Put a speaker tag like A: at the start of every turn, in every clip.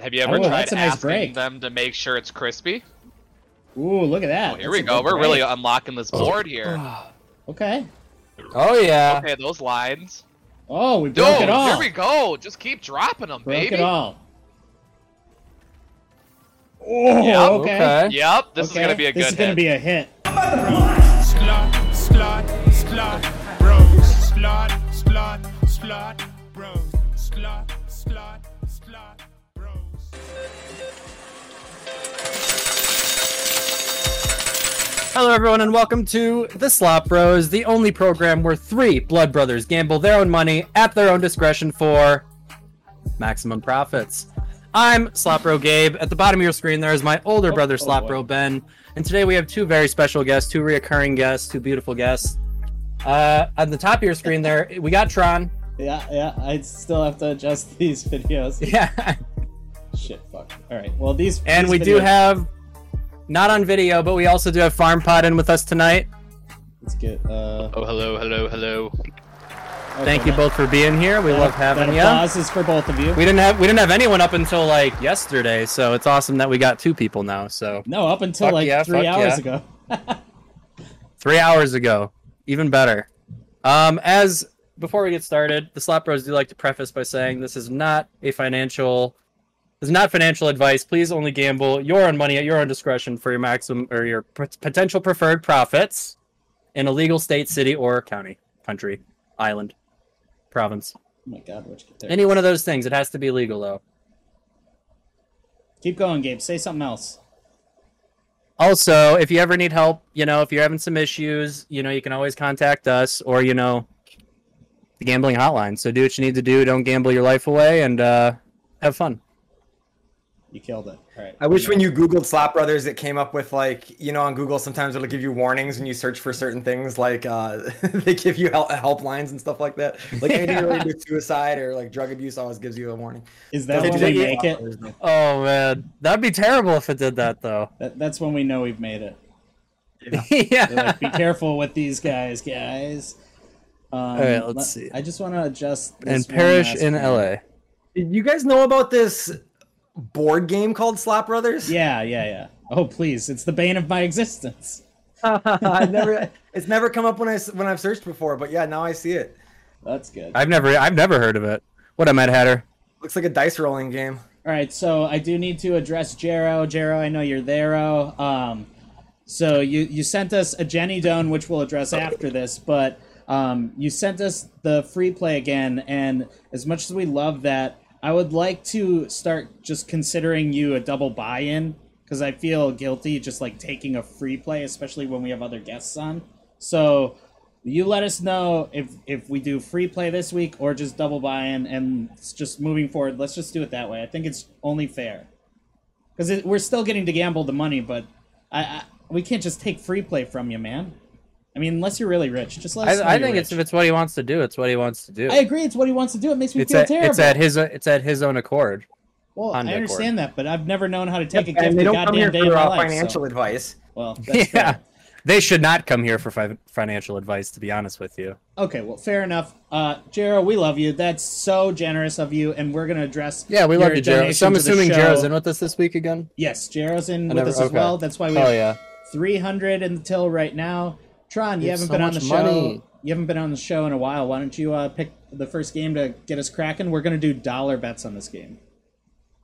A: Have you ever
B: Oh,
A: tried
B: that's a nice
A: asking
B: break.
A: them to make sure it's crispy?
B: Ooh, look at that.
A: Oh, here
B: That's
A: we
B: a
A: go.
B: good
A: We're
B: break. Oh.
A: really unlocking this board here.
B: okay.
C: Oh yeah.
A: Okay, those lines.
B: Oh, we
A: Dude,
B: broke it all.
A: here we go. Just keep dropping them,
B: Broke
A: baby.
B: it all. Oh,
A: Yep.
B: okay.
C: Okay.
A: Yep, this
B: Okay,
A: is gonna be a
B: This
A: good
B: is gonna
A: hit.
B: be a hit.
D: Slot, slot, slot, bro. Slot, slot, slot, bro. Slot, slot, slot, bros.
C: Hello, everyone, and welcome to the Slop Bros, the only program where three blood brothers gamble their own money at their own discretion for maximum profits. I'm Slop Bro Gabe. At the bottom of your screen, there is my older brother,
B: oh,
C: Slop
B: boy.
C: Bro Ben, and today we have two very special guests, two reoccurring guests, two beautiful guests. Uh, on the top of your screen, there we got Tron.
B: Yeah, yeah. I still have to adjust these videos.
C: Yeah,
B: Shit, fuck. All right. Well, these
C: and
B: these
C: we do
B: videos-
C: have not on video, but we also do have Farm Pod in with us tonight.
B: Let's get. Uh,
A: Oh, hello, hello, hello.
C: Thank you both for being here. We love having
B: Uh, that
C: you.
B: Applause is for both of you.
C: We didn't have we didn't have anyone up until like yesterday, so it's awesome that we got two people now. So
B: No, up until
C: Fuck
B: like
C: yeah,
B: three
C: fuck
B: hours
C: yeah.
B: ago. Oh
C: three hours ago, even better. Um, as before we get started, the Slop Bros do like to preface by saying this is not a financial, this is not financial advice. Please only gamble your own money at your own discretion for your maximum or your p- potential preferred profits in a legal state, city, or county, country, island, province,
B: Oh my god, which get there.
C: any one of those things. It has to be legal though.
B: Keep going, Gabe. Say something else.
C: also if you ever need help you know if you're having some issues you know you can always contact us or you know the gambling hotline so do what you need to do don't gamble your life away and uh have fun
B: You killed it. All right.
E: I wish when you Googled Slap Brothers, it came up with like, you know, on Google sometimes it'll give you warnings when you search for certain things, like uh, they give you help helplines and stuff like that. Like anything related to suicide or like drug abuse always gives you a warning.
B: Is that
E: Did
B: when
E: you
B: we
E: get-
B: make it?
C: oh man that'd be terrible if it did that though
B: That, that's when we know we've made it. They're
C: yeah
B: like, be careful with these guys, guys. Um, All
C: right, let's see.
B: I just want to adjust.
C: and
B: this one
C: perish
B: last
C: in
B: thing.
C: la
E: Did you guys know about this board game called Slap Brothers?
B: Yeah, yeah, yeah. Oh, please! It's the bane of my existence.
E: I never, it's never come up when I s- when I've searched before, but yeah, now I see it.
B: That's good.
C: i've never i've never heard of it what up mad hatter
E: Looks like a dice rolling game.
B: All right, so I do need to address Jero. Jero, I know you're there. oh. Um, so you you sent us a Jenny Doan, which we'll address after this, but um, you sent us the free play again, and as much as we love that, I would like to start just considering you a double buy-in because I feel guilty just like taking a free play, especially when we have other guests on. So you let us know if if we do free play this week or just double buy-in and it's just moving forward let's just do it that way i think it's only fair because we're still getting to gamble the money but I, I we can't just take free play from you man i mean unless you're really rich just let us know
C: i, I
B: you're
C: think it's if
B: rich.
C: it's what he wants to do it's what he wants to do
B: i agree it's what he wants to do it makes me
C: it's
B: feel
C: at,
B: terrible
C: it's at his it's at his own accord
B: well i
C: on record.
B: understand that but i've never known how to take a gift
E: And they
B: the
E: don't come
B: goddamn
E: here
B: day of
E: for
B: my
E: uh,
B: life
E: financial
B: so-
E: advice.
B: well that's
C: yeah
B: fair.
C: they should not come here for fi- financial advice to be honest with you
B: okay well fair enough uh jero we love you that's so generous of you and we're gonna address
C: Yeah, we love
B: your
C: you, Jero. So
B: donation
C: I'm
B: to the
C: assuming
B: show.
C: Jero's in with us this week again.
B: Yes, Jaro's in
C: I
B: with
C: never-
B: us as
C: okay.
B: well. That's why we
C: Oh
B: have
C: yeah.
B: 300 until right now. Tron, you
C: have
B: haven't
C: so
B: been on the
C: much
B: show.
C: money.
B: You haven't been on the show in a while. Why don't you uh, pick the first game to get us cracking? We're gonna do dollar bets on this game.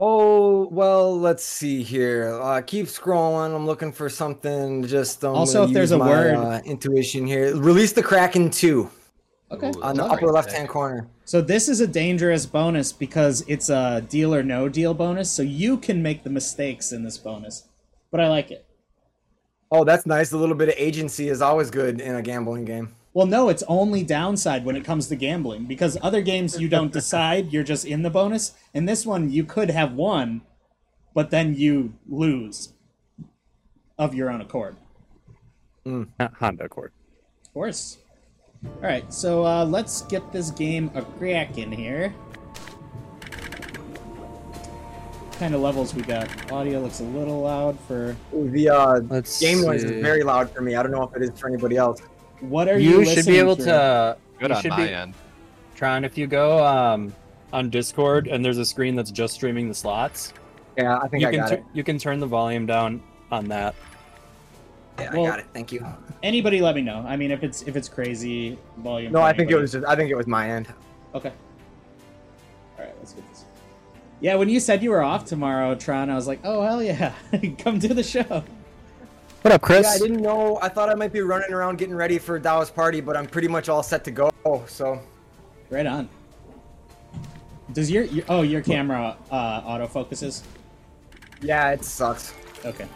E: Oh well, let's see here. Uh, keep scrolling. I'm looking for something. Just um,
B: Also, if there's a
E: my,
B: word-
E: uh, intuition here. Release the Kraken two
B: Okay.
E: on the
A: Love
E: upper
A: it.
E: left hand corner.
B: So this is a dangerous bonus because it's a deal or no deal bonus. So you can make the mistakes in this bonus, but I like it.
E: Oh, that's nice. A little bit of agency is always good in a gambling game.
B: Well, no, it's only downside when it comes to gambling because other games you don't decide, you're just in the bonus. And this one, you could have won, but then you lose of your own accord.
C: Not Honda Accord.
B: Of course. All right, so uh, let's get this game a crack in here. What kind of levels we got? Audio looks a little loud for.
E: The uh,
C: Let's
E: game noise
C: see.
E: is very loud for me. I don't know if it is for anybody else.
B: What are you?
C: You should be
B: listening
C: able
B: through?
C: to. uh,
A: Good
C: you
A: on
C: should
A: my
C: be,
A: end.
C: Tron, if you go um, on Discord and there's a screen that's just streaming the slots,
E: Yeah, I think
C: you
E: I
C: can
E: got
C: tu-
E: it.
C: you can turn the volume down on that.
E: Yeah,
B: well-
E: I got it. Thank you.
B: Anybody, let me know. I mean, if it's if it's crazy volume.
E: No,
B: for
E: I think it
B: anybody.
E: was just I think it was my end.
B: Okay. All right, let's get this. Yeah, when you said you were off tomorrow, Tron, I was like, oh hell yeah, come do the show.
C: What up,
E: Yeah, I
C: Chris?
E: didn't know. I thought I might be running around getting ready for Dao's party, but I'm pretty much all set to go. So
B: Right on. Does your, your oh your camera uh, autofocuses?
E: yeah, it sucks.
B: Okay.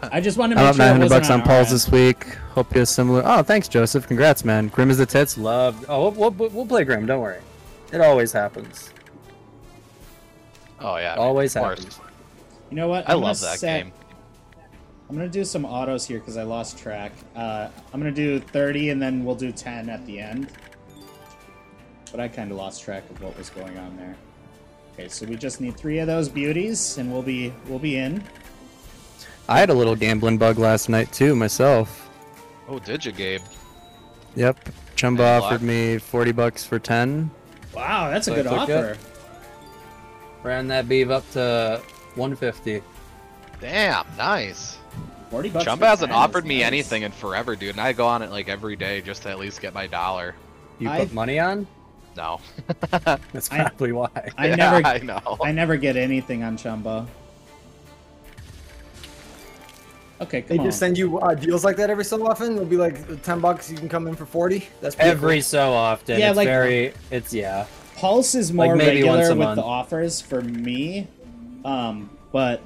B: I just wanted to
C: I'm
B: make
C: up
B: sure it
C: 900
B: wasn't
C: bucks on
B: our
C: Paul's
B: end.
C: this week. Hope you have similar. Oh, thanks, Joseph. Congrats, man. Grim is the tits. Love. Oh, we'll, we'll, we'll play Grim. Don't worry. It always happens.
A: Oh yeah.
C: Always
A: of course.
C: happens.
B: You know what?
A: I
B: I'm
A: love
B: gonna
A: that
B: set-
A: game.
B: I'm gonna do some autos here because I lost track. Uh, I'm gonna do 30 and then we'll do 10 at the end. But I kind of lost track of what was going on there. Okay, so we just need three of those beauties and we'll be we'll be in.
C: I had a little gambling bug last night too myself.
A: Oh, did you, Gabe?
C: Yep. Chumba
A: Thanks a lot.
C: offered me 40 bucks for 10.
B: Wow, that's a
C: So I
B: good
C: took
B: offer.
C: Ran that beef up to 150.
A: Damn, nice.
B: 40 bucks.
A: Chumba
B: for
A: hasn't
B: 10
A: offered
B: is
A: me
B: nice.
A: anything in forever, dude, and I go on it like every day just to at least get my dollar.
C: You
B: I-
C: put money on?
A: No.
C: That's
B: I-
C: probably why.
B: I
A: Yeah,
B: never
A: I know.
B: I never get anything on Chumba. Okay, come
E: They
B: on.
E: just send you uh, deals like that every so often. It'll be like ten bucks. You can come in for forty. That's pretty
C: Every so often.
B: Yeah,
C: it's
B: like-
C: very. It's yeah.
B: Pulse is more
C: Like, maybe
B: regular
C: once a
B: with
C: month.
B: the offers for me, um, but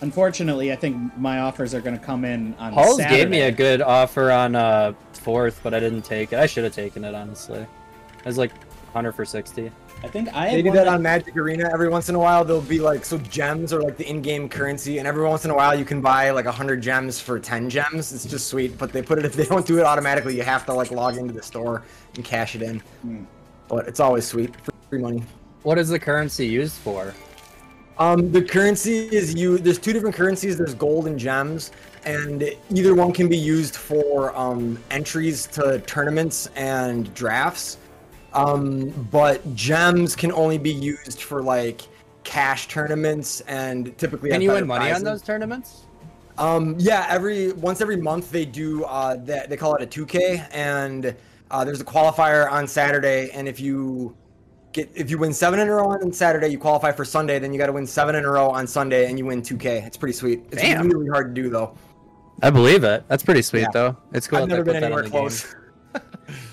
B: unfortunately, I think my offers are going to come in on
C: Paul's
B: Saturday.
C: gave me a good offer on uh fourth, but I didn't take it. I should have taken it honestly. It was like 100 for 60.
B: I think I
E: Cool. They
B: had
E: do
B: one
E: that on Magic Arena every once in a while. There'll be like so gems or like the in-game currency, and every once in a while you can buy like hundred gems for ten gems. It's just sweet. But they put it if they don't do it automatically, you have to like log into the store and cash it in. But it's always sweet, free money.
C: What is the currency used for?
E: Um, the currency is you. There's two different currencies. There's gold and gems, and either one can be used for um, entries to tournaments and drafts. Um, but gems can only be used for like cash tournaments and typically.
C: Can
E: have
C: you
E: better
C: win money on
E: prizes.
C: those tournaments?
E: Um, yeah, every once every month they do uh, that. They call it a 2K, and uh, there's a qualifier on Saturday. And if you get if you win seven in a row on Saturday, you qualify for Sunday. Then you got to win seven in a row on Sunday, and you win 2K. It's pretty sweet. It's
C: Damn.
E: really hard to do though.
C: I believe it. That's pretty sweet
E: Yeah.
C: though. It's cool.
E: I've
C: that
E: never
C: they
E: been
C: put that on
E: anywhere
C: the game.
E: close.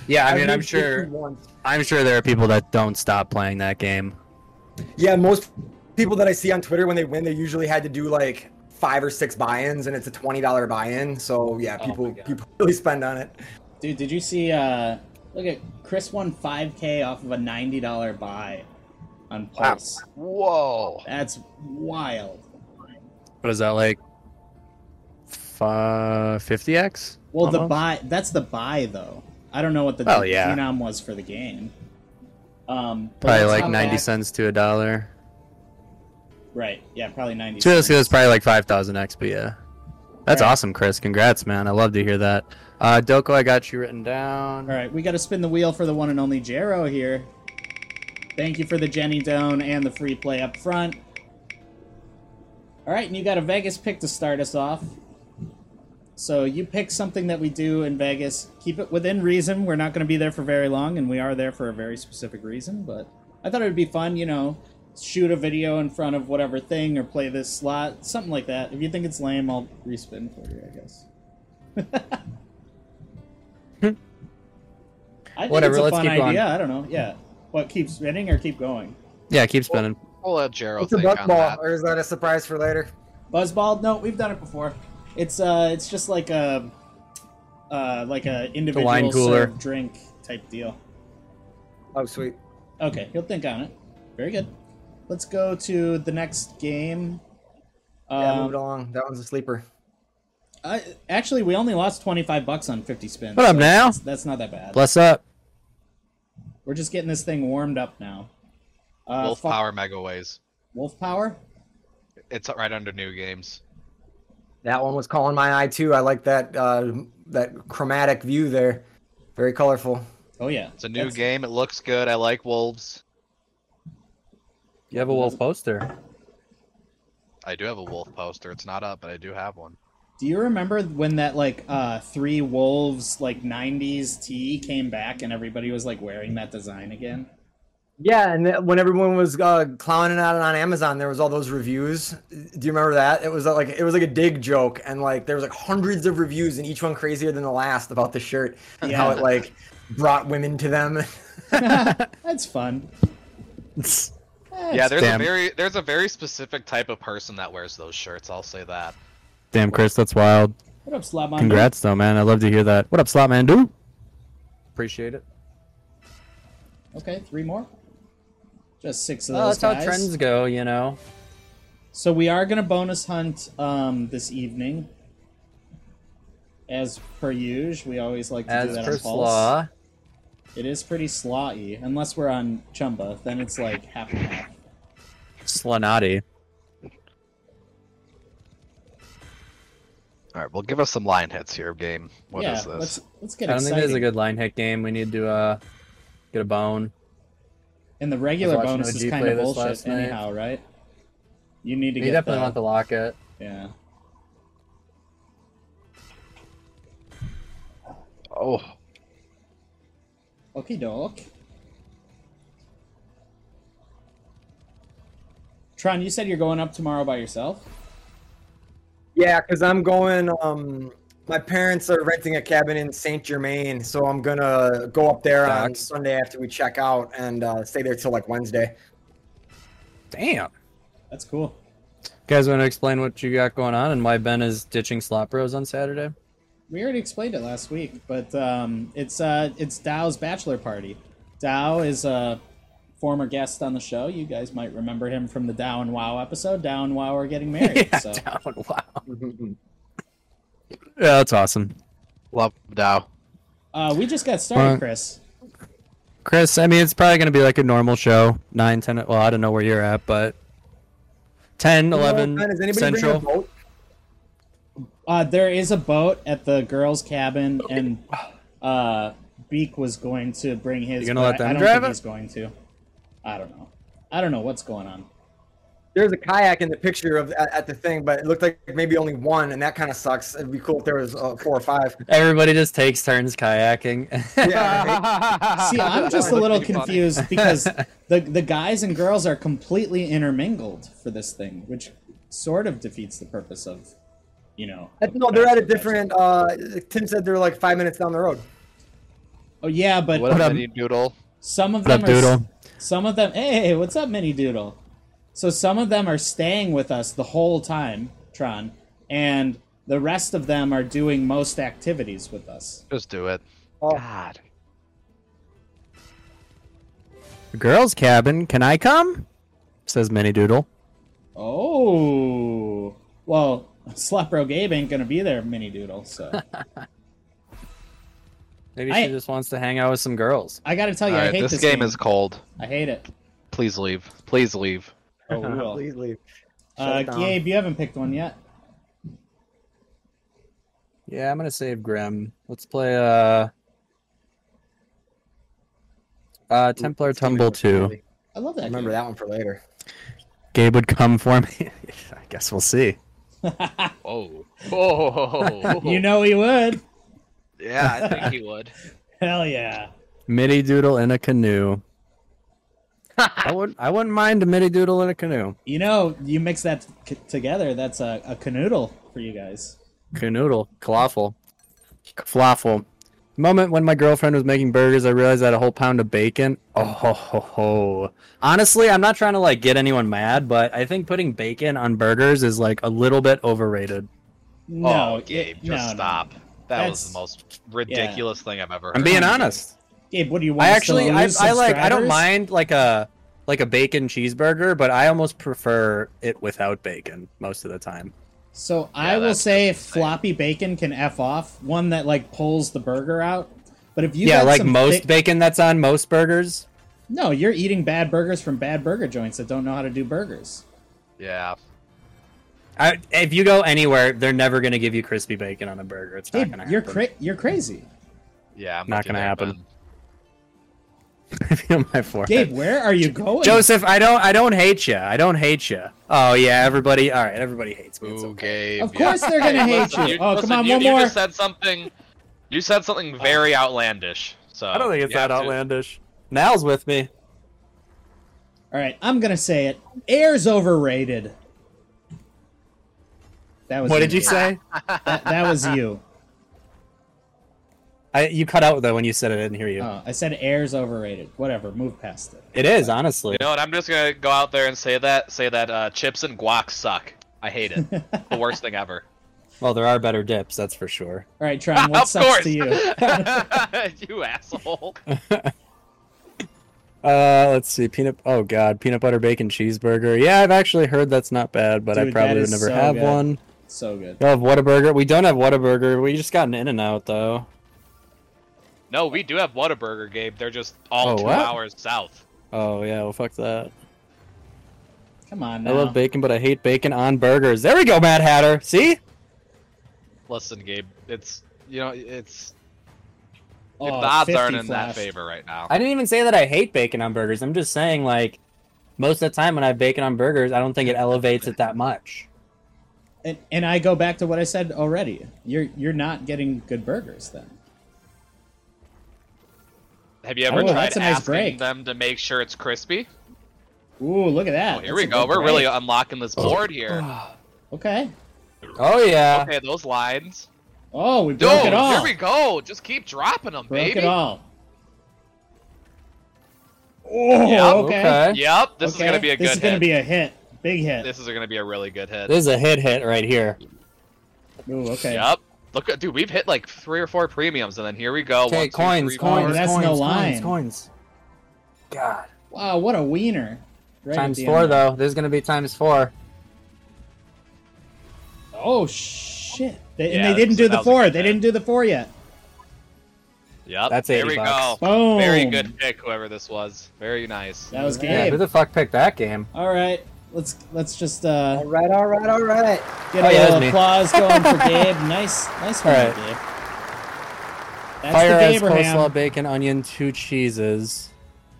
C: Yeah, I
E: I've
C: mean,
E: been
C: I'm sure.
E: 50 once.
C: I'm sure there are people that don't stop playing that game.
E: Yeah, most people that I see on Twitter when they win, they usually had to do like five or six buy-ins, and it's a twenty dollar buy-in. So yeah,
C: Oh my
E: people
C: God.
E: people really spend on it.
B: Dude, did you see? Uh, look at Chris won 5K off of a $90 buy on Pulse.
A: Whoa.
B: That's wild.
C: What is that like? Fifty x?
B: Well, the buy that's the buy though. I don't know what the
C: Oh,
B: de-
C: yeah.
B: denom was for the game. Um, but
C: probably
B: let's
C: like
B: hop
C: ninety
B: back-
C: cents to a dollar.
B: Right. Yeah, probably 90
C: To
B: cents.
C: this, it's probably like 5,000 X, but yeah. That's
B: Right.
C: awesome, Chris. Congrats, man. I love to hear that. Uh, Doko, I got you written down.
B: All right, we got to spin the wheel for the one and only Jero here. Thank you for the Jenny Doan and the free play up front. All right, and you got a Vegas pick to start us off. So you pick something that we do in Vegas. Keep it within reason. We're not going to be there for very long, and we are there for a very specific reason. But I thought it would be fun, you know, shoot a video in front of whatever thing or play this slot, something like that. If you think it's lame, I'll respin for you, I guess. I think
C: Whatever,
B: It's a
C: let's
B: fun
C: keep going.
B: idea. I don't know. Yeah. What keep spinning or keep going?
C: Yeah, keep spinning.
A: We'll let Gerald
E: It's a
A: think
E: buck
A: on
E: ball,
A: that.
E: or is that a surprise for later?
B: Buzzball? No, we've done it before. It's uh, it's just like a, uh, like a individual
C: wine cooler.
B: served drink type deal.
E: Oh, sweet.
B: Okay, he'll think on it. Very good. Let's go to the next game.
E: Yeah,
B: Um,
E: move it along. That one's a sleeper.
B: I, actually, we only lost twenty five bucks on fifty spins.
C: What up now?
B: That's, that's not that bad.
C: Bless up.
B: We're just getting this thing warmed up now. Uh,
A: Wolf
B: fu-
A: Power Mega Ways.
B: Wolf power.
A: It's right under new games.
E: That one was calling my eye too. I like that uh, that chromatic view there. Very colorful.
B: Oh yeah.
A: It's a new
B: That's-
A: game. It looks good. I like wolves.
C: You have a wolf poster.
A: I do have a wolf poster. It's not up, but I do have one.
B: Do you remember when that like uh, three wolves like '90s tee came back and everybody was like wearing that design again?
E: Yeah, and that- when everyone was uh, clowning out on Amazon, there was all those reviews. Do you remember that? It was uh, like it was like a dig joke, and like there was like hundreds of reviews, and each one crazier than the last about the shirt and how
B: Yeah.
E: it like brought women to them.
B: That's fun.
A: yeah, there's
C: Damn.
A: a very there's a very specific type of person that wears those shirts. I'll say that.
C: Damn, Chris, that's wild.
B: What up, Slabon?
C: Congrats, though, man. I love to hear that. What up, slot man? Do appreciate it.
B: Okay, three more. Just six of
C: Well,
B: those
C: Oh, that's
B: guys.
C: how trends go, you know.
B: So we are gonna bonus hunt um, this evening, as per usual. We always like to do
C: As
B: that
C: per
B: on Pulse.
C: slaw,
B: It is pretty slawy, unless we're on Chumba. Then it's like half and half.
C: slanati.
A: All right, well, give us some line hits here, game. What is
B: yeah,
A: this?
B: let's let's
C: I
B: get
C: don't think
B: excited.
C: this is a good line hit game. We need to uh, get a bone.
B: And the regular
C: I was watching
B: bonus is
C: OG
B: kind
C: play
B: of
C: this
B: bullshit,
C: last night.
B: anyhow, right? You need to
C: You
B: get
C: definitely
B: the,
C: want the locket.
B: yeah.
A: Oh,
B: Okay, doc. Tron, you said you're going up tomorrow by yourself.
E: yeah, because I'm going. Um, my parents are renting a cabin in Saint Germain, so I'm gonna go up there on
C: Sucks.
E: Sunday after we check out and uh, stay there till like Wednesday.
C: Damn.
B: That's cool.
C: Guys, want to explain what you got going on and why Ben is ditching Slop Bros on Saturday?
B: We already explained it last week, but um, it's uh, it's Dow's bachelor party. Dow is a former guest on the show. You guys might remember him from the Dow and Wow episode. Dow and Wow are getting married. so
C: down. Wow. yeah, that's awesome.
A: love Dow.
B: uh, we just got started,
C: Well-
B: Chris.
C: Chris, I mean, it's probably going to be like a normal show. 9, 10, well, I don't know where you're at, but 10, 11
E: Ben, is anybody bringing a
C: Central.
E: boat?
B: Uh, there is a boat at the girls' cabin, and uh, Beak was going to bring his.
C: You gonna
B: but
C: let
B: I-
C: them
B: I don't
C: drive
B: think
C: it?
B: he's going to. I don't know. I don't know what's going on.
E: There's a kayak in the picture of at, at the thing, but it looked like maybe only one, and that kind of sucks. It'd be cool if there was uh, four or five.
C: Everybody just takes turns kayaking.
E: Yeah,
B: See, I'm just a little
A: Pretty funny.
B: confused because the the guys and girls are completely intermingled for this thing, which sort of defeats the purpose of, you know. of
E: no, they're at a
B: bachelor
E: different. Uh, Tim said they're like five minutes down the road.
B: party. Oh yeah, but
A: What,
C: What
A: a
C: up?
A: mini doodle.
B: some of
C: What up,
B: them are,
C: Doodle?
B: Some of them. Hey, what's up, Mini Doodle? So some of them are staying with us the whole time, Tron, and the rest of them are doing most activities with us.
A: Just do it.
E: Oh.
A: God.
C: Girls' cabin, can I come? Says Minnie Doodle.
B: Oh, well, Slapro Gabe ain't gonna be there, Mini Doodle. So.
C: Maybe
B: I-
C: she just wants to hang out with some girls.
B: I gotta tell you,
A: All
B: Oh, I
A: right,
B: hate
A: this,
B: this,
A: game, is cold.
B: I hate it.
A: Please leave. Please leave.
B: Oh, we will.
E: Please leave.
B: Uh,
E: it down.
B: Gabe, you haven't picked one yet.
C: Yeah, I'm going to save Grim. Let's play uh, uh, Templar Tumble 2.
B: I love that.
E: Remember
B: game.
E: that one for later.
C: Gabe would come for me. I guess we'll see.
A: Oh. Oh.
B: You know he would.
A: Yeah, I think he would.
B: Hell yeah.
C: Mini doodle in a canoe. I would. I wouldn't mind a mini doodle in a canoe.
B: You know, you mix that c- together, that's a, a canoodle for you guys.
C: Canoodle, falafel, falafel. The moment when my girlfriend was making burgers, I realized I had a whole pound of bacon. Oh ho ho ho! Honestly, I'm not trying to like get anyone mad, but I think putting bacon on burgers is like a little bit overrated.
B: No,
A: oh,
B: it-
A: Gabe,
B: no,
A: just
B: no.
A: stop. That was
B: That's-
A: the most ridiculous thing I've ever heard.
C: I'm being honest.
B: Gabe, what do you want?
C: I
B: us to
C: actually, I,
B: lose
C: I like. I don't
B: subscribers?
C: mind like a like a bacon cheeseburger, but I almost prefer it without bacon most of the time.
B: So I will
A: that's
B: say, floppy bacon can f off. One that like pulls the burger out. But if you
C: yeah,
B: got
C: like
B: some
C: most
B: thick-
C: bacon that's on most burgers.
B: no, you're eating bad burgers from bad burger joints that don't know how to do burgers.
A: Yeah.
C: I, if you go anywhere, they're never gonna give you crispy bacon on a burger. It's not
B: Gabe,
C: gonna happen.
B: you're cra- you're crazy.
A: Yeah. I'm
C: Not
A: with you
C: gonna
A: there,
C: happen.
A: Ben.
C: If you don't mind for it.
B: Gabe, where are you going?
C: Joseph, I don't, I don't hate you. I don't hate you. Oh yeah, everybody. All right, everybody hates me. It's
F: Ooh,
C: okay.
F: Gabe.
B: Of
F: yeah.
B: course they're gonna
F: Hey,
B: hate
F: listen,
B: you. Oh, come on,
F: you,
B: one
F: you
B: more.
F: Just said something. You said something very outlandish. So
C: I don't think it's
F: you have
C: that
F: to-
C: outlandish. Nal's with me.
B: All right, I'm gonna say it. Air's overrated. That was
C: What did you
B: Gabe.
C: say?
B: That, that was you.
C: I, you cut out though when you said it. I didn't hear you.
B: Oh, I said air's overrated. Whatever, move past it.
C: It is honestly.
F: You know what? I'm just gonna go out there and say that. Say that uh, chips and guac suck. I hate it. the worst thing ever.
C: Well, there are better dips, that's for sure.
B: All right, Tron, what
F: of
B: sucks
F: course.
B: to you?
F: you asshole.
C: Uh, let's see, peanut. Oh God, peanut butter bacon cheeseburger. Yeah, I've actually heard that's not bad, but I
B: Dude, that
C: probably would
B: is
C: never
B: so
C: have
B: good.
C: one.
B: So good.
C: Y'all have Whataburger. We don't have Whataburger. We just got an In and Out though.
F: No, we do have Whataburger, Gabe. They're just all
C: Oh,
F: two
C: what?
F: hours south.
C: Oh yeah, well fuck that.
B: Come on
C: I
B: now.
C: love bacon, but I hate bacon on burgers. There we go, Mad Hatter. See?
F: Listen, Gabe. It's you know it's
B: Oh,
F: the odds
B: 50
F: aren't in that
B: flash.
F: favor right now.
C: I didn't even say that I hate bacon on burgers. I'm just saying like most of the time when I have bacon on burgers, I don't think it elevates it that much.
B: And, and I go back to what I said already. You're you're not getting good burgers then.
F: Have you ever
B: Oh,
F: tried
B: that's a nice
F: asking
B: break.
F: them to make sure it's crispy?
B: Ooh, look at that.
F: Oh, here
B: That's
F: we
B: a
F: go.
B: good
F: We're
B: break.
F: really unlocking this board here.
B: okay.
C: Oh yeah.
F: Okay, those lines.
B: Oh, we
F: Dude,
B: broke it all.
F: here we go. Just keep dropping them,
B: Broke
F: baby.
B: it all. Oh,
F: Yeah,
B: okay.
F: Yep, this
B: Okay,
F: is gonna be a good
B: This is
F: hit.
B: gonna be a hit. Big hit.
F: This is gonna be a really good hit.
C: This is a hit hit right here.
B: Ooh, okay.
F: Yep. Look, at dude, we've hit like three or four premiums, and then here we go. One,
C: Okay,
F: two,
C: coins,
F: three,
C: coins,
F: four.
B: that's
C: coins,
B: no
C: coins,
B: line.
C: coins. God.
B: Wow, what a wiener. Right at
C: times
B: the
C: four
B: end.
C: though. There's gonna be times four.
B: Oh shit! They, and
F: Yeah,
B: they didn't
F: so
B: do
F: that
B: the
F: was a
B: four.
F: good
B: They
F: bet.
B: didn't do the four yet.
F: Yep.
C: That's
F: there
C: 80
F: we
C: bucks.
F: go.
B: Boom.
F: Very good pick, whoever this was. Very nice.
B: That was
C: Yeah,
B: Gabe.
C: who the fuck picked that game?
B: All right, let's let's just uh,
E: All right, all right, all right.
B: get
C: Oh,
B: a
C: yeah,
B: little
C: that's me.
B: applause going for Gabe. Nice, nice one,
C: All right.
B: Gabe. That's
C: Fire
B: the
C: as
B: Gabraham.
C: coleslaw, bacon, onion, two cheeses.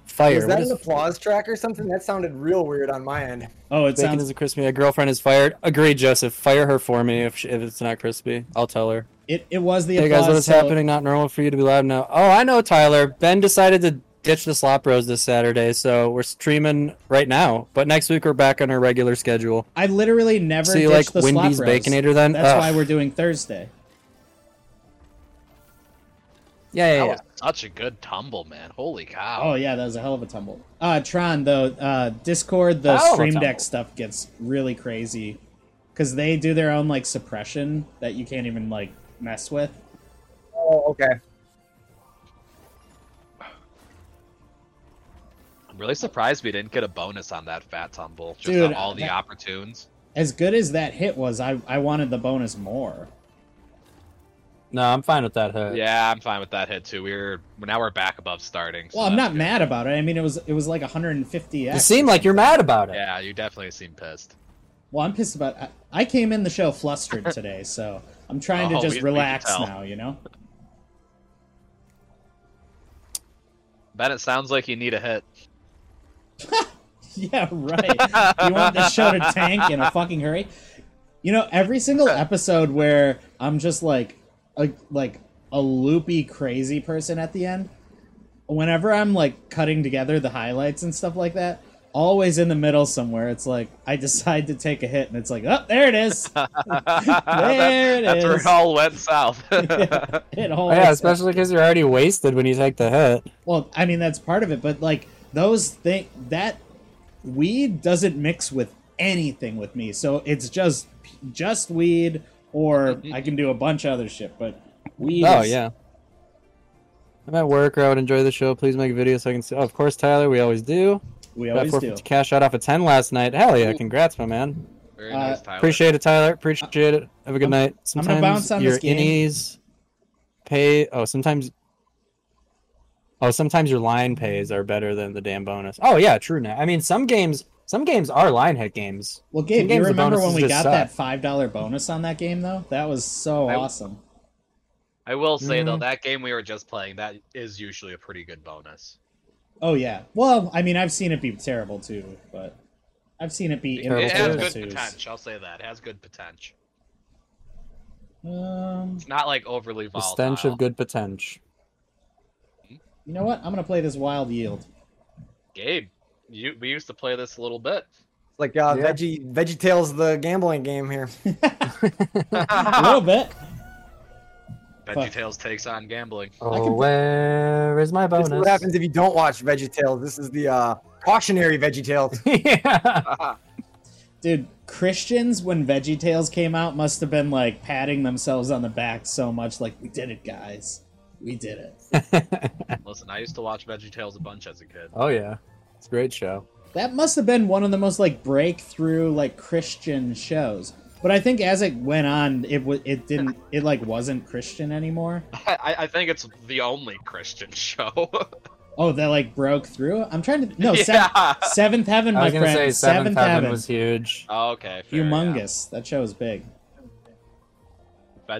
C: Fire.
E: Was
C: What
E: that an
C: is-
E: applause track or something? That sounded real weird on my end.
B: Oh, it
C: Bacon
B: sounds.
C: is a crispy. A girlfriend is fired. Agreed, Joseph. Fire her for me if, she, if it's not crispy. I'll tell her.
B: It, it was the
C: Hey
B: applause.
C: guys, what is
B: so-
C: happening? Not normal for you to be loud now. Oh, I know, Tyler. Ben decided to ditch the slop rose this Saturday, so we're streaming right now. But next week we're back on our regular schedule.
B: I literally never
C: So you
B: ditched
C: like
B: the
C: Wendy's
B: slop roast.
C: Baconator then?
B: That's
C: Ugh.
B: why we're doing Thursday.
C: Yeah, yeah,
F: That
C: yeah.
F: was such a good tumble, man. Holy cow.
B: Oh yeah, that was a hell of a tumble. Uh, Tron though, uh, Discord, the
C: Hell of a
B: Stream Deck
C: tumble.
B: stuff gets really crazy because they do their own like suppression that you can't even like mess with.
E: Oh, okay.
F: I'm really surprised we didn't get a bonus on that fat tumble. Just
B: Dude,
F: on all the
B: that-
F: opportunes.
B: As good as that hit was, I I wanted the bonus more.
C: No, I'm fine with that. Huh?
F: Yeah, I'm fine with that hit too. We're now we're back above starting. so
B: Well, I'm
F: that's
B: not
F: good.
B: mad about it. I mean, it was it was like 150.
C: You seem like you're mad about it.
F: Yeah, you definitely seem pissed.
B: Well, I'm pissed about. I, I came in the show flustered today, so I'm trying
F: Oh,
B: to
F: we- we
B: just
F: can
B: relax
F: tell.
B: now. You know.
F: Ben, it sounds like you need a hit.
B: Yeah, right. you want the show to tank in a fucking hurry? You know, every single episode where I'm just like a like a loopy crazy person at the end, whenever I'm like cutting together the highlights and stuff like that, always in the middle somewhere it's like I decide to take a hit and it's like, "Oh, there it is." there it
F: That's where
B: is.
F: it all went south.
B: It
C: Oh,
B: always
C: yeah, especially because you're already wasted when you take the hit.
B: Well, I mean that's part of it, but like those thing that weed doesn't mix with anything with me. So it's just just weed or I can do a bunch of other shit, but weed
C: Oh
B: is-
C: yeah. I'm at work, or I would enjoy the show. Please make a video so I can see. Oh, of course, Tyler, we always do.
B: we
C: Got
B: always do.
C: 450 cash out off a 10 last night. Hell yeah! Congrats, my man.
F: Very
B: Uh,
F: nice, Tyler.
C: Appreciate it, Tyler. Appreciate it. Have a good
B: I'm-
C: night.
B: I'm
C: Sometimes
B: gonna bounce on
C: your
B: this game.
C: innies pay. Oh, sometimes. Oh, sometimes your line pays are better than the damn bonus. Oh yeah, true. Now, I mean, some games, some games are line hit games.
B: Well
C: Some
B: Gabe, you
C: games the
B: remember when
C: bonuses
B: we
C: just
B: got
C: suck.
B: that five dollar bonus on that game though? That was so
F: I-
B: awesome.
F: I will say though,
C: Mhm.
B: Mm-hmm.
F: that game we were just playing, that is usually a pretty good bonus.
B: Oh yeah. Well, I mean, I've seen it be terrible too, but I've seen it be.
C: Terrible
F: It has
C: too.
F: good
B: too.
F: potential. I'll say that. It has good potential.
B: Um,
F: It's not like overly
C: The
F: volatile.
C: stench of good potential.
B: you know what? I'm gonna play this Wild Yield.
F: Gabe, you we used to play this a little bit.
E: It's like uh,
C: Yeah.
E: Veggie Veggie Tales, the gambling game here.
B: A little bit. Fuck.
F: VeggieTales takes on gambling.
C: Oh, where is my
E: This is what
C: bonus?
E: happens if you don't watch Veggie Tales. This is the uh, cautionary Veggie Tales.
C: yeah.
B: Dude, Christians when VeggieTales came out must have been like patting themselves on the back so much, like we did it, guys, we did it.
F: Listen, I used to watch VeggieTales a bunch as a kid.
C: Oh yeah, it's a great show.
B: That must have been one of the most like breakthrough like Christian shows. But I think as it went on, it was it didn't it like wasn't Christian anymore.
F: I, I think it's the only Christian show.
B: Oh, that like broke through. I'm trying to no Sev-
F: Yeah.
B: Seventh Heaven,
C: I
B: my
C: was gonna
B: friend.
C: say Seventh Heaven, was
B: Heaven.
C: huge.
F: Oh, okay. Fair,
B: humongous. That show is big.
F: Yeah.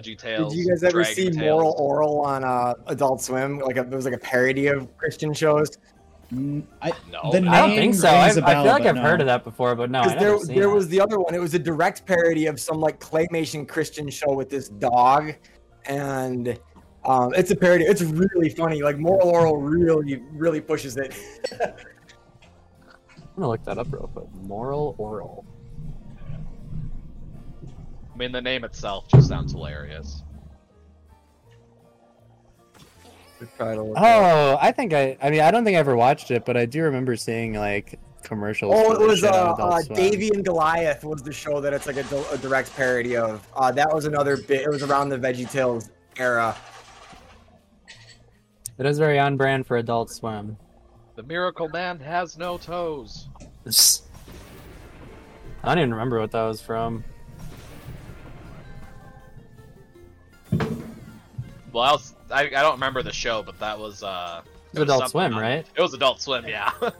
F: VeggieTales.
E: Did you guys ever
F: Dragon
E: see
F: Tales.
E: Moral Oral on uh, Adult Swim? Like a, it was like a parody of Christian shows.
B: Mm, I,
F: No,
B: the
F: I
C: I don't
B: name
C: think so. I,
B: rings a
C: I
B: bell,
C: feel like
B: but
C: I've
B: no.
C: heard of that before, but no, I
E: Because
C: never
E: there,
C: seen
E: there
C: it.
E: was the other one. It was a direct parody of some like claymation Christian show with this dog, and um, it's a parody. It's really funny. Like Moral Oral really, really pushes it.
C: I'm gonna look that up real quick. Moral Oral.
F: I mean, the name itself just sounds hilarious.
E: Oh,
C: Oh, I think I. I mean, I don't think I ever watched it, but I do remember seeing like commercials.
E: oh,
C: for
E: it
C: this
E: was uh,
C: shit on Adult
E: uh,
C: Swim.
E: Davy and Goliath was the show that it's like a, di- a direct parody of. Uh, that was another bit. It was around the Veggie Tales era.
C: It is very on brand for Adult Swim.
F: The Miracle Man has no toes.
C: I don't even remember what that was from.
F: Well, I, was, I, I don't remember the show, but that was uh.
C: It was Adult
F: something
C: Swim,
F: on-
C: right?
F: It was Adult Swim, yeah.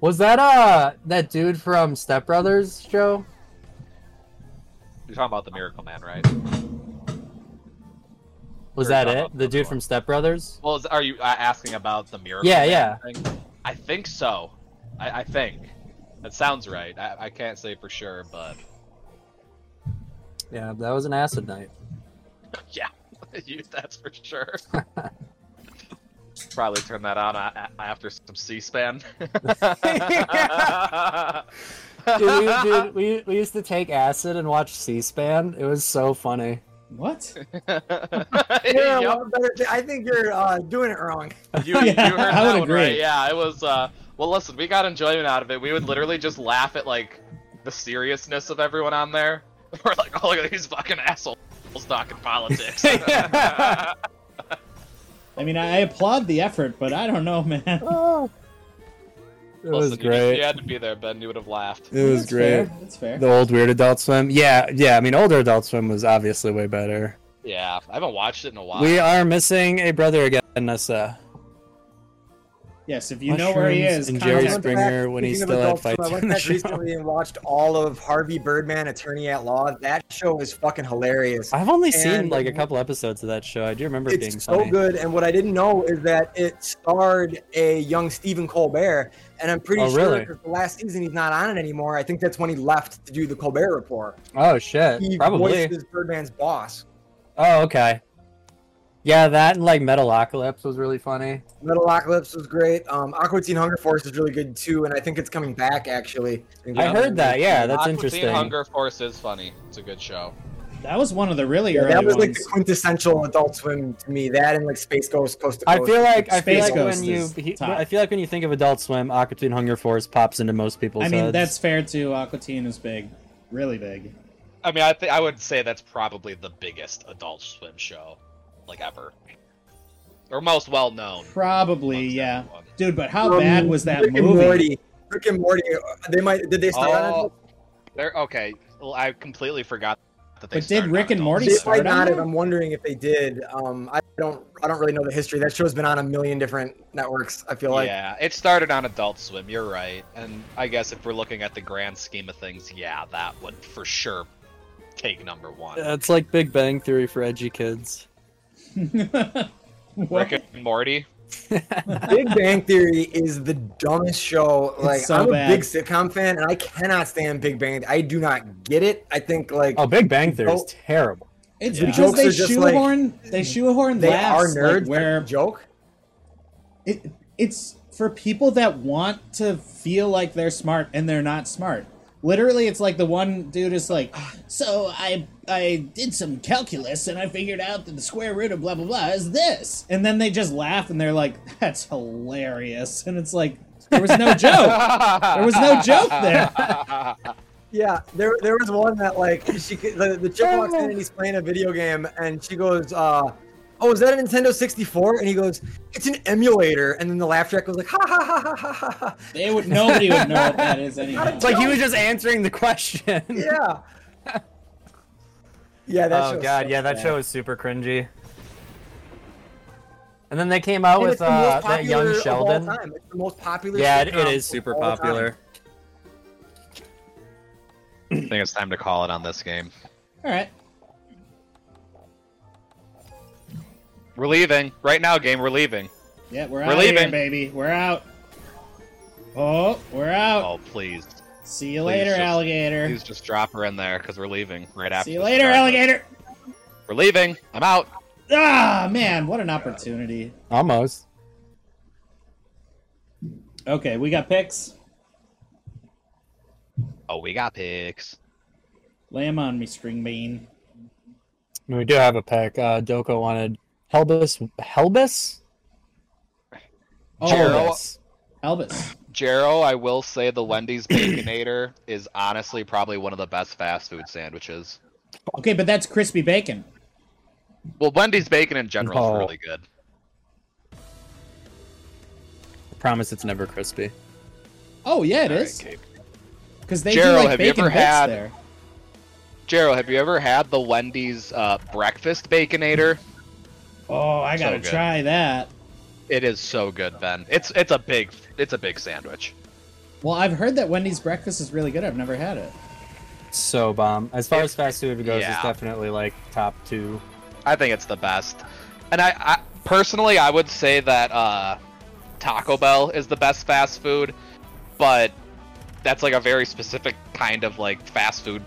C: Was that uh that dude from Step Brothers show?
F: You're talking about the Miracle Man, right? Or
C: Was that
F: Dumb
C: it?
F: Up
C: The dude
F: Before.
C: from Step Brothers?
F: Well, is, are you uh, asking about the miracle?
C: Yeah,
F: Man
C: yeah.
F: Thing? I think so. I, I think that sounds right. I, I can't say for sure, but
C: Yeah, that was an acid night.
F: yeah, you, that's for sure. Probably turn that on uh, a- a- after some C-SPAN.
C: dude, we, dude, we, we used to take acid and watch C-SPAN. It was so funny.
B: What?
E: Yeah,
F: Yup.
E: well, better thi- I think you're uh, doing it wrong.
F: You, you
B: Yeah,
F: heard that
B: I would
F: one,
B: agree.
F: right? Yeah, it was. Uh, well, listen, we got enjoyment out of it. We would literally just laugh at like the seriousness of everyone on there. We're like, oh, look at these fucking assholes talking politics.
B: I mean, I applaud the effort, but I don't know, man.
C: Oh. It
F: listen,
C: was
F: you, just-
C: great.
F: you had to be there, Ben. You would have laughed.
C: It was
B: That's
C: great.
B: Fair. That's fair.
C: The old Weird Adult Swim. Yeah, yeah. I mean, older Adult Swim was obviously way better.
F: Yeah, I haven't watched it in a while.
C: We are missing a brother again, Nessa.
B: Yes, if you know where he
C: Mushrooms
B: is,
C: and Jerry
E: I
B: contact-
E: went
C: Springer
E: back-
C: when he
E: speaking of
C: still had
E: Adult Swim,
C: fights
E: I went
C: on the
E: back
C: show.
E: recently and watched all of Harvey Birdman, Attorney at Law. That show is fucking hilarious.
C: I've only seen
E: And-
C: like a couple episodes of that show. I do remember it being
E: It's so
C: funny.
E: good. And what I didn't know is that it starred a young Stephen Colbert. And I'm pretty
C: Oh,
E: sure
C: really?
E: 'cause the last season he's not on it anymore. I think that's when he left to do the Colbert Report.
C: Oh shit,
E: He
C: probably.
E: voices Birdman's boss.
C: Oh okay. Yeah, that and like Metalocalypse was really funny.
E: Metalocalypse was great. Um, Aqua Teen Hunger Force is really good too, and I think it's coming back actually.
C: I heard that. Yeah, that's
F: Aqua Teen
C: interesting.
F: Hunger Force is funny. It's a good show.
B: that was one of the really
E: Yeah,
B: early
E: that was like the
B: ones.
E: quintessential Adult Swim to me. That and like Space Ghost, Coast to
C: I
E: Coast.
C: feel like I feel
B: Space
C: like
B: Ghost
C: when you
B: is
C: he,
B: top.
C: I feel like when you think of Adult Swim, Aquatine Hunger Force pops into most people's
B: I mean,
C: heads.
B: that's fair too. Aqua Teen is big, really big.
F: I mean, I think I would say that's probably the biggest Adult Swim show, like ever, or most well known.
B: Probably,
F: Amongst
B: yeah.
F: everyone.
B: Dude, but how
E: Um,
B: bad was that
E: Rick And
B: movie?
E: Morty. Rick and Morty. uh, They might. Did they start on?
F: Oh,
E: it?
F: they're okay. Well, I completely forgot that they.
B: But did
F: started
B: Rick
F: on
B: and
F: Adult
B: Morty
E: They
F: Swim.
B: start
E: might
B: on
E: not have.
B: it?
E: I'm wondering if they did. Um, I don't. I don't really know the history. That show's been on a million different networks. I feel like.
F: yeah, it started on Adult Swim. You're right, and I guess if we're looking at the grand scheme of things, yeah, that would for sure take number one.
C: it's like Big Bang Theory for edgy kids.
B: What?
F: Rick and Morty.
E: Big Bang Theory is the dumbest show. Like
B: so
E: I'm a
B: bad.
E: big sitcom fan, and I cannot stand Big Bang. I do not get it. I think like
C: Oh, Big Bang Theory is
E: Oh.
C: terrible.
B: It's
C: Yeah.
B: because
E: Jokes
B: they
E: are just like-
B: shoehorn they shoehorn
E: they are
B: laughs
E: nerds.
B: like,
E: where
B: where
E: joke.
B: it, it's for people that want to feel like they're smart and they're not smart. Literally, it's like the one dude is like, "Ah, "So I I did some calculus and I figured out that the square root of blah blah blah is this," and then they just laugh and they're like, "That's hilarious," and it's like there was no joke. There was no joke there.
E: Yeah, there there was one that like she could- the, the chick walks in and he's playing a video game and she goes, uh, "Oh, is that a Nintendo 64?" And he goes, "It's an emulator." And then the laugh track goes like, "Ha ha ha ha ha ha!" ha.
B: They would nobody would know what that is anyway.
C: It's like he was just answering the question.
E: Yeah. yeah. That
C: oh
E: show's
C: god,
E: so
C: yeah, that
E: bad.
C: show is super cringy. And then they came out
E: And
C: with
E: it's the most
C: uh, that
E: popular
C: young
E: of all
C: Sheldon.
E: time. It's the most popular.
C: Yeah, um, it,
E: sitcom
C: it is super
E: of all time.
C: popular.
F: I think it's time to call it on this game.
B: All right.
F: We're leaving right now, game. We're leaving.
B: Yeah, we're,
F: We're
B: out
F: leaving.
B: here, baby. We're out. Oh, we're out.
F: Oh please,
B: See you
F: please
B: later,
F: just-
B: alligator.
F: please just drop her in there because we're leaving right after.
B: See you
F: this
B: later,
F: regardless.
B: alligator.
F: We're leaving. I'm out.
B: Ah, man, what an opportunity.
C: Almost.
B: Okay, we got picks.
F: Oh, we got picks.
B: Lay 'em on me, string bean.
C: We do have a pick. Uh, Doko wanted Helbus. Helbus?
B: Oh,
F: Gerald.
C: Helbus.
B: Elvis.
F: Jero, I will say the Wendy's Baconator is honestly probably one of the best fast food sandwiches.
B: Okay, but that's crispy bacon.
F: Well, Wendy's bacon in general
C: Oh.
F: is really good.
C: I promise it's never crispy.
B: Oh yeah, it
F: All right,
B: is.
F: Kate.
B: Because they
F: Gerald,
B: do like
F: have you
B: bacon
F: ever
B: bits
F: had-
B: there.
F: Jero, have you ever had the Wendy's uh, breakfast Baconator?
B: Oh, I
F: So
B: gotta
F: good.
B: try that.
F: It is so good, Ben. It's it's a big it's a big sandwich.
B: Well, I've heard that Wendy's breakfast is really good. I've never had it.
C: So bomb. As far as fast food goes,
F: Yeah.
C: it's definitely like top two.
F: I think it's the best. And I, I personally, I would say that uh, Taco Bell is the best fast food, but that's like a very specific kind of like fast food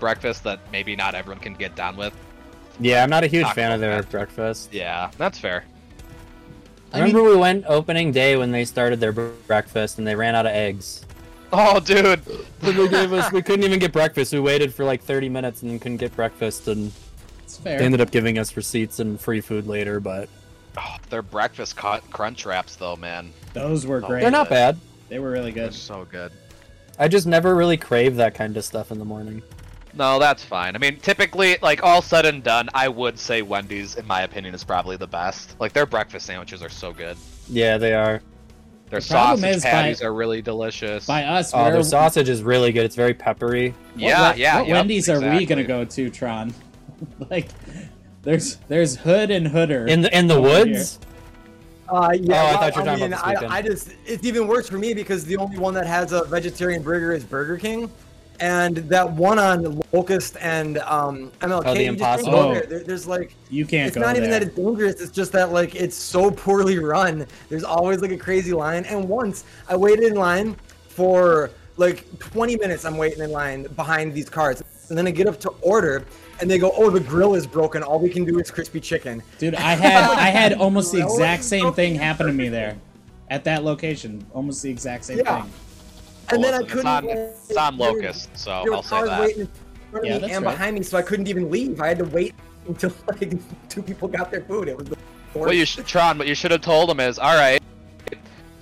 F: breakfast that maybe not everyone can get down with.
C: Yeah, I'm not a huge
F: Taco
C: fan of their
F: Bell.
C: breakfast.
F: Yeah, that's fair.
B: I
C: Remember we went opening day when they started their br- breakfast and they ran out of eggs.
F: Oh, dude.
C: So they gave us we couldn't even get breakfast. We waited for like 30 minutes and then couldn't get breakfast and
B: It's fair.
C: they ended up giving us receipts and free food later, but
F: Oh, their breakfast cu- crunch wraps, though, man.
B: Those
F: Oh,
B: were great.
C: they're not bad.
B: They were really
F: They're
B: good.
F: so good.
C: I just never really crave that kind of stuff in the morning.
F: No, that's fine. I mean, typically, like all said and done, I would say Wendy's, in my opinion, is probably the best. Like their breakfast sandwiches are so good.
C: Yeah, they are.
F: Their
B: The problem
F: sausage
B: is by-
F: patties are really delicious.
B: By us,
C: Oh,
B: we're
C: their sausage is really good. It's very peppery.
F: yeah,
B: what,
F: yeah.
B: What
F: yep,
B: Wendy's are we gonna
F: exactly.
B: go to, Tron? like, there's there's Hood and Hooder.
C: In the in the
B: Oh, yeah.
C: woods?
E: Uh, yeah,
C: Oh, I
E: well,
C: thought you were talking about
E: mean,
C: this
E: I-
C: weekend.
E: I, just, it's even worse for me because the only one that has a vegetarian burger is Burger King. And that one on Locust and um, MLK.
C: Oh, the
E: you just
C: Impossible.
E: don't go
B: Oh.
E: there. There- There's like,
B: you can't
E: it's
B: go
E: not
B: there.
E: even that it's dangerous. It's just that like it's so poorly run. There's always like a crazy line. And once I waited in line for like 20 minutes, I'm waiting in line behind these carts, and then I get up to order, and they go, "Oh, the grill is broken. All we can do is crispy chicken."
B: Dude, I had I had almost the
E: That was
B: exact same
E: so
B: thing happen to me there, at that location. Almost the exact same
E: Yeah.
B: thing.
E: And
F: Well,
E: then I
F: listen,
E: couldn't.
F: It's on, it's on Locust, so
E: There were
F: I'll say
E: cars
F: that.
E: waiting in front of
B: Yeah,
E: me
B: that's
E: and
B: right.
E: behind me, so I couldn't even leave. I had to wait until like two people got their food. It was. The
F: What you should, Tron, what you should have told him is, all right,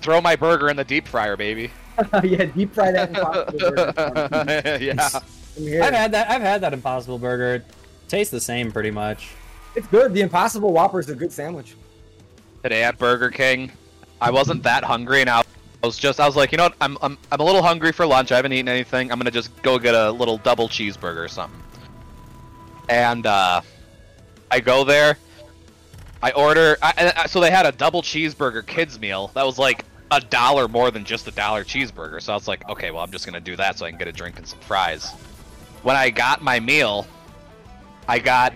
F: throw my burger in the deep fryer, baby.
E: yeah, deep fried that. Impossible burger.
F: yeah.
E: I'm here.
C: I've had that I've had that impossible burger. Tastes the same pretty much.
E: It's good. The Impossible Whopper is a good sandwich.
F: Today at Burger King, I wasn't that hungry, and I was just, I was like, you know what, I'm, I'm, I'm a little hungry for lunch. I haven't eaten anything. I'm gonna just go get a little double cheeseburger or something. And uh, I go there. I order. I, and I, so they had a double cheeseburger kids meal that was like a dollar more than just a dollar cheeseburger. So I was like, okay, well, I'm just gonna do that so I can get a drink and some fries. When I got my meal, I got,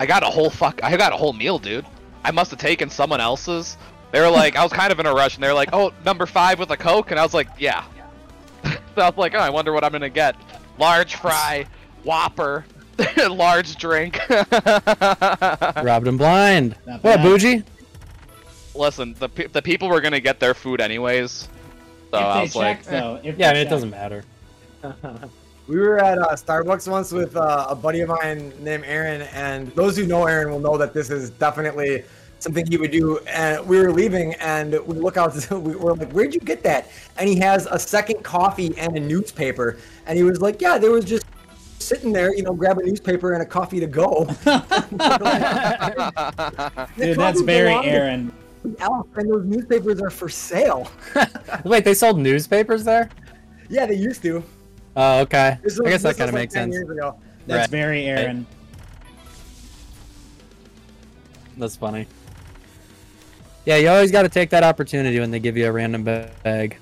F: I got a whole fuck. I got a whole meal, dude. I must have taken someone else's They were like, I was kind of in a rush, and they were like, "Oh, number five with a Coke," and I was like, "Yeah." so I was like, "Oh, I wonder what I'm gonna get: large fry, Whopper, large drink."
C: Robbed him blind.
B: Not
C: What,
B: bad.
C: Bougie?
F: Listen, the pe- the people were gonna get their food anyways, so I
B: if
F: was
B: they
F: like,
B: check, though, if
C: Yeah, I
B: they
C: mean, it
B: check.
C: doesn't matter.
E: We were at uh, Starbucks once with uh, a buddy of mine named Aaron, and those who know Aaron will know that this is definitely something he would do. And we were leaving, and we look out, we were like, "Where'd you get that?" And he has a second coffee and a newspaper, and he was like, "Yeah, there was just sitting there, you know, grab a newspaper and a coffee to go."
B: Dude, that's very Aaron.
E: Elf, and those newspapers are for sale.
C: Wait, they sold newspapers there?
E: Yeah, they used to.
C: Oh, okay.
E: This
C: I
E: was-
C: guess
E: this
C: that
E: was
C: kind of
E: like
C: makes
E: 10
C: sense.
E: years ago.
B: That's
C: Right.
B: very Aaron.
C: That's funny. Yeah, you always got to take that opportunity when they give you a random ba- bag.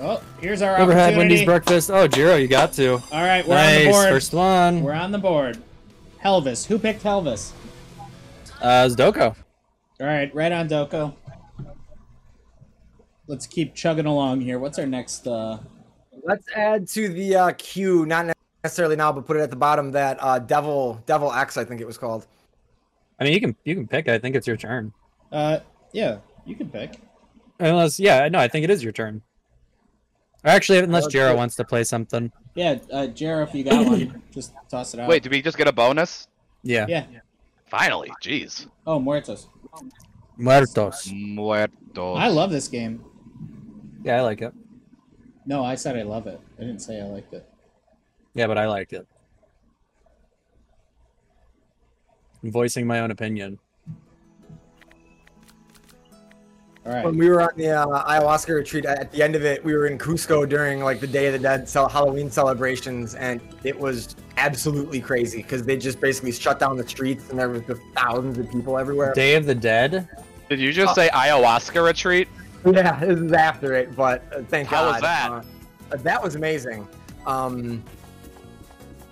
B: Oh, here's our
C: Overhead
B: opportunity.
C: Wendy's breakfast. Oh, Jiro, you got to.
B: All right, we're on the
C: nice,
B: board.
C: first one.
B: We're on the board. Helvis. Who picked Helvis?
C: Uh, Zdoko.
B: All right, right on Doko. Let's keep chugging along here. What's our next? Uh...
E: Let's add to the uh, queue, not necessarily now, but put it at the bottom. That uh, Devil Devil X, I think it was called.
C: I mean, you can you can pick. I think it's your turn.
B: uh Yeah, you can pick.
C: Unless, yeah, no, I think it is your turn. Or actually, unless
E: Let's
C: Jiro
E: do-
C: wants to play something.
B: Yeah, uh, Jero, if you got one, just toss it out.
F: "Wait, did we just get a bonus?"
C: Yeah.
B: Yeah.
F: Finally, jeez.
B: Oh, Muertos.
C: Muertos.
F: Muertos.
B: I love this game.
C: Yeah, I like it.
B: No, I said I love it. I didn't say I liked it.
C: Yeah, but I liked it. I'm voicing my own opinion.
B: All right.
E: When we were on the uh, ayahuasca retreat, at the end of it, we were in Cusco during like the Day of the Dead cel- Halloween celebrations, and it was absolutely crazy because they just basically shut down the streets, and there was just thousands of people everywhere.
C: Day of the Dead.
F: Did you just say ayahuasca retreat?
E: Yeah, this is after it, but uh, thank
F: How
E: God.
F: was that?
E: Uh, that was amazing. Um,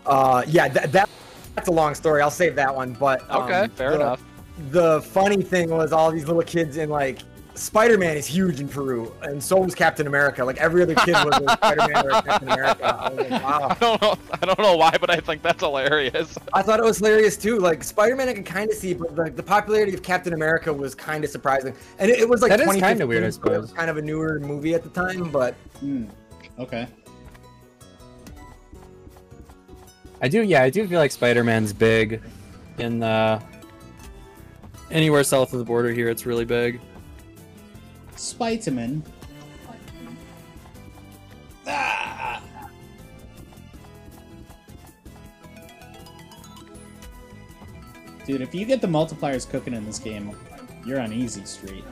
E: uh, yeah, that, that that's a long story. I'll save that one. But um,
F: Okay, fair
E: the-
F: enough.
E: The funny thing was all these little kids in like Spider Man is huge in Peru, and so was Captain America. Like every other kid was a Spider Man or a Captain America. I was like, wow.
F: I don't know. I don't know why, but I think that's hilarious.
E: I thought it was hilarious too. Like Spider Man, I could kind of see, but like the popularity of Captain America was kind of surprising, and it, it was like
C: That is kinda
E: 2015,
C: weird, I
E: so it was
C: suppose.
E: Kind of a newer movie at the time, but
B: Hmm. Okay.
C: I do, yeah, I do feel like Spider-Man's big in the anywhere south of the border here. It's really big.
B: Spitamin. Ah! Dude, if you get the multipliers cooking in this game, you're on easy street.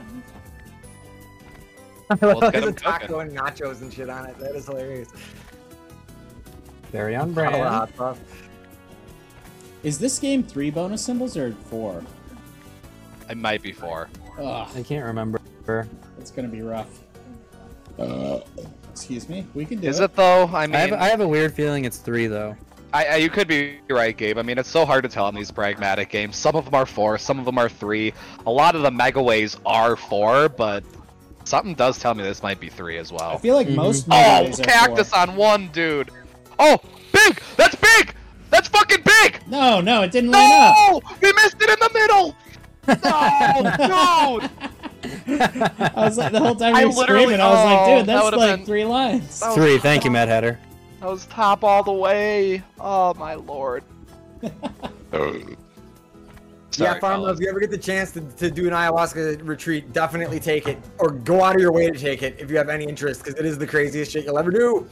F: Well, let's get
E: There's a
F: him cooking.
E: taco and nachos and shit on it. That is hilarious. Oh,
C: Very on
F: Oh,
E: Not a lot
C: brand.
E: of stuff.
B: Is this game three bonus symbols or four?
F: It might be four.
B: Ugh,
C: I can't remember.
B: it's gonna be rough. Uh, excuse me. We can do
F: Is it though? I mean,
C: I have, I have a weird feeling it's three though.
F: I, I, you could be right, Gabe. I mean, it's so hard to tell in these pragmatic games. Some of them are four, some of them are three. A lot of the megaways are four, but something does tell me this might be three as
B: I
F: well.
B: feel like
C: Mhm.
B: most.
F: Oh,
B: movies are
F: cactus
B: four.
F: on one, dude. Oh, big! That's big! That's fucking big!
B: No, no, it didn't line up.
F: No! We missed it in the middle! No, dude!
B: I was like, the whole time
F: I
B: you were
F: literally-
B: screaming, I was like,
F: oh, that
B: dude, that's
F: would've
B: like
F: been-
B: three lines.
F: Oh,
C: Three. Thank you, Mad Hatter.
F: That was top all the way. Oh, my lord.
E: yeah, farmers, if you ever get the chance to, to do an ayahuasca retreat, definitely take it or go out of your way to take it if you have any interest because it is the craziest shit you'll ever do.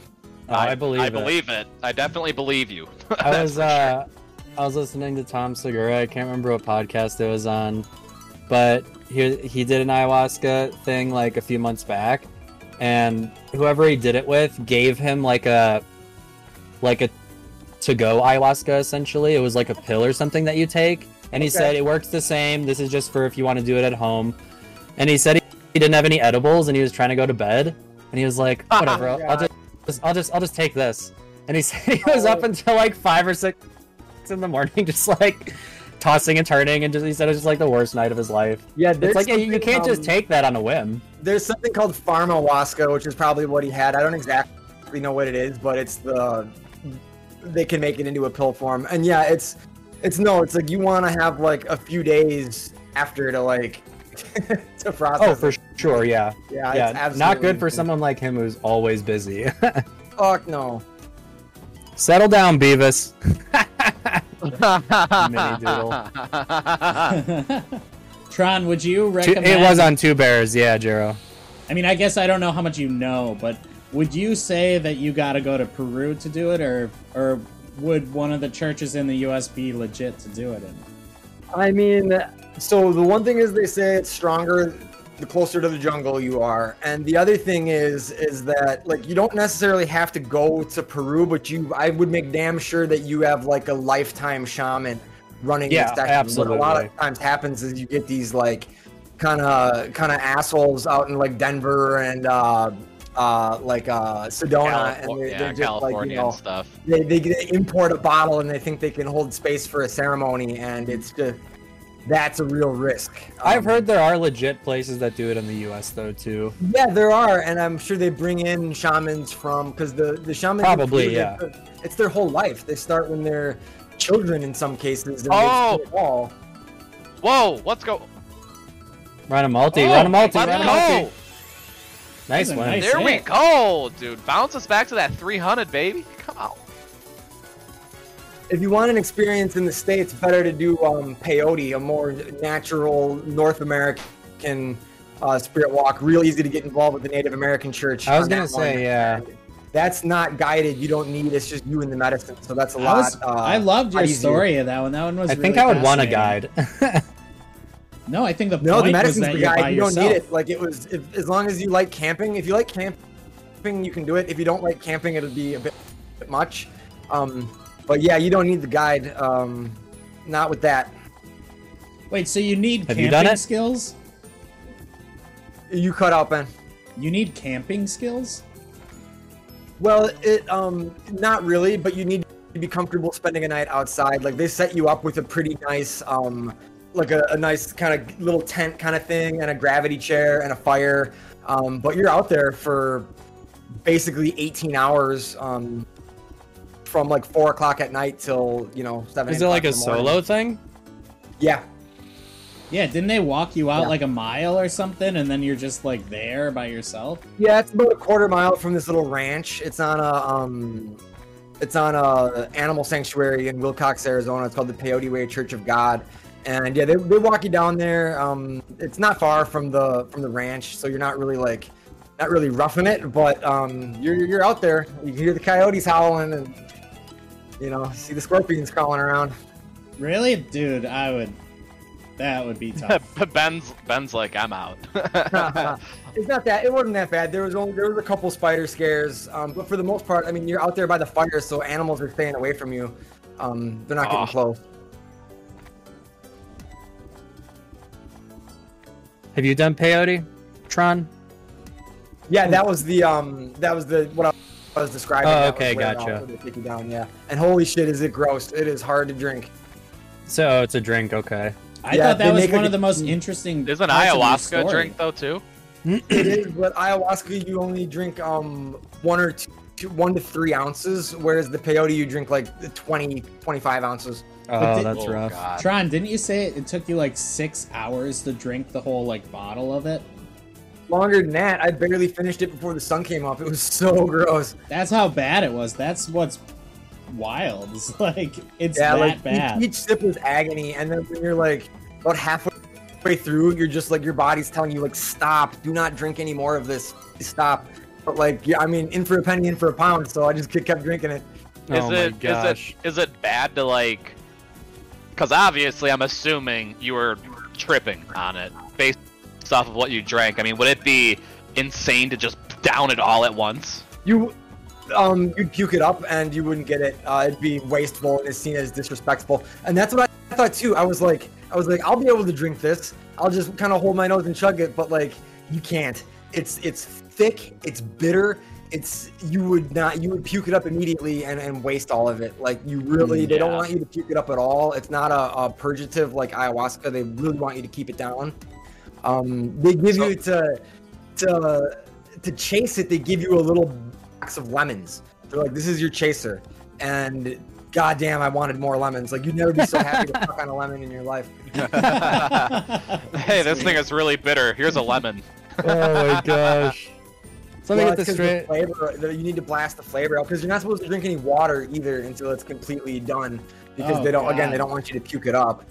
C: Oh, I, believe.
F: I
C: it.
F: believe it. I definitely believe you.
C: I was uh, I was listening to Tom Segura. I can't remember what podcast it was on, but he he did an ayahuasca thing like a few months back, and whoever he did it with gave him like a like a to go ayahuasca essentially. It was like a pill or something that you take, and he said it works the same. This is just for if you want to do it at home, and he said he, he didn't have any edibles and he was trying to go to bed, and he was like, whatever, I'll, I'll just I'll just I'll just take
E: Oh.
C: this. And he said he was up until like five or six in the morning, just like tossing and turning, and just he said it was just like the worst night of his life.
E: Yeah,
C: It's
E: there's
C: like yeah, you you
E: something,
C: can't just
E: um,
C: take that on a whim.
E: There's something called pharmawasca, which is probably what he had. I don't exactly know what it is, but it's the they can make it into a pill form. And yeah, it's it's no, it's like you want to have like a few days after to like to process.
C: Oh, for sure, yeah,
E: it. yeah, it's
C: yeah.
E: absolutely
C: Not good for
E: insane.
C: someone like him who's always busy.
E: Fuck no.
C: Settle down, Beavis.
F: Oh.
B: Tron, would you
C: Two-
B: recommend?
C: it was on Two Bears, yeah, Jero.
B: I mean, I guess I don't know how much you know, but would you say that you got to go to Peru to do it, or or would one of the churches in the U.S. be legit to do it in?
E: I mean, so the one thing is they say it's stronger the closer to the jungle you are, and the other thing is is that like you don't necessarily have to go to Peru, but you I would make damn sure that you have like a lifetime shaman running.
C: Yeah,
E: the session. What a lot
C: absolutely.
E: of times happens is you get these like kind of kind of assholes out in like Denver and uh uh like uh
A: Oh,
E: Sedona, and
A: California,
E: they're, they're just
A: California
E: like you
A: and
E: know
A: stuff.
E: they, they get- import a bottle and they think they can hold space for a ceremony and it's just that's a real risk Um,
C: I've heard there are legit places that do it in the U.S. though too.
E: yeah there are and i'm sure they bring in shamans from because the the shamans in
C: Probably,
E: Peru,
C: yeah.
E: they're- it's their whole life they start when they're children in some cases and
A: Oh!
E: they fall.
A: Whoa, let's go.
C: Run a multi,
A: Oh,
C: run a multi,
A: let's
C: run a
A: go.
C: multi. Nice
B: Those are
C: one.
B: nice.
A: There we
B: Sick.
A: go, dude. Bounce us back to that 300, baby. Come on.
E: if you want an experience in the states better to do um peyote a more natural north american uh, spirit walk real easy to get involved with the native american church
C: I was
E: on
C: gonna
E: that
C: say,
E: one.
C: yeah.
E: that's not guided. You don't need. It's just you and the medicine. So that's a
B: I,
E: lot.
B: was-
E: uh,
B: I loved your
E: easier.
B: story of that one. That one was.
C: I think
B: really
C: I would want a
B: fascinating.
C: guide.
B: No, I think the
E: No,
B: point
E: the
B: was
E: medicine's
B: that
E: the
B: you're by
E: guide. You don't
B: yourself.
E: need it. Like it was, if, as long as you like camping. If you like camping, you can do it. If you don't like camping, it'll be a bit, bit much. Um, but yeah, you don't need the guide. Um, not with that.
B: Wait, so you need
C: Have
B: camping
C: you done it?
B: skills?
E: You cut out, Ben.
B: You need camping skills?
E: Well, it um not really, but you need to be comfortable spending a night outside. Like they set you up with a pretty nice um like a, a nice kind of little tent kind of thing and a gravity chair and a fire. Um, but you're out there for basically 18 hours um, from like four o'clock at night till you know seven.
C: Is
E: eight
C: it like a
E: o'clock in the morning.
C: solo thing?
E: Yeah,
B: Yeah, didn't they walk you out
E: Yeah.
B: like a mile or something, and then you're just like there by yourself?
E: Yeah, it's about a quarter mile from this little ranch. It's on a um, it's on a animal sanctuary in Wilcox, Arizona. It's called the Peyote Way Church of God, and yeah, they, they walk you down there. Um, it's not far from the from the ranch, so you're not really like not really roughing it, but um, you're you're out there. You can hear the coyotes howling and you know see the scorpions crawling around.
B: Really, dude? I would. That would be tough.
A: Ben's Ben's like, I'm out.
E: it's not that it wasn't that bad. There was only there was a couple spider scares, um, but for the most part, I mean, you're out there by the fire, so animals are staying away from you. Um, they're not getting
C: Ah.
A: Aw.
E: close.
C: Have you done peyote, Tron?
E: Yeah, that was the um, that was the what I was describing.
C: Oh,
E: That was
C: okay,
E: where it all-
C: gotcha.
E: where they take you down, yeah. And holy shit, is it gross? It is hard to drink.
C: So oh, it's a drink, okay.
B: I
E: Yeah,
B: thought
E: they
B: that was
E: make,
B: one
E: like,
B: of the most
E: a-
B: interesting.
A: There's an
B: parts of your
A: ayahuasca
B: story.
A: drink though too.
E: it is, but ayahuasca you only drink um one or two, two one to three ounces, whereas the peyote you drink like 20, 25 ounces.
C: Oh,
B: did-
C: that's
A: Oh,
C: rough.
A: God.
B: Tron, didn't you say it, it took you like six hours to drink the whole like bottle of it?
E: Longer than that, I barely finished it before the sun came up. It was so gross.
B: That's how bad it was. That's what's wild. It's like it's that
E: each-
B: bad.
E: Each, sip was agony, and then when you're like about halfway through, you're just like your body's telling you like stop, do not drink any more of this, stop. But like, yeah, I mean, in for a penny, in for a pound, so I just ke- kept drinking it.
A: Is
C: oh
A: it is
C: my gosh.
A: it is it bad to like? Because obviously, I'm assuming you were tripping on it based off of what you drank. I mean, would it be insane to just down it all at once?
E: You, um, you'd puke it up, and you wouldn't get it. Uh, it'd be wasteful and it's seen as disrespectful. And that's what I thought too. I was like, I was like, I'll be able to drink this. I'll just kind of hold my nose and chug it, but like, you can't. It's it's thick. It's bitter. it's you would not you would puke it up immediately and, and waste all of it. Like you really they don't
G: Yeah.
E: want you to puke it up at all. It's not a, a purgative like ayahuasca. They really want you to keep it down. Um, they give
F: So-
E: you to to to chase it. They give you a little box of lemons. They're like, this is your chaser, and goddamn, I wanted more lemons. Like you'd never be so happy to fuck on a lemon in your life.
F: hey, this thing is really bitter. Here's a lemon.
C: Oh my gosh. So let me get
E: Well,
C: this
E: it's 'cause the
C: straight.
E: flavor- the- you need to blast the flavor out because you're not supposed to drink any water either until it's completely done because
B: Oh,
E: they don't again
B: God.
E: they don't want you to puke it up.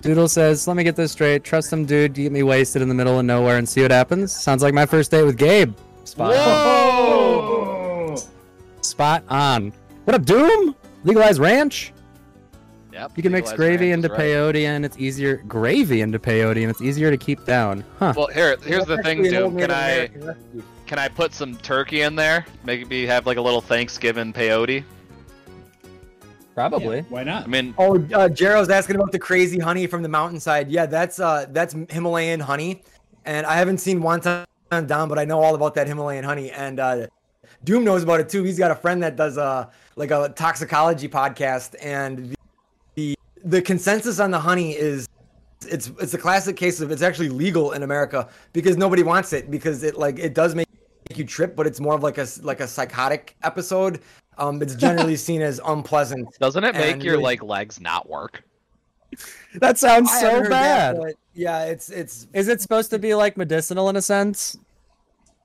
C: Doodle says, "Let me get this straight. Trust some dude to get me wasted in the middle of nowhere and see what happens." Sounds like my first date with Gabe. Spot
B: Whoa!
C: on. Spot on. What up, Doom? Legalize ranch.
F: Yep.
C: You can mix
F: legalized
C: gravy
F: ranch
C: into
F: is right.
C: peyote, and it's easier. Gravy into peyote, and it's easier to keep down. Huh?
F: Well, here, here's the
E: That's
F: thing,
E: actually an old
F: dude. Can
E: Native
F: I
E: American recipe.
F: can I put some turkey in there? Make me have like a little Thanksgiving peyote.
C: Probably.
B: Yeah, why
F: I
B: not?
F: mean,
E: Oh, uh, Jero's asking about the crazy honey from the mountainside. Yeah, that's uh that's Himalayan honey, and I haven't seen wonton down, but I know all about that Himalayan honey. And uh, Doom knows about it too. He's got a friend that does uh like a toxicology podcast, and the the, the consensus on the honey is it's it's a classic case of it's actually legal in America because nobody wants it because it like it does make make you trip, but it's more of like a like a psychotic episode. Um, it's generally seen as unpleasant.
F: doesn't it make
E: And
F: your
E: really-
F: like legs not work?
C: That sounds
E: I haven't
C: so
E: heard
C: bad.
E: that,
C: Is
E: but yeah, it's it's.
C: it supposed to be like medicinal in a sense?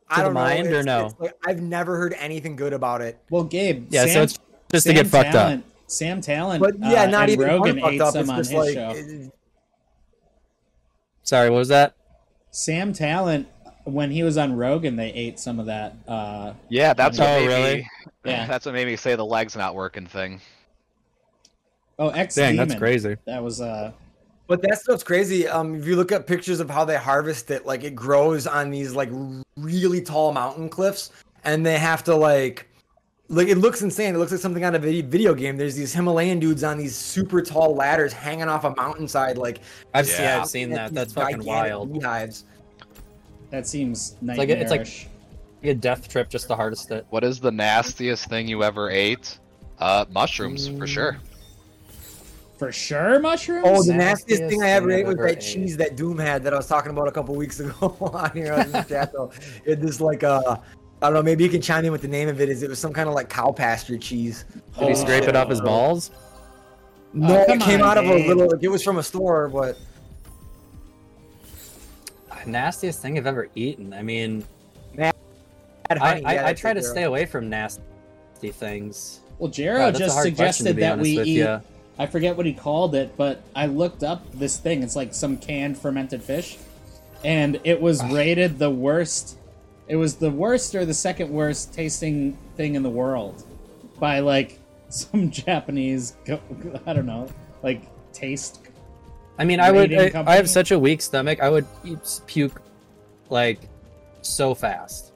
E: I
C: the
E: don't
C: mind
E: know.
C: or
E: it's-
C: no?
E: it's like- I've never heard anything good about it.
B: Well, Gabe.
C: Yeah.
B: Sam,
C: so it's just
B: Sam
C: to get fucked up.
B: Talent, Sam Talent.
E: But yeah,
B: uh,
E: not
B: and
E: even
B: Rogan
E: fucked
B: ate
E: up.
B: some
E: It's
B: on
E: just
B: his
E: like
B: show.
E: it-
C: Sorry, what was that?
B: Sam Talent, when he was on Rogan, they ate some of that. Uh,
F: Yeah, that's what
C: Oh,
F: made
C: really?
F: me.
B: Yeah.
F: that's what made me say the legs not working thing.
B: oh, X
C: Dang,
B: Demon.
C: that's crazy.
B: That was uh,
E: But that stuff's crazy. Um, if you look up pictures of how they harvest it, like it grows on these like really tall mountain cliffs, and they have to like, like it looks insane. It looks like something out of a vid- video game. There's these Himalayan dudes on these super tall ladders hanging off a mountainside, like
C: I've
F: Yeah.
C: seen, yeah, I've seen that.
E: these
C: That's fucking
E: gigantic
C: wild.
E: Beehives.
B: that seems
C: like-
B: nightmarish.
C: it's like- Like a death trip just to harvest it.
F: What is the nastiest thing you ever ate? Uh, mushrooms
B: Mm.
F: for sure.
B: for sure mushrooms.
E: Oh, the
C: Nastiest
E: nastiest thing I ever
C: thing I've
E: ate was
C: ever
E: that
C: ate.
E: cheese that Doom had that I was talking about a couple weeks ago on here on the chat. Though it was like uh, I don't know. Maybe you can chime in with the name of it. Is it was some kind of like cow pasture cheese?
C: Did he
B: Oh,
C: scrape it off his balls?
E: No,
B: come
E: it came
B: on,
E: out of
B: Dave.
E: a little. Like, it was from a store, but
C: Nastiest thing I've ever eaten. I mean,
E: had
C: I,
E: honey, yeah,
C: I, I
E: that's
C: try
E: it,
C: to
E: Daryl.
C: stay away from nasty things.
B: Well,
C: God,
B: Jero
C: that's a
B: just
C: hard question, to
B: suggested
C: be
B: that
C: honest
B: we
C: with
B: eat.
C: ya.
B: I forget what he called it, but I looked up this thing. It's like some canned fermented fish, and it was
C: Ah.
B: rated the worst. It was the worst or the second worst tasting thing in the world by like some Japanese. go- I don't know, like taste.
C: I mean, I would.
B: Rating
C: I, I
B: company?
C: have such a weak stomach. I would eat, puke like so fast.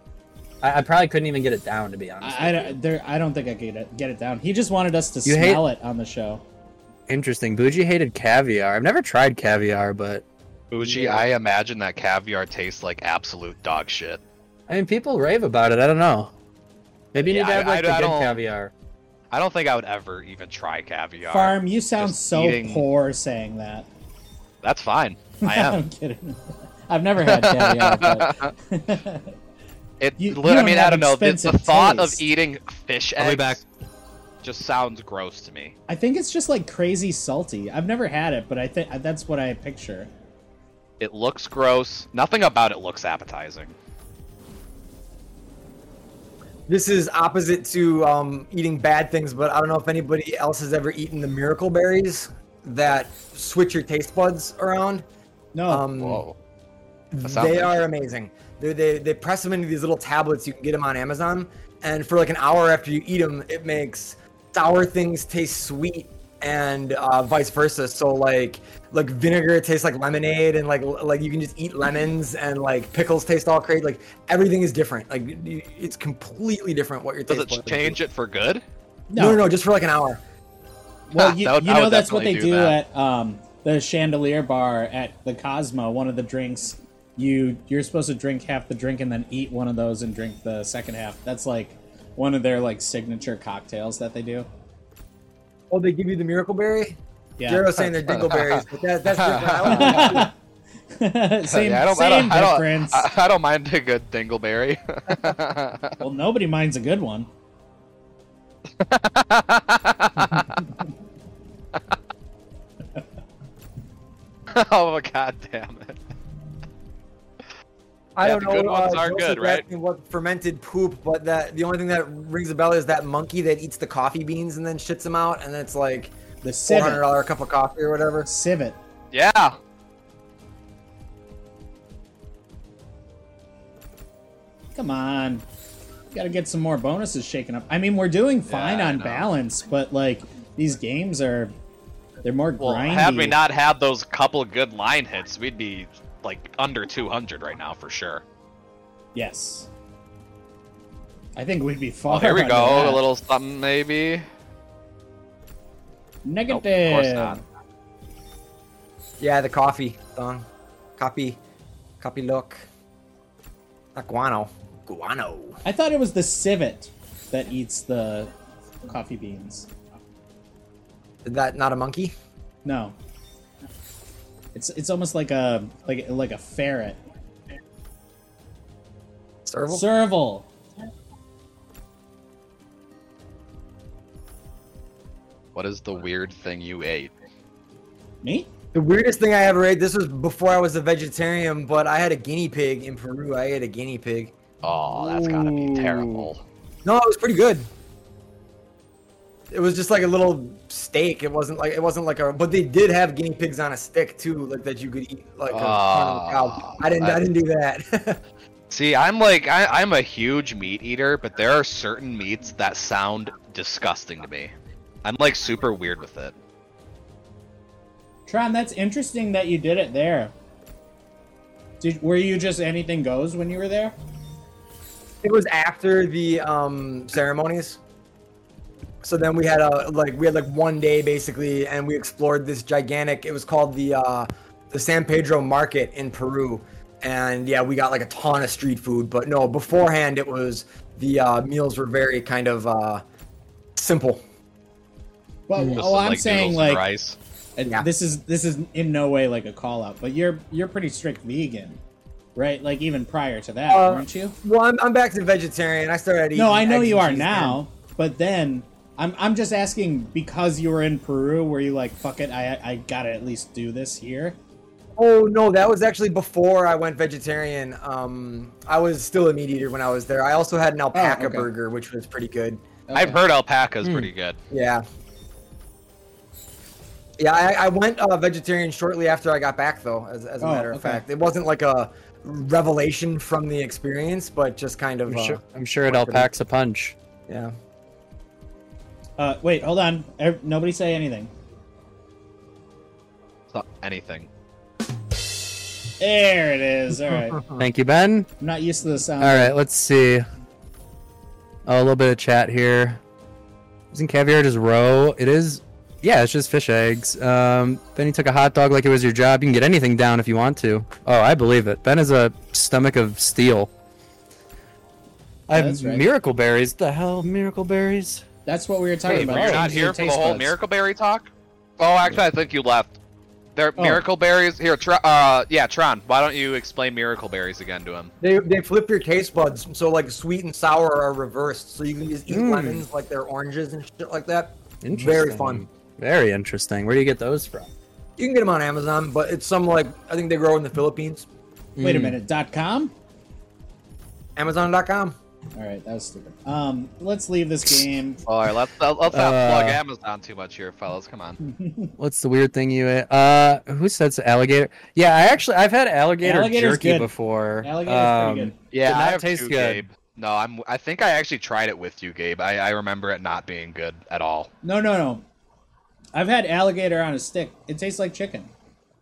C: I, I probably couldn't even get it down, to be honest.
B: I, I
C: with
B: don't- there. I don't think I could get it, get it down. He just wanted us to
C: You hate-
B: smell it on the show.
C: you. Interesting. Bougie hated caviar. I've never tried caviar, but
F: Uji, I imagine that caviar tastes like absolute dog shit.
C: I mean, people rave about it. I don't know. Maybe you
F: Yeah,
C: need to
F: I-
C: have like
F: I-
C: the
F: I
C: good
F: don't-
C: caviar.
F: I don't think I would ever even try caviar.
B: Farm, you sound
F: Just
B: so
F: eating-
B: poor saying that.
F: That's fine. I am.
B: I'm kidding. I've never had caviar. but-
F: It.
B: You-
F: li-
B: you
F: I
B: don't
F: mean,
B: have
F: I don't know. The, the
B: expensive
F: thought
B: taste.
F: of eating fish
C: I'll
F: eggs
C: be back.
F: just sounds gross to me.
B: I think it's just like crazy salty. I've never had it, but I think that's what I picture.
F: It looks gross. Nothing about it looks appetizing.
E: This is opposite to um, eating bad things, but I don't know if anybody else has ever eaten the miracle berries that switch your taste buds around.
B: No,
E: Um,
F: Whoa. That sounds
E: They
F: good.
E: are amazing. They, they they press them into these little tablets. You can get them on Amazon, and for like an hour after you eat them, it makes sour things taste sweet and uh, vice versa. So like like vinegar tastes like lemonade, and like like you can just eat lemons, and like pickles taste all crazy. Like everything is different. Like you- it's completely different what your
F: Does
E: taste.
F: it
E: buds are.
F: change it for good?
E: No, no, no, just for like an hour.
B: Well, you,
F: That would-
B: you
F: I
B: know
F: would
B: that's what they
F: definitely
B: do,
F: do that.
B: at um, the Chandelier Bar at the Cosmo. One of the drinks you you're supposed to drink half the drink and then eat one of those and drink the second half. That's like one of their like signature cocktails that they do.
E: Oh, they give you the miracle berry.
B: Yeah.
E: Jaro's saying they're dingleberries, but that, that's different. I like that.
B: same
F: Yeah, I don't, I
B: same
F: don't, I don't,
B: difference.
F: I, I don't mind a good dingleberry.
B: well, nobody minds a good one.
F: oh god damn it.
E: I
F: Yeah,
E: don't
F: the
E: know. uh,
F: good ones are
E: Joseph
F: good,
E: asked
F: right?
E: me What fermented poop? But that the only thing that rings a bell is that monkey that eats the coffee beans and then shits them out, and it's like
B: The
E: four hundred
B: civet.
E: dollar cup of coffee or whatever.
B: Civet.
F: Yeah.
B: Come on. Got to get some more bonuses shaken up. I mean, we're doing fine
F: Yeah, I
B: on
F: know.
B: balance, but like these games are they're more
F: Well,
B: grindy.
F: had we not had those couple good line hits, we'd be like under 200 right now for sure.
B: Yes. I think we'd be far.
F: Oh, here we
B: under
F: go.
B: that.
F: A little something maybe.
B: negative.
F: Nope, of course not.
E: Yeah, the coffee thong, copy, copy look. Not guano, guano.
B: I thought it was the civet that eats the coffee beans.
E: Is that not a monkey?
B: No. It's it's almost like a like like a ferret.
E: Serval.
B: Serval.
F: What is the weird thing you ate?
B: Me?
E: The weirdest thing I ever ate. This was before I was a vegetarian, but I had a guinea pig in Peru. I ate a guinea pig.
F: Oh, that's gotta be
B: Ooh.
F: terrible.
E: No, it was pretty good. It was just like a little steak. It wasn't like it wasn't like a. But they did have guinea pigs on a stick too, like that you could eat like a carnival cow.
F: Ah,
E: I didn't. I
F: that's-
E: didn't do that.
F: See, I'm like, I, I'm a huge meat eater, but there are certain meats that sound disgusting to me. I'm like super weird with it.
B: Tron, that's interesting that you did it there. Did, were you just anything goes when you were there?
E: it was after the um, ceremonies. So then we had a like we had like one day basically, and we explored this gigantic. It was called the uh, the San Pedro Market in Peru, and yeah, we got like a ton of street food. But no, beforehand it was the uh, meals were very kind of uh, simple.
B: Well,
F: Just
B: oh,
F: some,
B: I'm
F: Mm, like,
B: saying
F: noodles and
B: like
F: rice.
B: uh,
E: Yeah.
B: this is this is in no way like a call out, but you're you're pretty strict vegan, right? Like even prior to that,
E: Uh,
B: weren't you?
E: Well, I'm, I'm back to vegetarian. I started eating.
B: No, I know
E: eggs
B: you
E: and
B: are
E: cheese
B: now, but then I'm I'm just asking because you were in Peru, were you like fuck it, I I gotta at least do this here?
E: then. Oh no, that was actually before I went vegetarian. Um, I was still a meat eater when I was there. I also had an alpaca
B: Oh, okay.
E: burger, which was pretty good.
F: I've
B: Okay.
F: heard alpaca's
B: hmm.
F: pretty good.
E: Yeah. Yeah, I, I went uh, vegetarian shortly after I got back, though. As, as a
B: Oh,
E: matter of
B: okay.
E: fact, it wasn't like a revelation from the experience, but just kind of.
C: I'm
E: Uh,
C: sure, I'm sure it all packs a punch.
E: Yeah.
B: Uh, wait, hold on. Ev- Nobody say anything.
F: It's not anything.
B: There it is. All right. I'm
C: Thank you, Ben.
B: not used to the sound.
C: All right, let's see. Oh, a little bit of chat here. Isn't caviar just roe? It is. Yeah, it's just fish eggs. Um, ben, you took a hot dog like it was your job. You can get anything down if you want to. Oh, I believe it. Ben is a stomach of steel. I have
B: That's right.
C: miracle berries. The hell, miracle berries?
B: That's what we were talking
F: Hey,
B: about.
F: but you're
B: Change
F: not
B: your
F: here for the
B: taste
F: whole
B: buds.
F: Miracle Berry talk? Oh, actually, I think you left. They're
B: Oh.
F: Miracle Berries. Here, Tr- uh, yeah, Tron, why don't you explain Miracle Berries again to him?
E: They, they flip your taste buds, so like sweet and sour are reversed, so you can just eat
B: Hmm.
E: lemons like they're oranges and shit like that. Very fun.
C: Very interesting. Where do you get those from?
E: You can get them on Amazon, but it's some like I think they grow in the Philippines.
B: Wait a
C: Hmm.
B: minute. Dot com.
E: Amazon.com.
B: All right, that was stupid. Um, let's leave this game.
F: All right, let's let's not plug
C: Uh.
F: Amazon too much here, fellas. Come on.
C: What's the weird thing you ate? Uh, who says alligator? Yeah, I actually I've had alligator
B: Alligator's
C: jerky
B: good.
C: before.
B: Alligator's
C: Um,
B: pretty good.
F: Yeah,
C: Did
F: I
C: not
F: have
C: taste
F: two,
C: good.
F: Gabe. No, I'm. I think I actually tried it with you, Gabe. I, I remember it not being good at all.
B: No, no, no. I've had alligator on a stick. It tastes like chicken.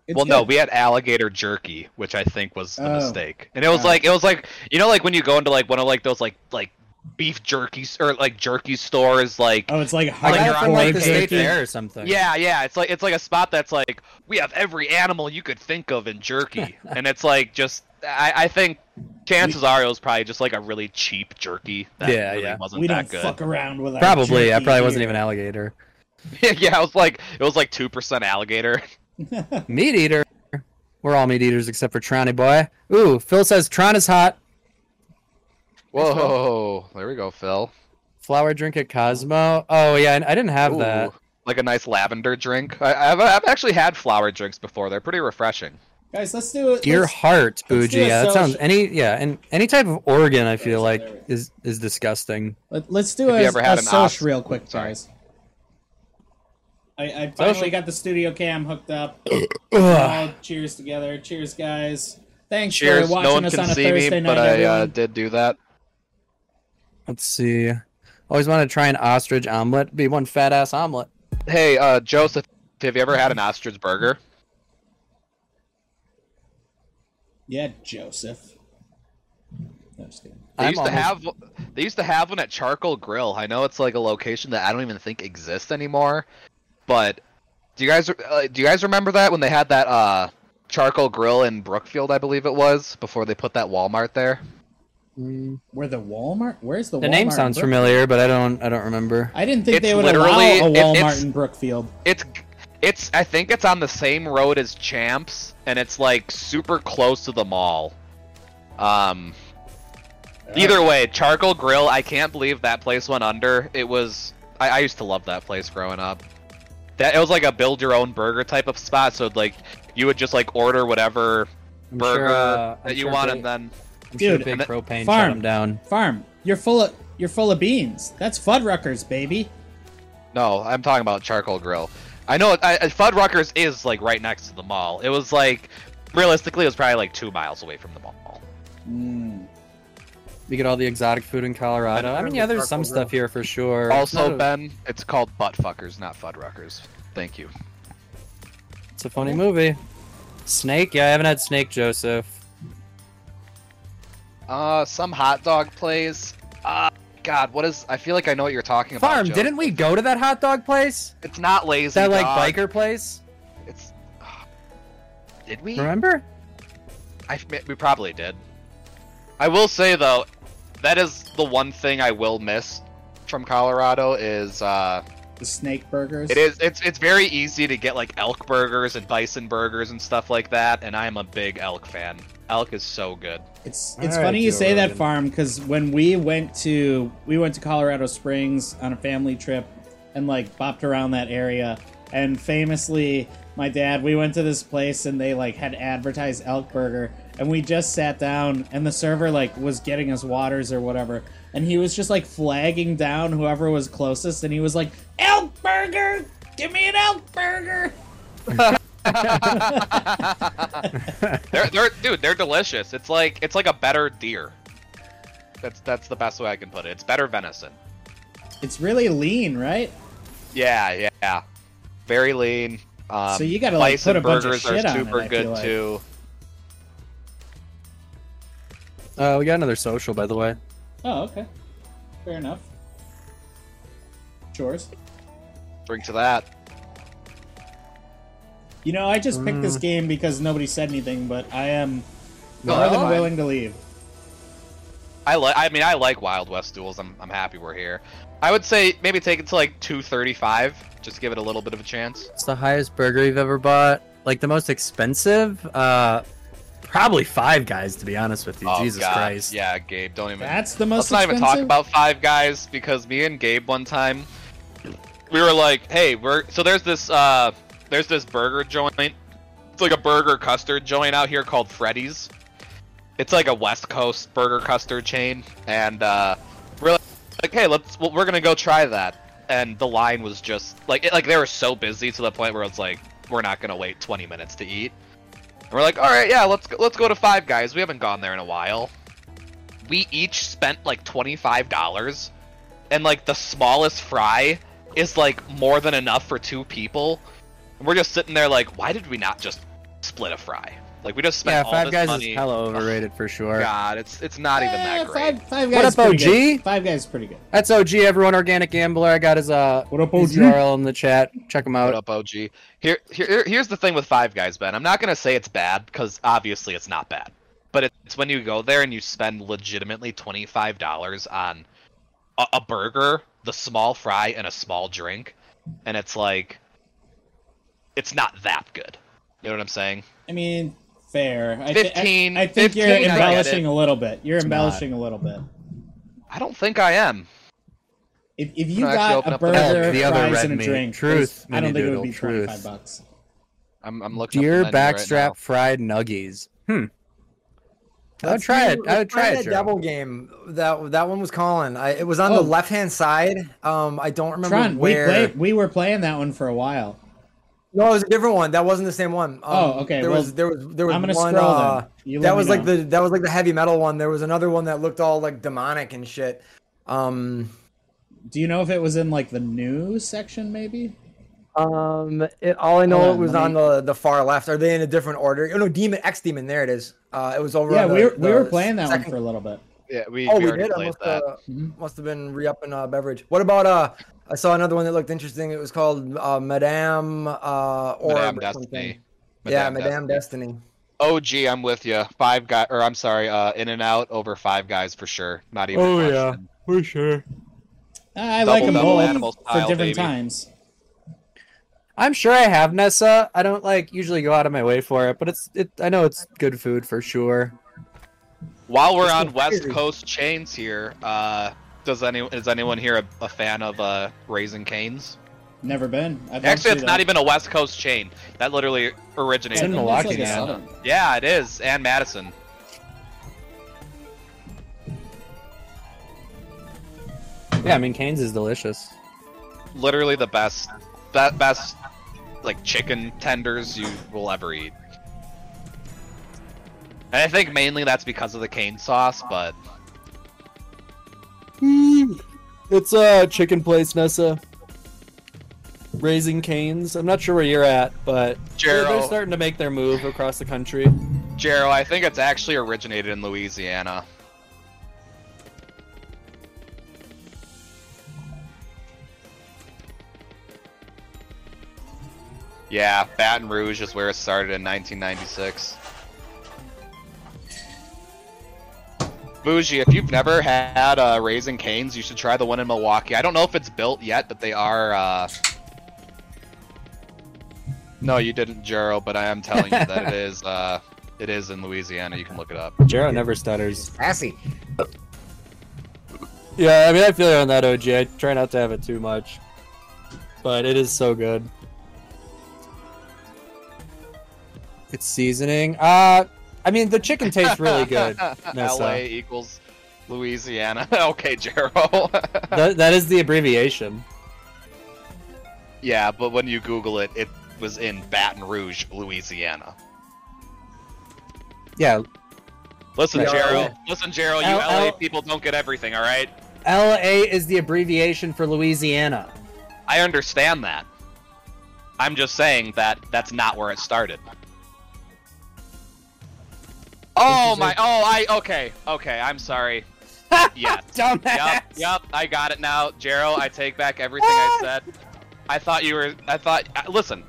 B: It's
F: well, no,
B: good.
F: we had alligator jerky, which I think was a
B: Oh.
F: mistake, and it was
B: Oh.
F: like it was like you know like when you go into like one of like those like like beef jerky s- or like jerky stores like
B: Oh, it's like
F: Like
C: I
F: you're
C: got
F: on
C: from,
F: like
C: like
F: the
C: the
B: hardcore
F: state
C: state
B: jerky.
C: fair or something.
F: Yeah, yeah. It's like it's like a spot that's like we have every animal you could think of in jerky, and it's like just I, I think chances are it was probably just like a really cheap jerky. That
C: Yeah,
F: really
C: yeah.
F: wasn't
B: We
F: that
B: don't
F: good.
B: fuck around with our
C: Probably. I
B: jerky
C: probably wasn't
B: here.
C: even alligator.
F: yeah, it was like it was like two percent alligator.
C: Meat eater. We're all meat eaters except for Tronny boy. Ooh, Phil says Tron is hot.
F: Whoa, there we go, Phil.
C: Flower drink at Cosmo. Oh yeah, I I didn't have that.
F: Ooh, like a nice lavender drink. I, I've, I've actually had flower drinks before. They're pretty refreshing.
B: Guys, let's do it.
C: Dear
B: let's-
C: heart,
B: do
C: Bougie. Yeah, that
B: a
C: sounds
B: social-
C: any yeah, and any type of organ I feel like
B: there we go.
C: is is disgusting.
B: Let, let's do
F: Have
B: a,
F: you ever had
B: a
F: an
B: soch
F: os-
B: real quick,
F: Sorry.
B: guys. I, I finally got the studio cam hooked up.
C: Ugh.
B: All cheers together. Cheers, guys. Thanks
F: Cheers.
B: for watching
F: No one
B: us
F: can
B: on a
F: see
B: Thursday
F: me,
B: night,
F: but I
B: everyone.
F: uh, did do that.
C: Let's see. Always wanted to try an ostrich omelet. Be one fat ass omelet.
F: Hey, uh, Joseph, have you ever had an ostrich burger?
B: yeah, Joseph. No, I'm just kidding.
F: They
C: I'm
F: used to have they used to have one at Charcoal Grill. I know it's like a location that I don't even think exists anymore. But do you guys uh, do you guys remember that when they had that uh Charcoal Grill in Brookfield, I believe it was, before they put that Walmart there?
B: Where the Walmart? Where's the, Walmart?
C: The name
B: in
C: sounds
B: Brook-
C: familiar, but I don't I don't remember.
B: I didn't think
F: It's
B: they would allow
F: literally-
B: a
F: it-
B: Walmart
F: it's-
B: in Brookfield.
F: It's it's I think it's on the same road as Champs and it's like super close to the mall. Um Either way, Charcoal Grill, I can't believe that place went under. It was I, I used to love that place growing up. That it was like a build your own burger type of spot, so like you would just like order whatever
C: I'm
F: burger
C: sure, uh, I'm
F: that you
C: sure
F: want
C: big-
F: and then
C: I'm sure
B: Dude,
C: big
F: and the-
C: propane shut
B: Farm.
C: him down.
B: Farm, you're full of you're full of beans. That's Fuddruckers, baby.
F: No, I'm talking about Charcoal Grill. I know I, I- Fuddruckers is like right next to the mall. It was like realistically it was probably like 2 miles away from the mall.
C: We get all the exotic food in Colorado. I mean, yeah, there's some stuff here for sure.
F: Also,
C: it's, not a-
F: Ben, it's called Buttfuckers, not Fuddruckers. Thank you.
C: it's a funny movie. Snake? Yeah, I haven't had snake, Joseph.
F: Uh, some hot dog place. Uh, God, what is? I feel like I know what you're talking about.
C: Farm,
F: Joe.
C: didn't we go to that hot dog place?
F: It's not lazy.
C: That like
F: dog.
C: biker place?
F: It's. Did we?
C: Remember?
F: I f- we probably did. I will say though, that is the one thing I will miss from Colorado is uh,
B: The snake burgers.
F: it is it's it's very easy to get like elk burgers and bison burgers and stuff like that, and I am a big elk fan. Elk is so good.
B: It's
C: All
B: it's
C: right,
B: funny you
C: Joe
B: say that
C: Rogan.
B: farm because when we went to we went to Colorado Springs on a family trip and like bopped around that area and famously my dad we went to this place and they like had advertised elk burger and we just sat down and the server like was getting us waters or whatever and he was just like flagging down whoever was closest and he was like elk burger give me an elk burger
F: They're they're dude, they're delicious. It's like it's like a better deer. That's that's the best way I can put it. It's better venison.
B: it's really lean right
F: Yeah, yeah, yeah. Very lean. Um,
B: So you gotta, like,
F: bison
B: put a bunch of
F: burgers
B: shit
F: are
B: on it,
F: super
B: I
F: good
B: feel like.
F: too.
C: Uh, we got another social, by the way.
B: oh okay fair enough chores
F: Drink to that.
B: You know, I just picked this game because nobody said anything, but I am
F: Mm. No,
B: more
F: that's
B: than
F: fine.
B: willing to leave.
F: I like. I mean, I like Wild West duels. I'm I'm happy we're here. I would say maybe take it to like 235. Just give it a little bit of a chance.
C: It's the highest burger you've ever bought. Like the most expensive? Uh, probably Five Guys, to be honest with you.
F: Oh,
C: Jesus
F: God.
C: Christ.
F: Yeah, Gabe, don't even.
B: That's the most
F: Let's not even
B: expensive.
F: talk about Five Guys because me and Gabe one time we were like, "Hey, we're so there's this uh there's this burger joint. It's like a burger custard joint out here called Freddy's. It's like a West Coast burger custard chain, and uh, we're like, hey, let's well, we're gonna go try that. And the line was just like it, like they were so busy to the point where it's like we're not gonna wait 20 minutes to eat. And we're like, all right, yeah, let's go, let's go to Five Guys. We haven't gone there in a while. We each spent like twenty-five dollars, and like the smallest fry is like more than enough for two people. And we're just sitting there like, why did we not just split a fry? Like we just spent
C: Yeah,
F: all
C: Five
F: this
C: Guys
F: money.
C: is hella overrated for sure.
F: God, it's it's not even
B: Eh,
F: that great.
B: Five, five
C: What
B: guys
C: up,
B: pretty good.
C: OG?
B: Five guys pretty good.
C: That's OG, everyone. Organic Gambler. I got his uh,
B: What up,
C: his
B: OG?
C: URL in the chat. Check him
F: What
C: out.
F: up, OG? Here, here, here's the thing with Five Guys, Ben. I'm not gonna say it's bad because obviously it's not bad. But it's when you go there and you spend legitimately twenty five dollars on a, a burger, the small fry, and a small drink, and it's like it's not that good. You know what I'm saying?
B: I mean, fair. I, thi- I-
F: 15,
B: I, think
F: 15, I
B: you're
F: get
B: embellishing
F: it.
B: a little bit. You're
C: not.
B: embellishing a little bit.
F: I don't think I am.
B: If, if you
F: No, actually
B: got
F: open
B: a
F: up the menu.
B: burger,
C: The other
B: fries,
C: red
B: and a
C: meat.
B: drink,
C: Truth,
B: I don't
C: Minnie
B: think it would be
C: Doodle, truth.
B: twenty-five bucks.
F: I'm, I'm looking.
C: Deer
F: up the menu right
C: backstrap
F: now.
C: fried nuggies. Hmm. I would
E: Let's
C: try it.
E: do-
C: I would
E: let's
C: try
E: try
C: it.
E: That
C: Gerald.
E: double game. That that one was calling. I, it was on
B: Oh.
E: the left hand side. Um, I don't remember
B: Tron, we
E: where.
B: played, we were playing that one for a while.
E: No, it was a different one. That wasn't the same one. Um,
B: Oh, okay,
E: There
B: well,
E: was there was there was
B: I'm gonna
E: one.
B: scroll then.
E: Uh,
B: You let
E: that
B: me
E: was like
B: know.
E: the that was like the heavy metal one. There was another one that looked all like demonic and shit. Um,
B: Do you know if it was in like the news section, maybe?
E: um, it, all I know
B: Hold on,
E: it was
B: let
E: on
B: me-
E: the the far left. Are they in a different order? Oh no, demon X demon. There it is. Uh, it was over.
B: Yeah,
E: on the,
B: we were, we
E: the
B: were playing that one
E: second
B: for a little bit.
F: Yeah, we,
E: Oh,
F: we,
E: we
F: already
E: did. I
F: played
E: must,
F: that.
E: uh,
B: Mhm.
E: must have been re-upping uh, beverage. What about uh? I saw another one that looked interesting. It was called uh, Madame uh, or
F: Madame
E: or something.
F: Destiny.
E: yeah, Madame Destiny.
F: Oh, gee, I'm with you. Five guy, or I'm sorry, uh, In and Out over Five Guys for sure. Not even. a
C: Oh, yeah.
F: question.
C: For sure.
B: I
F: Double,
B: like them
F: double
B: both
F: animal
B: for
F: style,
B: different
F: baby.
B: times.
C: I'm sure I have Nessa. I don't like usually go out of my way for it, but it's it. I know it's good food for sure.
F: While we're
E: This
F: on
E: is
F: West
E: crazy.
F: Coast chains here, uh, does any is anyone here a, a fan of uh, Raising Canes?
B: Never been. I'd love
F: Actually,
B: to,
F: it's
B: though.
F: not even a West Coast chain. That literally
B: I
F: originated.
B: think
C: in
B: it's
C: Milwaukee
B: like a
C: now.
B: Southern.
F: Yeah, it is, and Madison.
C: Yeah, I mean Canes is delicious.
F: Literally the best, be- best like chicken tenders you will ever eat. And I think mainly that's because of the cane sauce, but
C: Mm. It's a chicken place, Nessa. Raising Canes. I'm not sure where you're at, but they're, they're
F: Gerald.
C: starting to make their move across the country.
F: Jero, I think it's actually originated in Louisiana. Yeah, Baton Rouge is where it started in 1996. Bougie, if you've never had uh, Raising Canes, you should try the one in Milwaukee. I don't know if it's built yet, but they are. Uh... No, you didn't, Jero, but I am telling you that it is. Uh, it is in Louisiana. You can look it up.
C: Jero never stutters.
E: Sassy.
C: Yeah, I mean I feel you on that, OG. I try not to have it too much, but it is so good. It's seasoning. Uh, I mean the chicken tastes really good. Nessa.
F: LA equals Louisiana. okay, Jero.
C: that, that is the abbreviation.
F: yeah, but when you Google it, it was in Baton Rouge, Louisiana.
C: Yeah,
F: Listen,
E: Yeah.
F: Jero. Listen, Jero. You
C: L-
F: LA
C: L-
F: people don't get everything. All right.
C: LA is the abbreviation for Louisiana.
F: I understand that. I'm just saying that that's not where it started. Oh my! Oh, I okay, okay. I'm sorry. Yes.
C: Dumbass.
F: Yup, yup, I got it now. Jero, I take back everything I said. I thought you were. I thought. uh, Listen.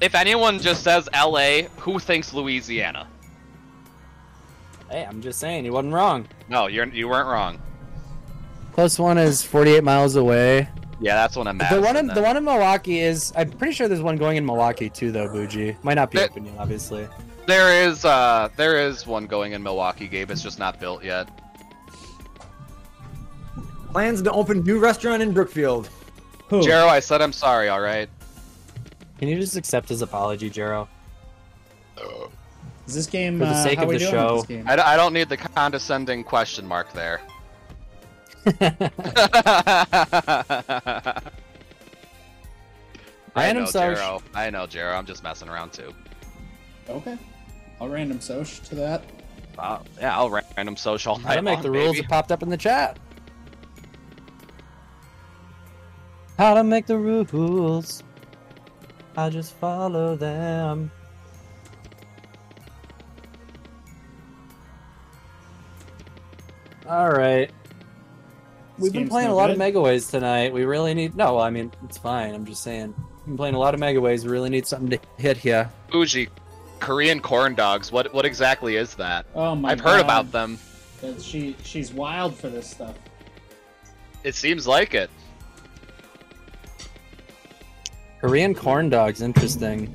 F: If anyone just says LA, who thinks Louisiana?
C: Hey, I'm just saying, he wasn't wrong.
F: No, you're, you weren't wrong.
C: Plus one is 48 miles away.
F: Yeah, that's what I'm at.
C: The one in the one in Milwaukee is. I'm pretty sure there's one going in Milwaukee too, though. Bougie might not be
F: There-
C: open yet, obviously.
F: There is, uh, there is one going in Milwaukee, Gabe. It's just not built yet.
E: Plans to open new restaurant in Brookfield.
B: Who?
F: Jero, I said I'm sorry, alright?
C: Can you just accept his apology, Jero?
B: Is this game
C: For the
B: uh,
C: sake
B: how
C: of
B: we
C: the
B: doing
C: show.
B: with this game?
F: I, d- I don't need the condescending question mark there. I
C: Random
F: know,
C: search.
F: Jero. I know, Jero. I'm just messing around too.
B: Okay. I'll random soch to that.
F: Uh, yeah, I'll random social all night
C: Gotta make
F: long,
C: the rules
F: baby.
C: that popped up in the chat. How to make the rules? I just follow them. All right.
B: This
C: We've been
B: game's
C: playing
B: no
C: a lot of
B: good.
C: megaways tonight. We really need. No, I mean it's fine. I'm just saying. We've been playing a lot of megaways. We really need something to hit here.
F: Bougie, Korean corn dogs. What what exactly is that?
B: Oh my!
F: I've heard
B: God.
F: about them.
B: That She she's wild for this stuff.
F: It seems like it.
C: Korean corn dogs, interesting.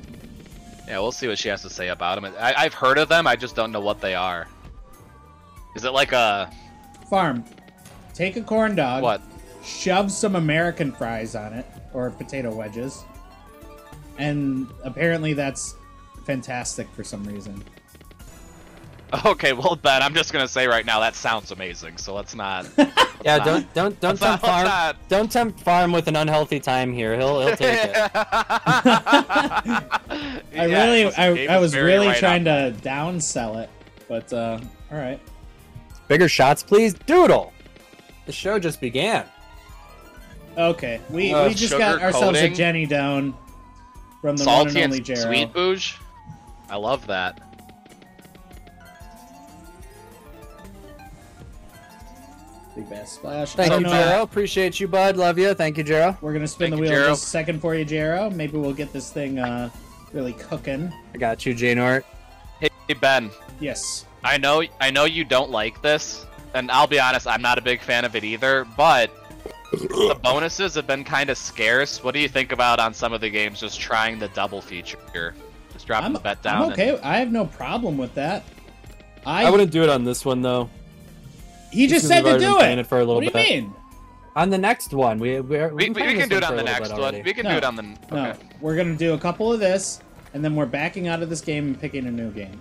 F: Yeah, we'll see what she has to say about them. I, I've heard of them. I just don't know what they are. Is it like a
B: Farm. Take a corn dog.
F: what?
B: Shove some American fries on it or potato wedges, and apparently that's fantastic for some reason.
F: Okay, well Ben, I'm just gonna say right now that sounds amazing. So let's not.
C: Yeah,
F: Nah.
C: don't don't don't
F: That's not-
C: tempt farm.
F: that's
C: Don't tempt farm with an unhealthy time here. He'll he'll take it.
B: I really, I, I was really trying to downsell it, but uh, all right.
C: Bigger shots, please, Doodle. The show just began.
B: Okay, we
F: Uh,
B: we just got
F: sugar
B: ourselves
F: coating.
B: a Jenny down from the one and
F: salty
B: only
F: and
B: Jero.
F: sweet bouge. I love that.
B: Big bass splash.
C: Thank
B: I
C: you,
B: don't know.
C: Jero. Appreciate you, bud. Love you. Thank you, Jero.
B: We're gonna spin
F: Thank
B: the
F: you,
B: wheel in
F: Jero.
B: just a second for you, Jero. Maybe we'll get this thing uh, really cooking.
C: I got you, Janort.
F: Hey Ben,
B: Yes.
F: I know I know you don't like this, and I'll be honest, I'm not a big fan of it either, but the bonuses have been kind of scarce. What do you think about on some of the games just trying the double feature? Just dropping
B: I'm,
F: the bet down.
B: I'm
F: and-
B: okay. I have no problem with that. I,
C: wouldn't do it on this one though.
B: he just
C: because
B: said
C: we've
B: to
C: already been
B: do
C: playing
B: it.
C: it for a little
B: what do
C: bit.
B: you mean?
C: On the next one, we we
F: we, we, we can do it on the next one. We can
B: No.
F: do it on the. Okay.
B: No, we're gonna do a couple of this, and then we're backing out of this game and picking a new game.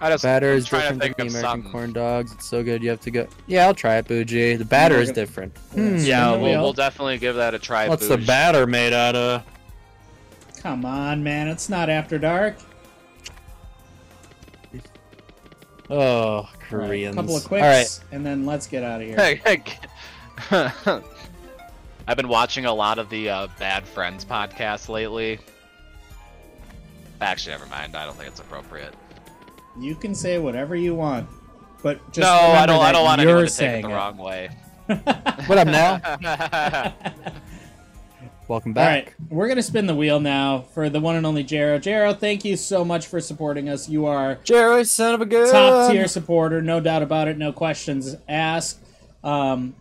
F: I just
C: Batter
F: I'm
C: is
F: trying
C: different
F: to think
C: than
F: of
C: the American
F: something.
C: corn dogs. It's so good. You have to go. Yeah, I'll try it, Bougie. The batter is
B: gonna-
C: different.
B: We're gonna spin
F: Hmm, Yeah,
B: the
F: we'll,
B: wheel.
F: we'll definitely give that a try.
C: What's the
F: Boosh.
C: batter made out of?
B: Come on, man. It's not after dark.
C: Oh,
B: All right,
C: Koreans.
B: A couple of
C: All
B: quicks,
C: right,
B: and then let's get out of here.
F: Hey, hey, g- I've been watching a lot of the uh, Bad Friends podcast lately. Actually, never mind. I don't think it's appropriate.
B: You can say whatever you want, but just
F: no, I
B: remember
F: don't. I
B: that
F: don't want
B: you're
F: anyone to take it
B: saying
F: the
B: it.
F: wrong way.
C: what up now? Welcome
B: All
C: back.
B: right, we're gonna spin the wheel now for the one and only Jero. Jero, thank you so much for supporting us. You are
C: Jerry, son of a gun.
B: top tier supporter, no doubt about it. No questions asked. Um,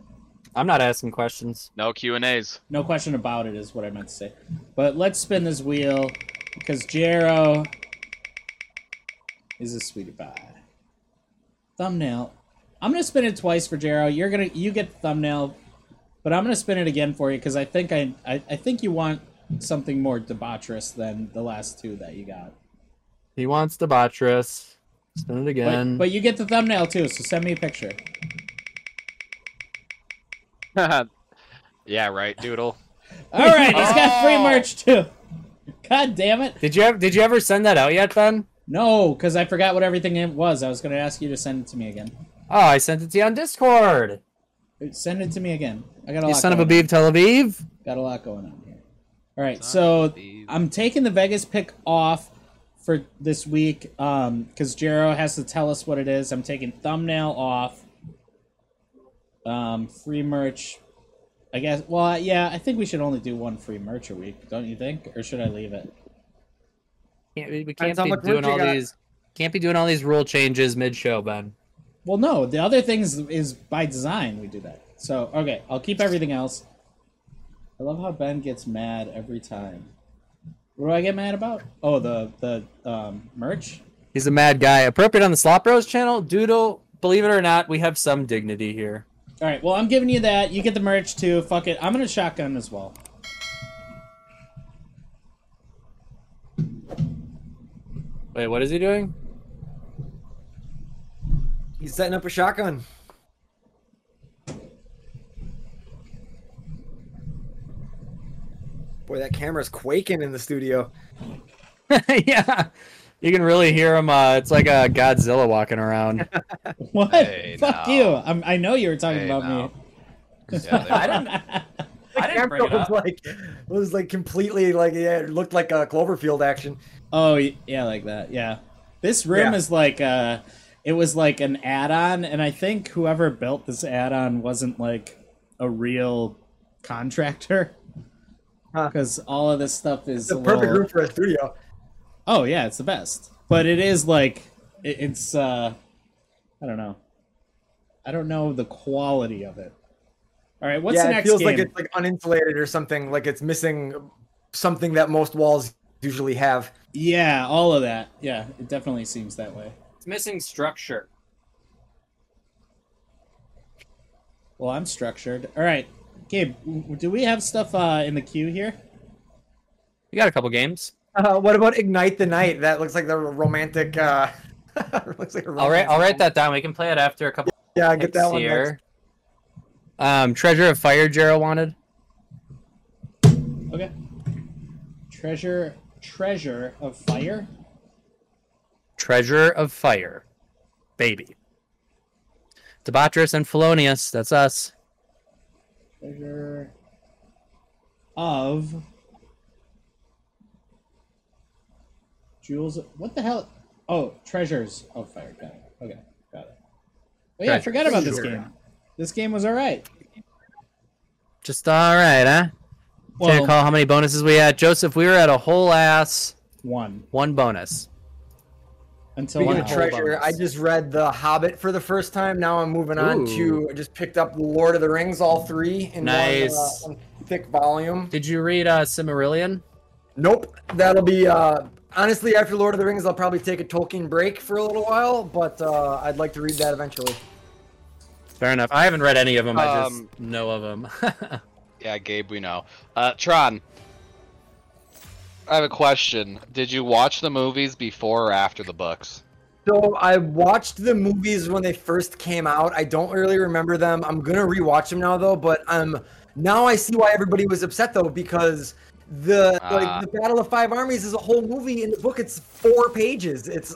C: I'm not asking questions.
F: no Q and A's.
B: no question about it is what I meant to say. But let's spin this wheel because Jero is a sweetie pie. Thumbnail. I'm gonna spin it twice for Jero. You're gonna you get the thumbnail, but I'm gonna spin it again for you because I think I, I I think you want something more debaucherous than the last two that you got.
C: He wants debaucherous. Spin it again.
B: But, but you get the thumbnail too, so send me a picture.
F: yeah, right, Doodle.
B: All right, he's got free
F: Oh.
B: merch too. God damn it!
C: did you ever, did you ever send that out yet, Ben?
B: No, because I forgot what everything it was. I was gonna ask you to send it to me again.
C: Oh, I sent it to you on Discord.
B: Send it to me again. I got a
C: You
B: lot.
C: son of a
B: going
C: beeb, Tel Aviv.
B: on. Got a lot going on here. All right, so I'm taking the Vegas pick off for this week because Jero has to tell us what it is. I'm taking thumbnail off. Um, free merch. I guess. Well, yeah. I think we should only do one free merch a week, don't you think? Or should I leave it?
C: Can't, we we
E: Depends
C: can't
E: on
C: be
E: what
C: doing
E: group
C: all
E: you got.
C: these. Can't be doing all these rule changes mid-show, Ben.
B: Well, no. The other things is by design we do that. So okay, I'll keep everything else. I love how Ben gets mad every time. What do I get mad about? Oh, the the um, merch.
C: He's a mad guy. Appropriate on the Slop Bros channel. Doodle, believe it or not, we have some dignity here.
B: All right. Well, I'm giving you that. You get the merch too. Fuck it. I'm gonna shotgun as well.
C: Wait, what is he doing?
E: He's setting up a shotgun. Boy, that camera's quaking in the studio.
C: yeah, you can really hear him. Uh, it's like a Godzilla walking around.
B: What?
F: Hey,
B: Fuck
F: now.
B: you. I'm, I know you were talking
F: Hey,
B: about
F: now.
B: me.
F: Yeah,
C: didn't. I didn't
E: Camera was like, was like completely like yeah, it looked like a Cloverfield action.
B: Oh y- yeah, like that. Yeah. This room
E: Yeah.
B: is like uh, it was like an add-on, and I think whoever built this add-on wasn't like a real contractor,
E: Huh.
B: because all of this stuff is
E: It's a
B: a
E: perfect
B: little-
E: room for a studio.
B: Oh yeah, it's the best. But it is like it, it's uh I don't know. I don't know the quality of it. All right, what's
E: yeah,
B: the
E: it
B: next
E: feels
B: game?
E: like it's like uninsulated or something. Like it's missing something that most walls usually have.
B: yeah, all of that. Yeah, it definitely seems that way.
C: It's missing structure.
B: Well, I'm structured. All right, Gabe, w- do we have stuff uh, in the queue here?
C: You got a couple games.
E: Uh, what about ignite the night? That looks like the romantic. Uh, looks like a romantic
C: I'll write. I'll write that down. We can play it after a couple.
E: Yeah, get that
C: picks
E: one.
C: here.
E: Next.
H: Um, Treasure of Fire, Gerald wanted.
B: Okay. Treasure, treasure of fire.
H: Treasure of Fire, baby. Debatris and Felonius, that's us.
B: Treasure of jewels. What the hell? Oh, treasures of fire. Got it. Okay, got it. Oh yeah, I forgot about this game. This game was all right.
H: Just all right, huh? Can't
B: Well,
H: recall how many bonuses we had. Joseph, we were at a whole ass
B: one
H: one bonus.
B: until
E: Speaking
B: one
E: of treasure, I just read The Hobbit for the first time. Now I'm moving on to. I just picked up Lord of the Rings, all three in one, uh,
H: Nice.
E: one thick volume.
H: Did you read uh, Cimmerillion?
E: Nope, that'll be. Uh, honestly, after Lord of the Rings, I'll probably take a Tolkien break for a little while, but uh, I'd like to read that eventually.
H: Fair enough.
C: I haven't read any of them. I
F: Um,
C: just know of them.
F: Yeah, Gabe, we know. Uh, Tron, I have a question. Did you watch the movies before or after the books?
E: So I watched the movies when they first came out. I don't really remember them. I'm gonna rewatch them now though, but um now I see why everybody was upset though, because the
F: Ah.
E: like the Battle of Five Armies is a whole movie. In the book it's four pages. It's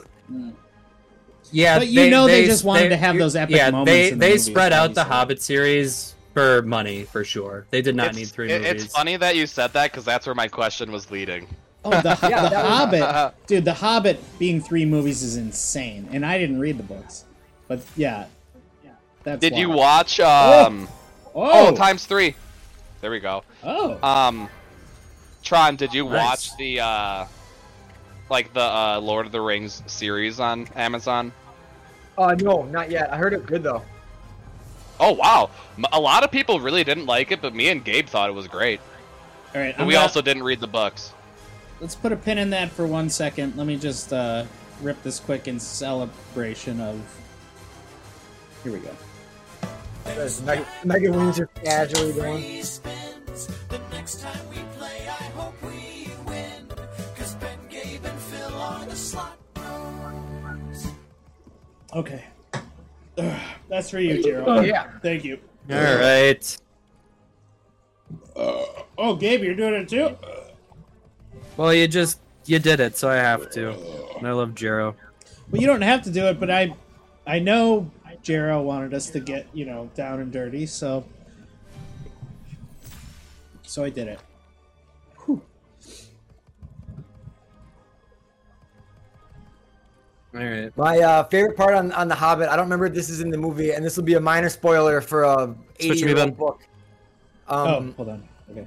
C: yeah,
B: But you know they just wanted to have those epic
C: yeah,
B: moments
C: they
B: in the
C: they
B: movies,
C: spread out the
B: obviously.
C: Hobbit series for money for sure. They did not
F: It's-
C: need three
F: it-
C: movies.
F: It's funny that you said that because that's where my question was leading.
B: Oh, the, the
E: that was-
B: Hobbit, dude. The Hobbit being three movies is insane, and I didn't read the books, but yeah, that's.
F: Did you
B: wild.
F: watch? Um,
B: Oh,
F: oh, times three. There we go.
B: oh,
F: Um, Tron, did you
C: Nice.
F: watch the uh, like the uh, Lord of the Rings series on Amazon?
E: uh no, not yet. I heard it good though.
F: Oh wow, M- a lot of people really didn't like it, but me and Gabe thought it was great.
B: all right.
F: But
B: I'm
F: we
B: not-
F: also didn't read the books.
B: let's put a pin in that for one second. Let me just uh, rip this quick in celebration of. Here we go.
E: There's Meg- Megan Wings are casually going.
I: spins. The next time we play, I hope we win. Cause Ben, Gabe, and Phil are the slot bros.
B: Okay. Ugh, that's for you, Gerald.
E: Oh, yeah.
B: Thank you.
H: All right.
B: Oh, Gabe, you're doing it too.
H: Well, you just you did it, so I have to. And I love Jero.
B: Well, you don't have to do it, but I, I know Jero wanted us to get you know down and dirty, so, so I did it.
H: All right.
E: My uh, favorite part on, on The Hobbit, I don't remember if this is in the movie, and this will be a minor spoiler for a 80 year
H: button.
E: old book.
B: oh,
E: Um,
B: hold on. Okay.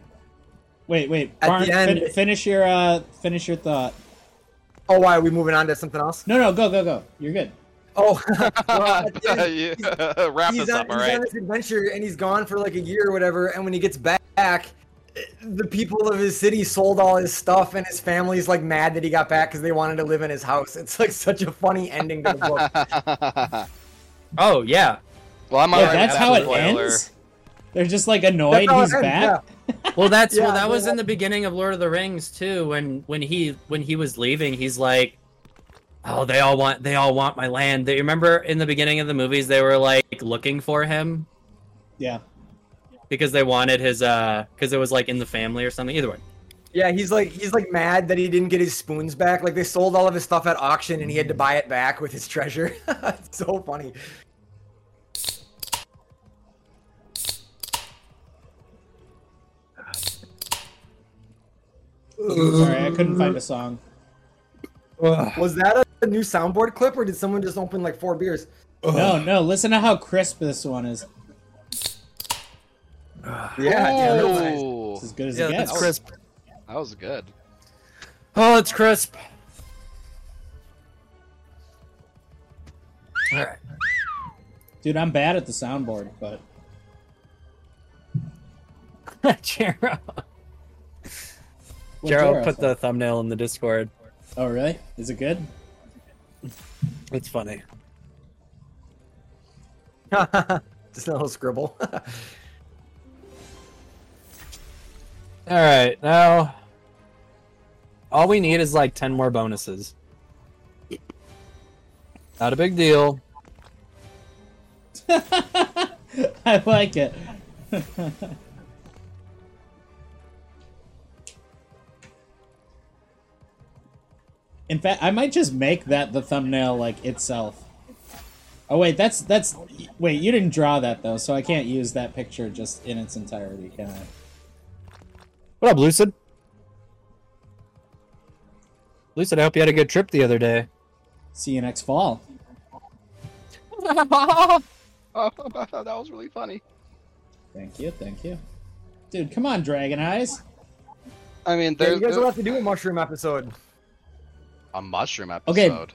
B: Wait, wait.
E: At
B: Barn,
E: the end-
B: fin- finish your uh, finish your thought.
E: oh, why are we moving on to something else?
B: No, no, go, go, go. You're good.
E: Oh, well, at the end-
F: Yeah, Wrap
E: he's
F: this
E: on,
F: up, all
E: he's
F: right?
E: on this adventure and he's gone for like a year or whatever. And when he gets back, eh, the people of his city sold all his stuff, and his family's like mad that he got back because they wanted to live in his house. It's like such a funny ending to the book.
C: Oh yeah.
F: Well, I'm
B: Yeah,
F: already
B: that's
F: at
B: how
F: the
B: it
F: spoiler.
B: ends. They're just like annoyed
E: That's how
B: he's
E: it ends,
B: back.
C: Well, that's
E: Yeah,
C: well, that was
E: yeah.
C: in the beginning of Lord of the Rings too. When when he when he was leaving, he's like, "Oh, they all want they all want my land." They remember in the beginning of the movies they were like looking for him
B: Yeah.
C: because they wanted his uh because it was like in the family or something. Either way,
E: Yeah. yeah, he's like he's like mad that he didn't get his spoons back. Like they sold all of his stuff at auction, and he had to buy it back with his treasure. it's so funny.
B: Sorry, I couldn't find a song.
E: Was that a, a new soundboard clip, or did someone just open like four beers?
B: No, no. Listen to how crisp this one is.
E: Yeah, I didn't realize.
F: Ooh,
B: It's as good as
H: Yeah,
B: it gets.
H: that's crisp.
F: that was good.
C: oh, it's crisp.
B: Dude, I'm bad at the soundboard, but
C: Jero.
B: What
C: Jero put
B: said?
C: the thumbnail in the Discord.
B: Oh, really? Is it good?
C: It's funny.
E: Just a little scribble.
C: All right, now all we need is like ten more bonuses. Not a big deal.
B: I like it. In fact, I might just make that the thumbnail like itself. Oh wait, that's that's wait, you didn't draw that though, so I can't use that picture just in its entirety, can I?
C: What up, Lucid? Lucid, I hope you had a good trip the other day.
B: See you next fall.
F: Oh, I thought that was really funny.
B: Thank you, thank you. Dude, come on, Dragon Eyes.
F: I mean,
E: Yeah,
F: there's
E: you guys will have to do a mushroom episode.
F: a mushroom
B: Okay.
F: episode.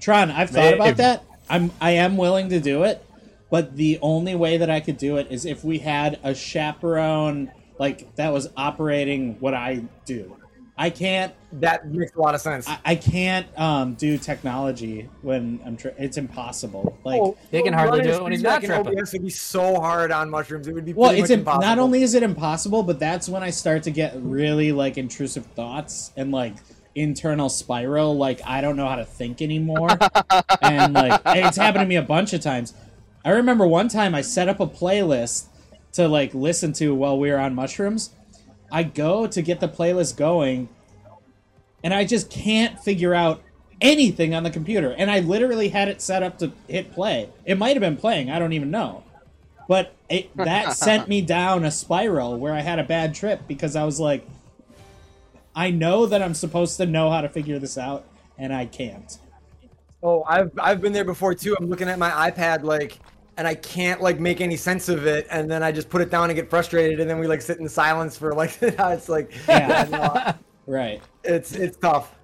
B: Tron, I've thought
C: Maybe.
B: about that. I'm I am willing to do it, but the only way that I could do it is if we had a chaperone like that was operating what I do. I can't
E: That makes a lot of sense.
B: I, I can't um, do technology when I'm tr- it's impossible. Like
C: They can hardly do
E: Oh, Running
C: it when he's
E: feedback
C: not
E: in
C: tripping.
E: OBS would be so hard on mushrooms. It would be
B: well,
E: pretty
B: it's
E: much
B: im-
E: impossible.
B: not only is it impossible, but that's when I start to get really like intrusive thoughts and like internal spiral. Like I don't know how to think anymore, and like it's happened to me a bunch of times. I remember one time I set up a playlist to like listen to while we were on mushrooms. I go to get the playlist going, and I just can't figure out anything on the computer. And I literally had it set up to hit play. It might have been playing. I don't even know. But it, that sent me down a spiral where I had a bad trip because I was like, I know that I'm supposed to know how to figure this out, and I can't.
E: Oh, I've I've been there before too. I'm looking at my iPad like, and I can't like make any sense of it, and then I just put it down and get frustrated, and then we like sit in silence for like it's like
B: Yeah.
E: no,
B: Right.
E: it's it's tough.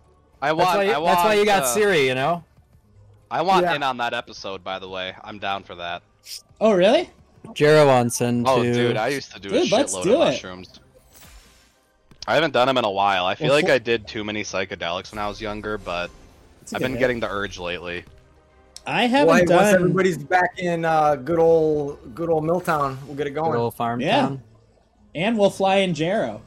F: I want.
C: That's why,
F: I
C: you,
F: want
C: that's why you got
F: uh,
C: Siri, you know?
F: I want
E: Yeah.
F: in on that episode. By the way, I'm down for that.
B: Oh, really?
C: Jero on send
F: Oh,
C: to-
F: dude, I used to do
B: Dude,
F: a
B: let's
F: shitload
B: do
F: of
B: it.
F: mushrooms. I haven't done them in a while. I feel
B: Well,
F: like
B: fo-
F: I did too many psychedelics when I was younger, but
B: It's a
F: I've
B: good
F: been
B: bit.
F: getting the urge lately.
B: I haven't
E: Why,
B: done.
E: Once everybody's back in uh, good old good old Milltown, we'll get it going.
C: Little farm
B: Yeah.
C: town.
B: And we'll fly in Jaro.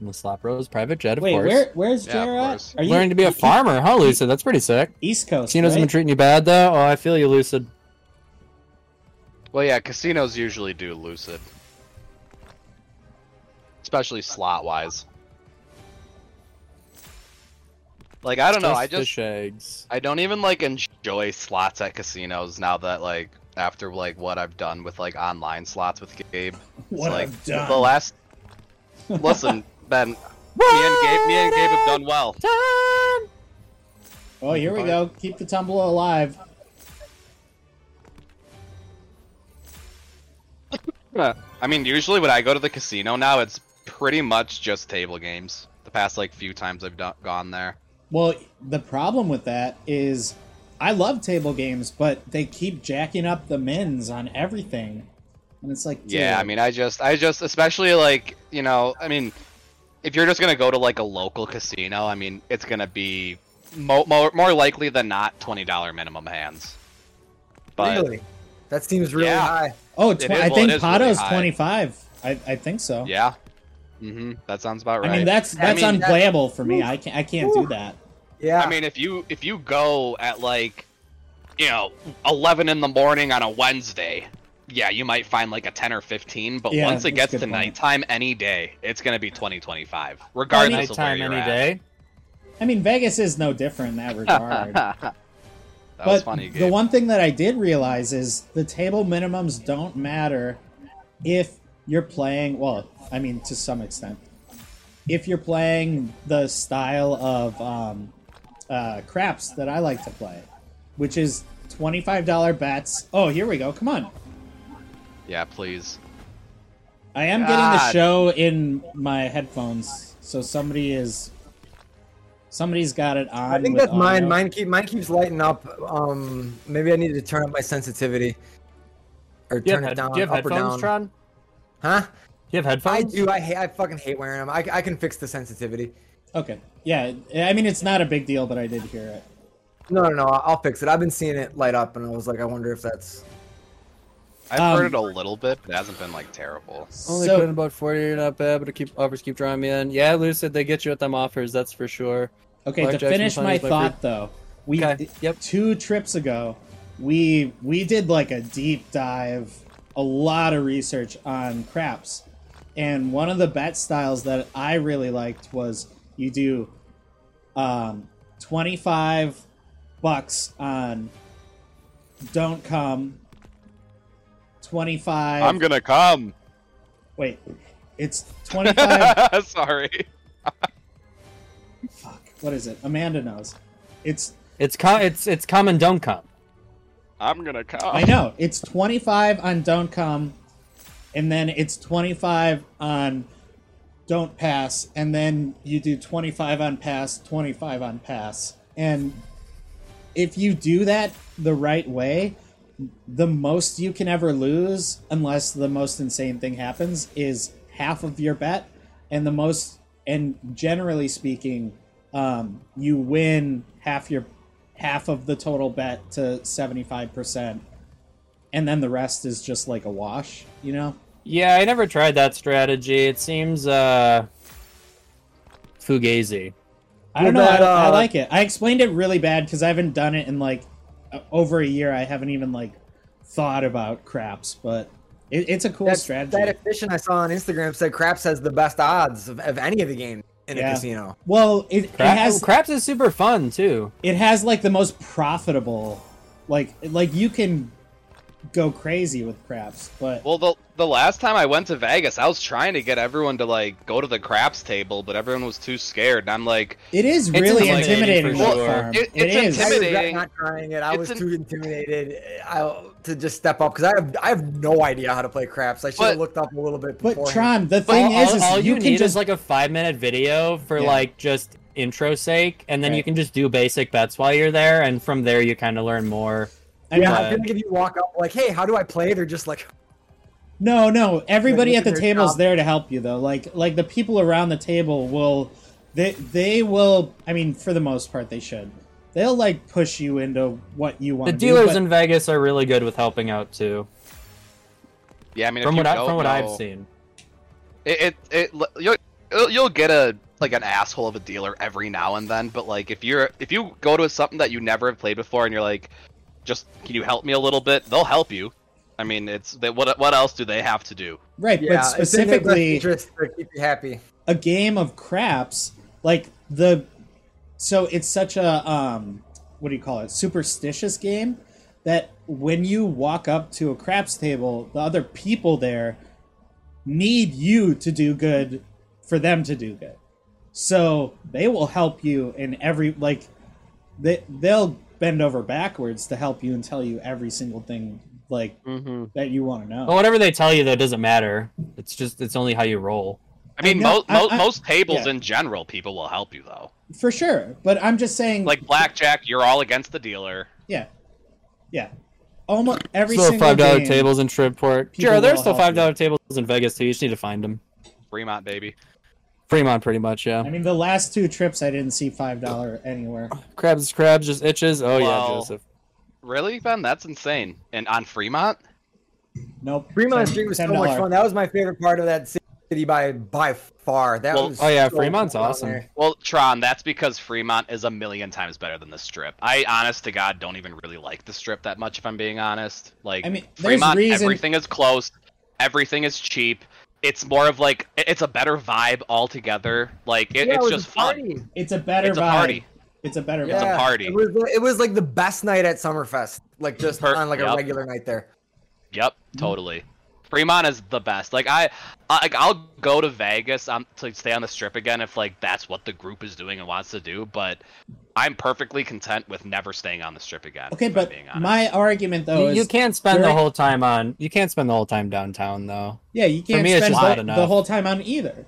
C: And the Slop Rose private jet, of
B: Wait,
C: course.
B: where? Where's
F: Yeah, of
B: Jaro? at?
F: course.
B: Are you
C: Learning to be a farmer, huh, Lucid? That's pretty sick.
B: East Coast?
C: Casino's
B: right?
C: been treating you bad, though. Oh, I feel you, Lucid.
F: Well, yeah, casinos usually do lucid, especially slot wise. Like I don't know. I
C: the
F: just
C: shags.
F: I don't even like enjoy slots at casinos now that like after like what I've done with like online slots with Gabe.
B: What
F: like
B: I've done.
F: the last Listen, Ben, me and Gabe me and Gabe have done well.
B: oh, here we go. Keep the tumble alive.
F: I mean, usually when I go to the casino now, it's pretty much just table games. The past like few times I've done, gone there.
B: Well, the problem with that is I love table games, but they keep jacking up the mins on everything. And it's like,
F: Yeah,
B: dude,
F: I mean, I just, I just, especially like, you know, I mean, if you're just gonna go to like a local casino, I mean, it's gonna be mo- mo- more likely than not twenty dollar minimum hands. But
E: really, that seems really
F: Yeah.
E: high.
B: oh,
F: it
B: tw-
F: is-
B: I
F: well,
B: think
F: it is really
B: Pato's
F: high.
B: 25. I, I think so.
F: yeah, mm-hmm, that sounds about right.
B: I mean, that's
E: I
B: that's
F: mean, that-
B: unplayable for me. I can't, I can't do that.
E: Yeah,
F: I mean, if you if you go at like, you know, eleven in the morning on a Wednesday, yeah, you might find like a ten or fifteen. But
B: Yeah,
F: once it gets
B: that's a
F: to
B: good point.
F: nighttime, any day, it's gonna be 20, 25, regardless of where
C: Nighttime
F: you're
C: any
F: at.
C: day.
B: I mean, Vegas is no different in that regard.
F: That
B: but
F: was funny.
B: the
F: Gabe.
B: one thing that I did realize is the table minimums don't matter if you're playing. Well, I mean, to some extent, if you're playing the style of um, uh, craps that I like to play, which is twenty-five dollar bets. Oh, here we go. Come on.
F: Yeah, please.
B: I am getting the
F: God.
B: show in my headphones, so somebody is Somebody's got it on.
E: I think
B: with
E: that's mine.
B: audio.
E: Mine keep mine keeps lighting up. Um, maybe I need to turn up my sensitivity or
C: Do you
E: turn
C: have,
E: it
C: head-
E: down,
C: do you have
E: up or
C: headphones,
E: down.
C: Tron? Do
E: Huh?
C: you have headphones?
E: I do. I hate. I fucking hate wearing them. I, I can fix the sensitivity.
B: Okay. Yeah. I mean, it's not a big deal, but I did hear it.
E: No, no, no. I'll fix it. I've been seeing it light up, and I was like, I wonder if that's.
F: I've
B: Um,
F: heard it a little bit, but it hasn't been like terrible.
H: Only
B: so,
H: put in about 40, you're not bad, but it keep, offers keep drawing me in. Yeah, Lucid, they get you at them offers, that's for sure.
B: okay, to
H: Blackjack's been
B: finish
H: fine
B: my
H: with my
B: thought though, we
H: Okay, yep.
B: two trips ago, we we did like a deep dive, a lot of research on craps, and one of the bet styles that I really liked was you do, um, twenty five bucks on don't come. Twenty five.
F: I'm gonna come.
B: Wait, it's twenty five.
F: Sorry.
B: Fuck. What is it? Amanda knows. It's
C: It's com- it's it's come and don't come.
F: I'm gonna come.
B: I know. It's 25 on don't come and then it's 25 on don't pass and then you do 25 on pass, 25 on pass. And if you do that the right way, the most you can ever lose unless the most insane thing happens is half of your bet and the most and generally speaking um, you win half your half of the total bet to 75% and then the rest is just like a wash you know
C: Yeah, I never tried that strategy. It seems uh fugazi.
B: i don't
E: What
B: know I,
E: about,
B: I
E: uh,
B: like it i explained it really bad because i haven't done it in like o- over a year i haven't even like thought about craps but it, it's a cool
E: That
B: strategy
E: statistician I saw on Instagram said Craps has the best odds of, of any of the games in
B: Yeah.
E: a casino.
B: well it, it
C: Crap,
B: has
C: craps is super fun too.
B: it has like the most profitable like like you can go crazy with craps but
F: Well, the the last time I went to Vegas, I was trying to get everyone to like go to the craps table, but everyone was too scared, and I'm like,
B: it is really
C: intimidating
B: intimidating,
C: for
B: on the
C: sure.
B: farm.
F: It-
B: It
F: it's
B: is.
E: I regret
F: Intimidating.
E: not trying it. I
F: It's
E: was
F: an-
E: too intimidated uh, I, to just step up because I have I have no idea how to play Craps. I should have
F: But-
E: looked up a little bit.
B: but
E: beforehand.
B: tron the thing
C: all,
B: is,
C: all-
B: is
C: all
B: you,
C: you,
B: can
C: need
B: just
C: is like a five minute video for
B: Yeah.
C: like just intro sake, and then you
B: Right.
C: can just do basic bets while you're there, and from there you kind of learn more.
B: I mean,
E: yeah,
C: uh,
E: I feel like if you walk up like, "Hey, how do I play?" They're just like,
B: No, no. Everybody
E: Like,
B: at the
E: their
B: table's
E: job.
B: there to help you though. Like like the people around the table will they they will I mean for the most part they should. They'll like push you into what you want
C: The
B: to
C: dealers
B: do,
C: in Vegas are really good with helping out too,
F: yeah, I mean, if
C: from
F: you
C: what I,
F: don't
C: from what I've
F: know-
C: seen.
F: it it, it you'll, you'll- you'll get a like an asshole of a dealer every now and then but like if you're if you go to something that you never have played before and you're like just can you help me a little bit they'll help you i mean it's they, what what else do they have to do
B: Right,
E: "Yeah,
B: but
E: it's in their best
B: specifically
E: interest to keep you happy."
B: a game of craps like the so it's such a um what do you call it superstitious game that when you walk up to a craps table the other people there need you to do good for them to do good so they will help you in every like they they'll bend over backwards to help you and tell you every single thing like that you want to know
C: But whatever they tell you though doesn't matter. It's just it's only how you roll.
F: i mean
B: know,
F: mo- mo-
B: I- I-
F: most tables
B: yeah. Mm-hmm.
F: in general people will help you though
B: for sure but i'm just saying
F: like blackjack you're all against the dealer
B: Yeah, yeah. Almost every
C: Still
B: single
C: five dollar
B: game-
C: tables in Shreveport.
B: people
C: Sure, there's
B: will
C: still
B: help
C: five
B: you.
C: dollar tables in Vegas too. You just need to find them.
F: fremont baby
C: Fremont, pretty much, yeah.
B: I mean, the last two trips I didn't see five dollar anywhere.
C: crabs is crabs, just itches. Oh yeah,
F: Well,
C: Joseph.
F: really ben that's insane and on fremont
B: Nope.
E: Fremont
B: Ten-
E: Street was so
B: $10.
E: much fun. That was my favorite part of that city by by far. That
F: Well,
E: was
C: Oh yeah,
E: so
C: Fremont's
E: fun out
C: awesome.
E: there.
F: well tron that's because fremont is a million times better than the strip i honest to god don't even really like the strip that much if i'm being honest like
B: I mean, there's
F: Fremont,
B: reason-
F: everything is close, everything is cheap. It's more of like it- it's a better vibe altogether. Like it,
E: Yeah, it
F: it's
E: was
F: just
E: a
F: fun.
E: party.
B: It's a better
F: It's a
B: vibe.
F: party.
B: It's a better
E: Yeah.
B: vibe.
F: party.
E: It was, it was like the best night at Summerfest, like just
F: Per-
E: on like a
F: yep.
E: regular night there.
F: Yep,
B: Mm-hmm.
F: totally. Fremont is the best. Like I, I like I'll go to Vegas um, to stay on the strip again if like that's what the group is doing and wants to do. But I'm perfectly content with never staying on the strip again.
B: Okay,
F: if I'm
B: but
F: being honest.
B: my argument though
C: You,
B: is
C: you can't spend the
B: during-
C: whole time on. You can't spend the whole time downtown though.
B: yeah, you can't
C: me, it's
B: spend
C: just not
B: the,
C: enough.
B: the whole time on either.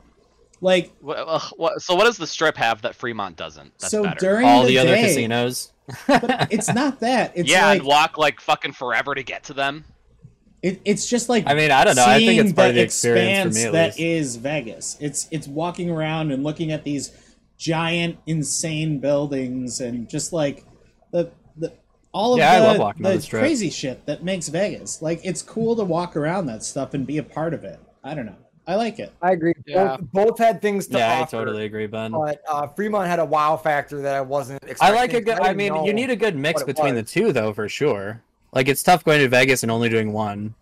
B: Like
F: What, uh, what, so what does the strip have that Fremont doesn't? That's
B: so
F: better.
B: during
C: all
B: the,
C: the, other
B: day,
C: casinos.
B: It's not that. It's
F: yeah,
B: like
F: I'd walk like fucking forever to get to them.
B: it, it's just like
C: I mean, I don't know. I think
B: seeing
C: it's part of
B: the
C: the experience for
B: expanse
C: me at
B: that
C: least.
B: is Vegas. It's it's walking around and looking at these giant, insane buildings and just like the the all of
C: Yeah, I
B: the,
C: love walking on
B: the
C: the strip.
B: crazy shit that makes Vegas. Like it's cool to walk around that stuff and be a part of it. I don't know. I like it.
E: I agree.
F: Yeah.
E: Both, both had things to
C: yeah, I
E: offer,
C: totally agree, Ben.
E: But uh, Fremont had a wow factor that I wasn't.
C: I
E: Expecting.
C: like a good. I
E: didn't
C: mean,
E: know.
C: you need a good mix
E: what it
C: between the
E: was.
C: two, though, for sure. Like it's tough going to Vegas and only doing one.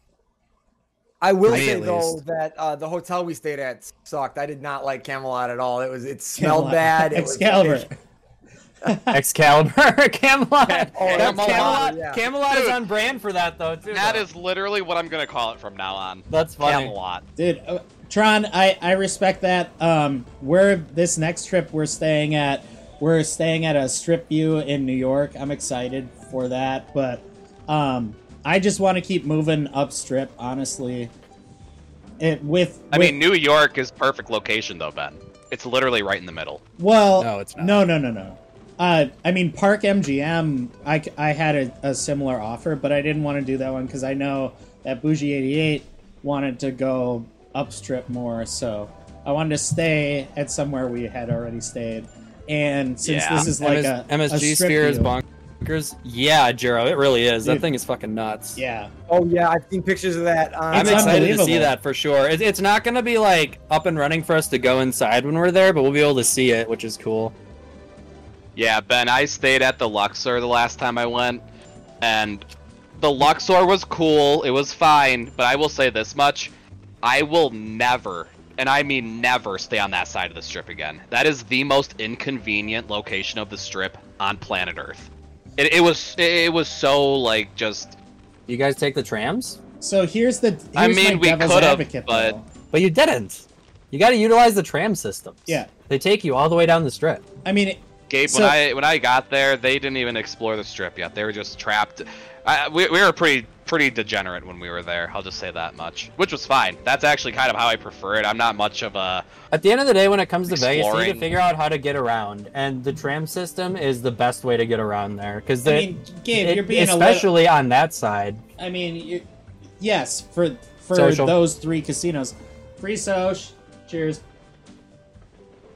E: I will
C: for me,
E: say
C: at
E: though
C: least.
E: that uh, the hotel we stayed at sucked. I did not like Camelot at all. It was it smelled
B: Camelot.
E: bad. It was-
B: Excalibur.
C: Excalibur, Camelot. That's
B: Oh,
E: Camelot,
C: Camelot.
E: yeah.
C: Camelot is on brand for that, though. Too.
F: That
C: though.
F: is literally what I'm gonna call it from now on.
C: That's funny.
F: Camelot.
B: Dude, uh, Tron, I, I respect that. Um, we're this next trip we're staying at. We're staying at a strip view in New York. I'm excited for that, but um, I just want to keep moving up strip. Honestly, it with
F: I
B: with-
F: mean, New York is perfect location though, Ben. It's literally right in the middle.
B: Well,
C: No, it's not.
B: No, no, no, no. Uh, I mean, Park MGM. I, c- I had a, a similar offer, but I didn't want to do that one because I know that Bougie eighty eight wanted to go upstrip more, so I wanted to stay at somewhere we had already stayed. And since
F: Yeah.
B: this is like
C: MS-
B: a
C: MSG
B: a strip
C: Sphere is
B: view-
C: bonkers. Yeah, Jero, it really is.
B: Dude.
C: That thing is fucking nuts.
B: Yeah,
E: Oh yeah, I've seen pictures of that. Um, On,
C: I'm
B: It's
C: excited to see
B: unbelievable.
C: that for sure. It, it's not going to be like up and running for us to go inside when we're there, but we'll be able to see it, which is cool.
F: Yeah, Ben, I stayed at the Luxor the last time I went, and the Luxor was cool. It was fine, but I will say this much: I will never, and I mean never, stay on that side of the strip again. That is the most inconvenient location of the strip on planet Earth. It, it was it was so like just
C: You guys take the trams,
B: so here's the. Here's
F: I mean,
B: my
F: we
B: devil's
F: could've,
B: advocate,
F: but-
B: though.
C: but you didn't. You got to utilize the tram systems.
B: Yeah.
C: they take you all the way down the strip.
B: I mean, it-
F: Gabe,
B: So-
F: when I when I got there, they didn't even explore the strip yet. They were just trapped. I, we, we were pretty pretty degenerate when we were there. I'll just say that much, which was fine. That's actually kind of how I prefer it. I'm not much of a
C: At the end of the day, when it comes to Vegas, you need to
F: Exploring.
C: figure out how to get around, and the tram system is the best way to get around there because
B: I
C: the
B: mean, Gabe,
C: it-
B: you're being a little.
C: especially on that side.
B: I mean, you, yes, for for
C: Social.
B: those three casinos, free soch. Cheers.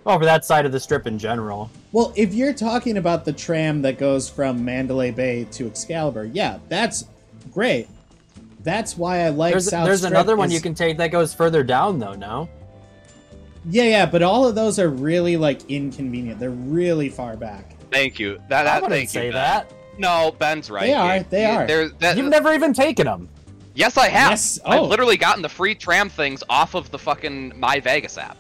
C: Well, for that side of the strip in general.
B: Well, if you're talking about the tram that goes from Mandalay Bay to Excalibur, yeah, that's great. That's why I like
C: There's,
B: South.
C: there's
B: Strip
C: another one
B: is-
C: you can take that goes further down though. No,
B: Yeah, yeah, but all of those are really like inconvenient. They're really far back.
F: thank you. That,
C: I
F: that
C: wouldn't
F: thank
C: say
F: you. Ben.
C: that.
F: No, Ben's right.
B: They are,
F: Gabe.
B: they
F: You-
B: are.
F: there's- that-
C: You've never even taken them.
F: yes, I have.
B: Yes, oh.
F: I've literally gotten the free tram things off of the fucking My Vegas app.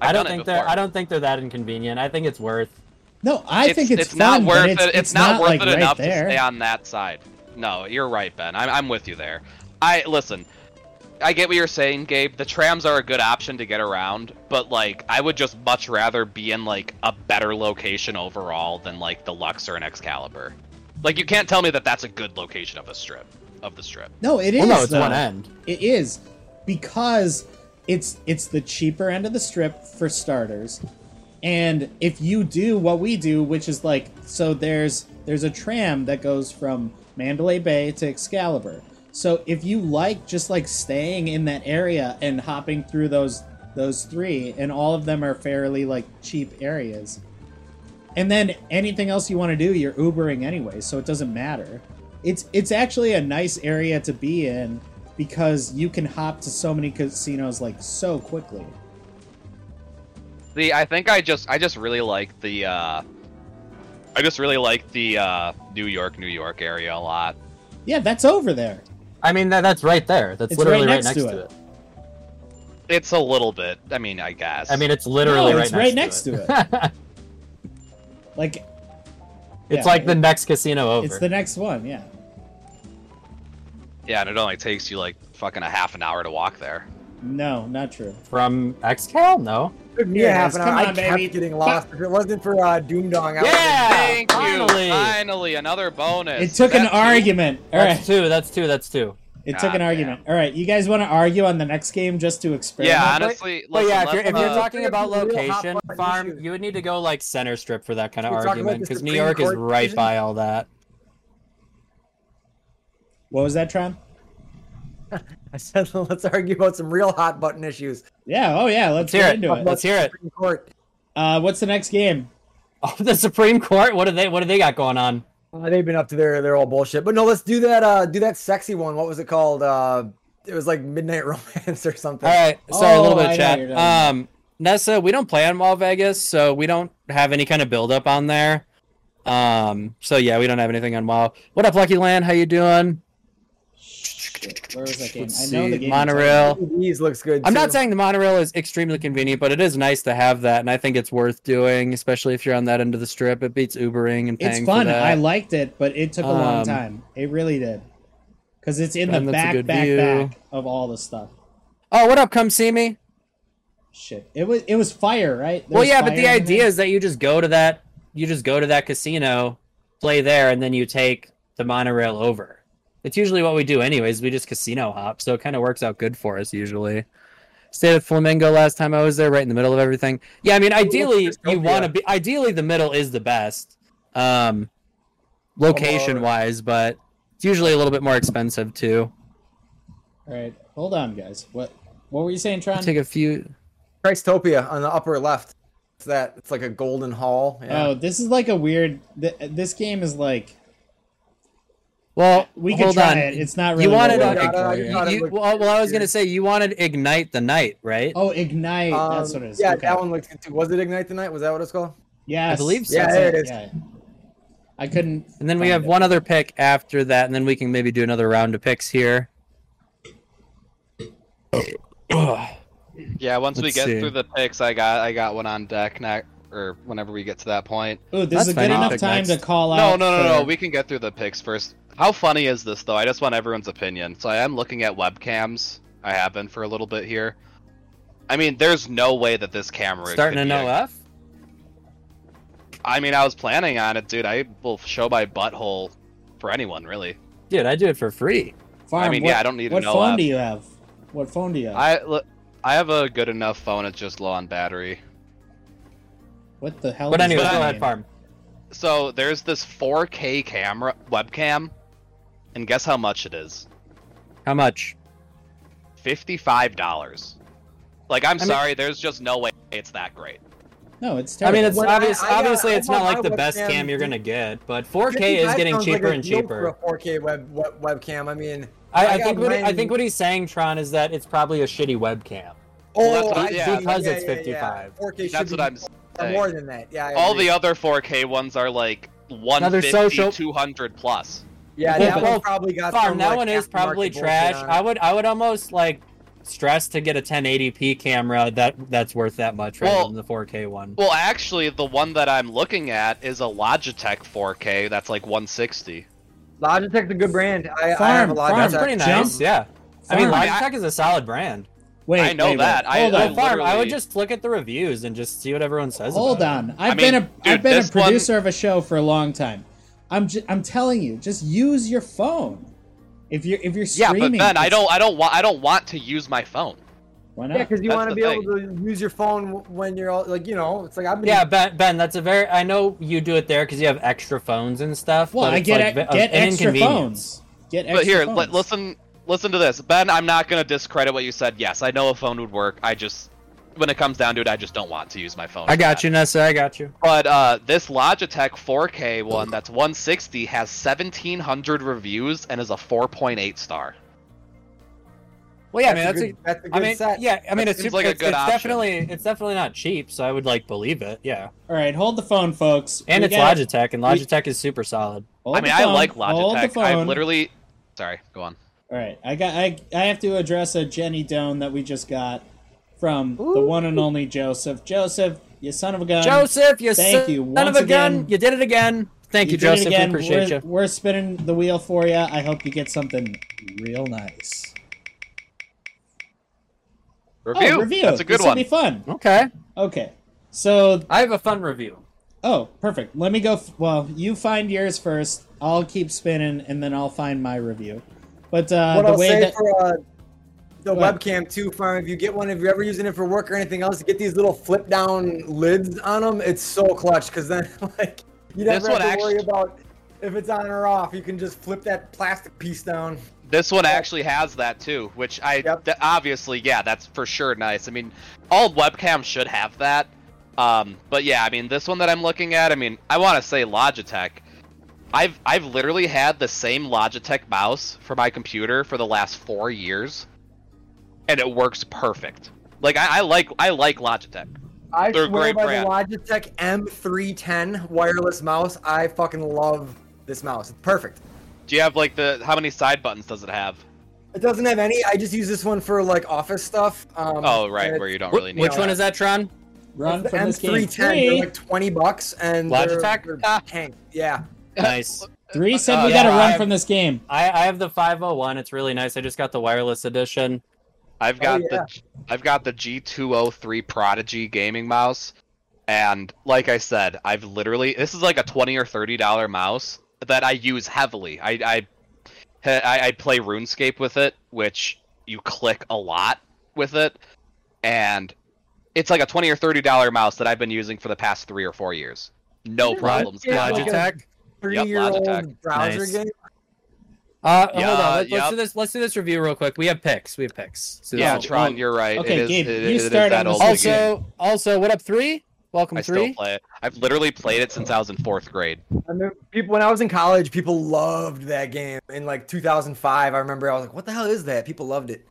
F: I've
C: I don't
F: done
C: think
F: it
C: they're.
F: before.
C: I don't think they're that inconvenient. I think it's worth.
B: No, I
F: it's,
B: think it's,
F: it's not
B: fun, but
F: worth
B: it's-
F: it. It's, not, worth
B: like,
F: it
B: right
F: enough
B: there.
F: to stay on that side. No, you're right, Ben. I'm, I'm with you there. I listen. I get what you're saying, Gabe. The trams are a good option to get around, but like I would just much rather be in like a better location overall than like the Luxor and Excalibur. Like you can't tell me that that's a good location of a strip of the strip.
B: No, it is.
C: Well, no, it's
B: though.
C: one end.
B: It is because it's it's the cheaper end of the strip for starters. And if you do what we do, which is like so there's there's a tram that goes from Mandalay Bay to Excalibur. So if you like just like staying in that area and hopping through those those three and all of them are fairly like cheap areas. And then anything else you want to do, you're Ubering anyway, so it doesn't matter. It's it's actually a nice area to be in because you can hop to so many casinos like so quickly.
F: The I think I just I just really like the uh I just really like the uh New York New York area a lot.
B: Yeah, that's over there.
C: I mean, that, that's right there. That's
B: It's
C: literally right next, to, it.
F: It's a little bit. I mean, I guess.
C: I mean, it's literally
B: No,
C: right,
B: it's
C: next
B: right
C: to it.
B: Like Yeah,
C: it's like the
B: it-
C: next casino over.
B: it's the next one, yeah.
F: Yeah, and it only takes you like fucking a half an hour to walk there.
B: No, not true.
C: From Xcal? No.
E: took me
B: Here
E: a
B: it
E: half
B: is.
E: an
B: Come
E: hour. I
B: on,
E: kept
B: baby.
E: getting lost. If it wasn't for uh, Doom Dong, I would've
C: Yeah!
F: Thank
C: finally.
F: you. Finally, another bonus.
B: It took an
F: That's-
B: argument. All
C: That's
B: right.
C: two. That's two. That's two.
B: It took an argument. All right, you guys want to argue on the next game just to experiment?
F: Yeah, honestly,
C: But
F: listen,
C: yeah, if you're,
F: let's,
C: if you're
F: uh,
C: talking about
E: Real hot
C: location,
E: button
C: farm,
E: issue.
C: you would need to go like center strip for that kind of
E: We're talking about
C: argument
E: the
C: because New
E: Supreme
C: York is
E: Court
C: right
E: decision?
C: by all that.
B: What was that, Tron?
E: I said, let's argue about some real hot button issues.
B: Yeah. Oh yeah. Let's,
C: Let's hear
B: get
C: it.
B: into it.
C: Let's hear it.
E: Supreme Court.
B: Uh, what's the next game?
C: Oh, the Supreme Court. What do they? What do they got going on?
E: Uh, they've been up to their their old bullshit. But no, let's do that. Uh, do that sexy one. What was it called? Uh, it was like Midnight Romance or something.
C: All right. Sorry, a little
B: Oh,
C: bit
B: I
C: of
B: know you're
C: chat.
B: done.
C: Um, Nessa, we don't play on Mall Vegas, so we don't have any kind of build up on there. Um, so yeah, we don't have anything on Mall. What up, Lucky Land? How you doing?
B: Shit, Where was that game?
C: Let's
B: I know
C: see,
B: the game.
C: Monorail.
E: These looks good.
C: I'm not
E: too.
C: saying the monorail is extremely convenient, but it is nice to have that, and I think it's worth doing, especially if you're on that end of the strip. It beats Ubering and paying
B: It's
C: for
B: fun.
C: that.
B: I liked it, but it took a long
C: Um,
B: time. It really did. Because it's in the
C: And that's a
B: back,
C: good
B: back,
C: view.
B: back of all the stuff.
C: oh, what up? Come see me.
B: Shit. It was it was fire, right? There
C: well,
B: was
C: yeah, but
B: fire
C: the
B: in
C: idea
B: there?
C: is that you just go to that, you just go to that casino, play there, and then you take the monorail over. It's usually what we do, anyways. We just casino hop, so it kind of works out good for us usually. Stayed at Flamingo last time I was there, right in the middle of everything. Yeah, I mean, ideally you want to be. Ideally, the middle is the best, um, location wise, but it's usually a little bit more expensive too.
B: All right. Hold on, guys. What what were you saying, Tron?
C: Take a few.
E: Christopia on the upper left. It's that. It's like a golden hall. Yeah.
B: Oh, this is like a weird. Th- this game is like
C: Well,
B: we can
C: hold
B: try
C: on.
B: it. It's not really.
C: You wanted
B: what
C: on
B: we're
E: Ig-
B: looking for
E: you
B: here.
E: got it.
C: you-
E: looked
C: well, well, I was gonna
E: weird.
C: say you wanted ignite the night, right?
B: Oh, ignite. that's
E: Um,
B: what it is.
E: Yeah,
B: okay.
E: that one looks good too. Was it Ignite the Night? Was that what it's called?
B: Yes,
C: I believe so.
E: Yeah,
B: that's
E: there it is.
B: Yeah. I couldn't.
C: and then we
B: find
C: have
B: it.
C: one other pick after that, and then we can maybe do another round of picks here.
B: Oh.
F: yeah, once we
C: Let's
F: get
C: see.
F: through the picks, I got I got one on deck next, or whenever we get to that point.
B: Ooh, this is
C: That's
B: a
C: fine,
B: good
C: I'll
B: enough
C: pick
B: time to
C: next.
B: call
F: No,
B: out.
F: no, no,
B: for-
F: no. We can get through the picks first. How funny is this though? I just want everyone's opinion. So I am looking at webcams. I have been for a little bit here. I mean, there's no way that this camera
C: Starting
F: could
C: an
F: be a-
C: OF.
F: I mean, I was planning on it, dude. I will show my butthole for anyone, really.
C: Dude, I do it for free.
B: Farm,
F: I mean,
B: what,
F: yeah, I don't need to
B: What
F: know
B: phone
F: that.
B: do you have? What phone do you have?
F: I look, I have a good enough phone. It's just low on battery.
B: what the hell?
C: But
B: does
C: anyway,
B: that
C: go
B: mean?
C: ahead, farm.
F: So there's this 4K camera webcam, and guess how much it is?
C: How much?
F: Fifty-five dollars. Like, I'm
C: mean-
F: sorry, there's just no way it's that great.
B: No, it's
C: I
B: terrible.
C: mean, it's
E: When I-
C: obvious.
E: I got-
C: obviously,
E: I
C: it's not
E: bought
C: like
E: my
C: the best
E: webcam-
C: cam you're gonna get, but 4K is
E: 55
C: getting
E: sounds like
C: cheaper
E: a
C: and
E: deal For a
C: cheaper.
E: 4K web, web webcam. I mean,
C: I, I
E: got
C: think what he- I
E: mine-
C: think what he's saying, Tron, is that it's probably a shitty webcam.
E: Oh,
F: that's what-
E: I
F: yeah.
E: see.
C: Because
E: Yeah,
C: it's
E: yeah, yeah.
C: 55.
E: 4K should
F: That's
E: be
F: what I'm
E: more-
F: saying.
E: more than that. Yeah. I
F: All
E: agree.
F: the other 4K ones are like 150,
C: social-
F: 200 plus.
C: Yeah,
E: yeah, that
C: but-
E: one probably got
C: Farm,
E: some,
C: that
E: like,
C: one is
E: aftermarket
C: probably
E: bullshit uh,
C: trash.
E: on it.
C: I would I would almost like stress to get a 1080p camera that that's worth that much rather
F: Well-
C: than the 4K one.
F: Well, actually, the one that I'm looking at is a Logitech 4K. That's like 160.
E: Logitech's a good brand. I, I have
B: Farm,
E: a
B: farm,
E: Logitech.
C: That's pretty
B: Jump.
C: nice. Yeah. I mean,
B: Farm.
C: Logitech is a solid brand.
B: wait,
F: I know
B: wait, wait.
F: that. I-
B: Hold
F: I
B: on.
C: But Farm, I would
F: literally-
C: just look at the reviews and just see what everyone says.
B: Hold
C: about it.
B: on. I've
F: I mean,
B: been a have
F: dude,
B: been a
F: this one-
B: producer of a show for a long time. I'm ju- I'm telling you, just use your phone. If you're if you're
F: Yeah,
B: streaming,
F: but Ben, I
B: it's-
F: don't, I don't want, I don't want to use my phone.
B: Why
E: Yeah,
B: not?
E: because you
F: That's
E: want to
F: the
E: be able to use your phone w- when you're all like, you know, it's like I've been.
C: Yeah, Ben, ben that's a very. I know you do it there because you have extra phones and stuff.
B: well,
C: but
B: I
C: it's
B: get
C: like
B: e-
C: a-
B: get
C: an
B: extra
C: inconvenience.
B: phones. Get extra
F: But here,
B: phones.
F: li- listen, listen to this, Ben. I'm not gonna discredit what you said. Yes, I know a phone would work. I just, when it comes down to it, I just don't want to use my phone.
H: I
F: for
H: got
F: that.
H: you, Nessa. I got you.
F: But uh, this Logitech 4K one that's 160 has 1,700 reviews and is a 4.8 star.
C: Well, yeah, I mean
E: That's a
C: that's.
E: good-
C: a-
E: that's a
C: I
E: good
C: mean,
E: set.
C: yeah, I mean,
F: That
C: it's,
F: seems
C: super,
F: like a
C: it's,
F: good
C: it's
F: option.
C: definitely it's definitely not cheap, so I would like believe it, yeah.
B: All right, hold the phone, folks.
C: And
B: We
C: it's
B: got-
C: Logitech, and Logitech is super solid.
B: hold
F: I mean,
B: the
F: I
B: phone,
F: like
B: Hold the
F: Logitech.
B: phone.
F: I literally. Sorry, go on.
B: All right, I got. I I have to address a Jenny Doan that we just got from the one and only Joseph. Joseph, you son of a gun.
C: Joseph, you
B: Thank
C: son
B: you
C: of
B: once
C: a gun,
B: again.
C: you did it again. Thank you,
B: did it
C: Joseph. We
B: again.
C: appreciate
B: we're,
C: you.
B: We're spinning the wheel for you. I hope you get something real nice.
F: Review.
B: Oh, review.
F: That's a good
B: this
F: one.
B: Will be fun.
C: Okay,
B: Okay, so
C: I have a fun review.
B: oh, perfect. Let me go. F- well, you find yours first. I'll keep spinning, and then I'll find my review. But uh,
E: what
B: the
E: I'll
B: way
E: say
B: that
E: for uh, the
B: Go ahead.
E: webcam too, farm. If you get one, if you're ever using it for work or anything else, get these little flip down lids on them. It's so clutch because then like you never
F: This one
E: have to worry
F: actu-
E: about if it's on or off. You can just flip that plastic piece down.
F: This one actually has that too, which I
E: Yep.
F: th- obviously, yeah, that's for sure nice. I mean, all webcams should have that. Um, but yeah, I mean, this one that I'm looking at, I mean, I want to say Logitech. I've I've literally had the same Logitech mouse for my computer for the last four years, and it works perfect. Like I, I like I like Logitech.
E: I
F: They're a
E: swear
F: great
E: by
F: brand.
E: the Logitech M310 wireless mouse, I fucking love this mouse. It's perfect.
F: Do you have like the how many side buttons does it have?
E: It doesn't have any. I just use this one for like office stuff. Um,
F: Oh right,
E: and
F: where
E: it's
F: you don't
C: Wh-
F: really need.
C: Which
F: it.
C: one is that, Tron?
B: run
E: the
B: from this game.
E: M310
B: Three,
E: for like 20 bucks and they're-
C: Logitech?
E: they're tank. Yeah.
C: Nice.
B: three said
F: Uh,
B: we
F: yeah,
B: gotta run
C: I-
B: from this game.
C: I, I have the 501. It's really nice. I just got the wireless edition.
F: I've got the I've got the G203 Prodigy gaming mouse and like I said, I've literally this is like a 20 or 30 dollar mouse that I use heavily. I I I, I play RuneScape with it, which you click a lot with it and it's like a 20 or 30 dollar mouse that I've been using for the past 3 or 4 years. No problems.
E: Yeah, like a
J: Logitech.
E: Three year
F: Logitech.
E: old browser
C: Nice.
E: game.
C: Uh,
F: Yeah,
C: hold on. Let,
F: yep.
C: us do this. Let's do this review real quick. We have picks. We have picks. So
F: Yeah,
C: this-
F: Tron, you're right.
B: Okay,
F: it is,
B: Gabe,
F: it-
B: you
F: it is
B: start
F: that
B: on
F: old
B: this one.
F: game.
C: Also, also, what up three? Welcome
F: I
C: three.
F: still play it. I've literally played it since I was in 4th grade.
E: I mean, people, when I was in college, people loved that game. In like 2005, I remember I was like, what the hell is that? People loved it.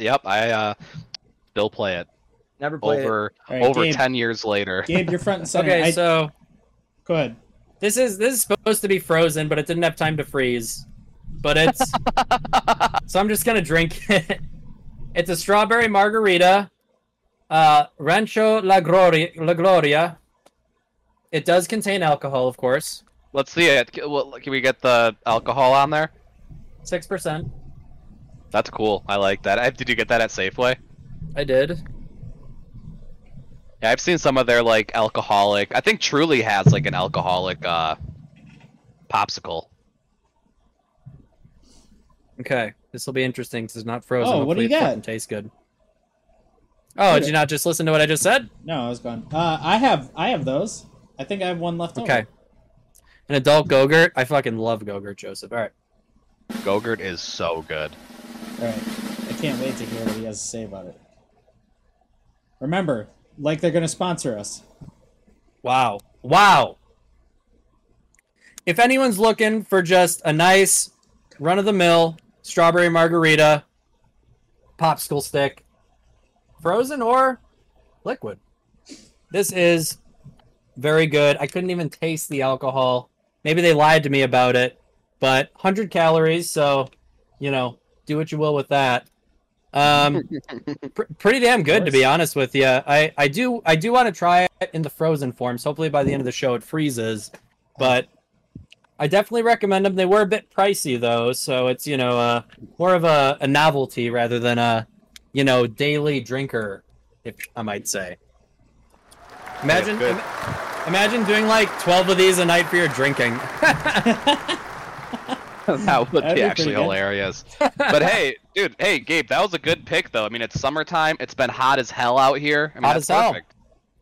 F: yep, I uh, still play it
E: Never played it.
F: over
B: All right,
F: over
B: Gabe.
F: ten years later.
B: Gabe, you're front and center.
C: Okay,
B: I-
C: so
B: go ahead.
C: this is this is supposed to be frozen, but it didn't have time to freeze. But it's so I'm just gonna drink it. It's a strawberry margarita, uh, Rancho La Gloria. La Gloria. It does contain alcohol, of course,
F: Let's see it. Can well, can we get the alcohol on there?
C: six percent.
F: That's cool. I like that. I, did you get that at Safeway?
C: I did.
F: Yeah, I've seen some of their like alcoholic. I think Truly has like an alcoholic uh, popsicle.
C: Okay, this will be interesting because it's not frozen.
B: Oh, what do
C: Hopefully
B: you
C: it
B: got?
C: fucking Tastes good. Oh, did you not just listen to what I just said?
B: No, I was gone. Uh, I have I have those. I think I have one left
C: Okay.
B: over.
C: An adult Gogurt. I fucking love Gogurt, Joseph. All right.
F: Gogurt is so good.
B: All right. I can't wait to hear what he has to say about it. Remember, like they're gonna sponsor us.
C: Wow. Wow. If anyone's looking for just a nice run of the mill strawberry margarita, popsicle stick, frozen or liquid, this is very good. I couldn't even taste the alcohol. Maybe they lied to me about it, but 100 calories, so, you know, do what you will with that. Um, pr- pretty damn good to be honest with you. I I do I do want to try it in the frozen form. So hopefully by the end of the show it freezes, but I definitely recommend them. They were a bit pricey though, so it's you know uh, more of a, a novelty rather than a you know daily drinker, if I might say. Imagine
F: good.
C: im- imagine doing like twelve of these a night for your drinking.
F: that would
B: That'd
F: be
B: be
F: actually
B: pretty good.
F: hilarious. But hey, dude, hey Gabe, that was a good pick though. I mean, it's summertime. It's been hot as hell out here. I mean,
C: Hot
F: that's
C: as hell.
F: perfect.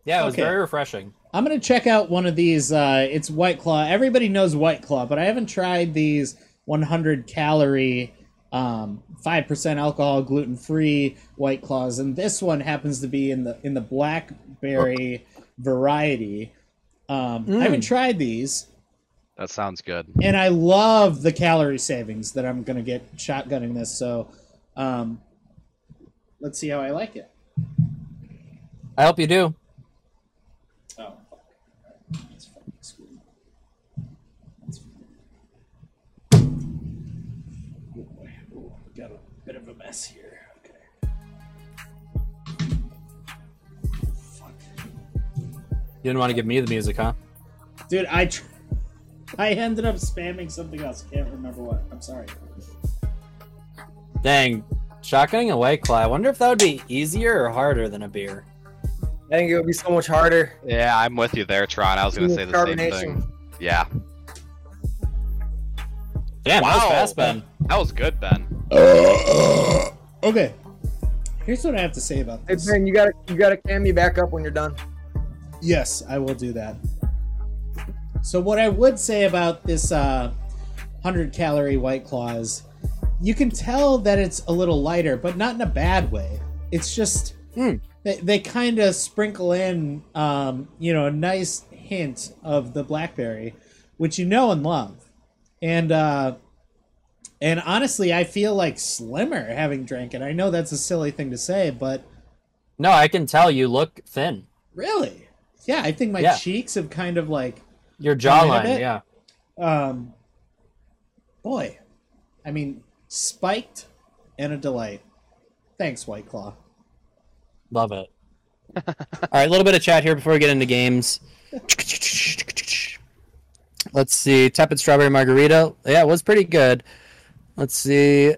C: Yeah, it was
B: Okay.
C: very refreshing.
B: I'm gonna check out one of these. Uh, it's White Claw. Everybody knows White Claw, but I haven't tried these 100 calorie, um, 5% alcohol, gluten free White Claws, and this one happens to be in the in the blackberry variety. Um, I haven't tried these,
F: That sounds good.
B: and I love the calorie savings that I'm gonna get shotgunning this. So, um, let's see how I like it.
C: I hope you do.
B: Oh. That's fucking screwed. That's fucking- Ooh, boy. Ooh, Got a bit of a mess here. Okay. Fuck.
C: You didn't want to give me the music, huh?
B: Dude, I tr- I ended up spamming something else. Can't remember what. I'm sorry.
C: Dang, shotgunning a white claw. I wonder if that would be easier or harder than a beer.
E: I think it would be so much harder.
F: Yeah, I'm with you there, Tron. I was gonna say the same
E: Carbonation.
F: thing. Yeah.
C: Damn, that was
F: Wow.
C: fast, Ben.
F: That was good, Ben.
B: Okay. Here's what I have to say about
E: Hey
B: this.
E: Ben, you gotta you gotta cam me back up when you're done.
B: Yes, I will do that. So what I would say about this uh, 100 calorie white claw is you can tell that it's a little lighter, but not in a bad way. It's just they, they kind of sprinkle in um, you know, a nice hint of the blackberry, which you know and love. And uh and honestly, I feel like slimmer having drank it. I know that's a silly thing to say, but
C: No, I can tell you look thin.
B: really, yeah, I think my
C: Yeah.
B: cheeks have kind of like
C: Your
B: Come in a
C: jawline,
B: bit.
C: yeah.
B: um boy i mean spiked and a delight thanks white claw
C: Love it. All right, a little bit of chat here before we get into games. Let's see. Tepid strawberry margarita. Yeah, it was pretty good. Let's see.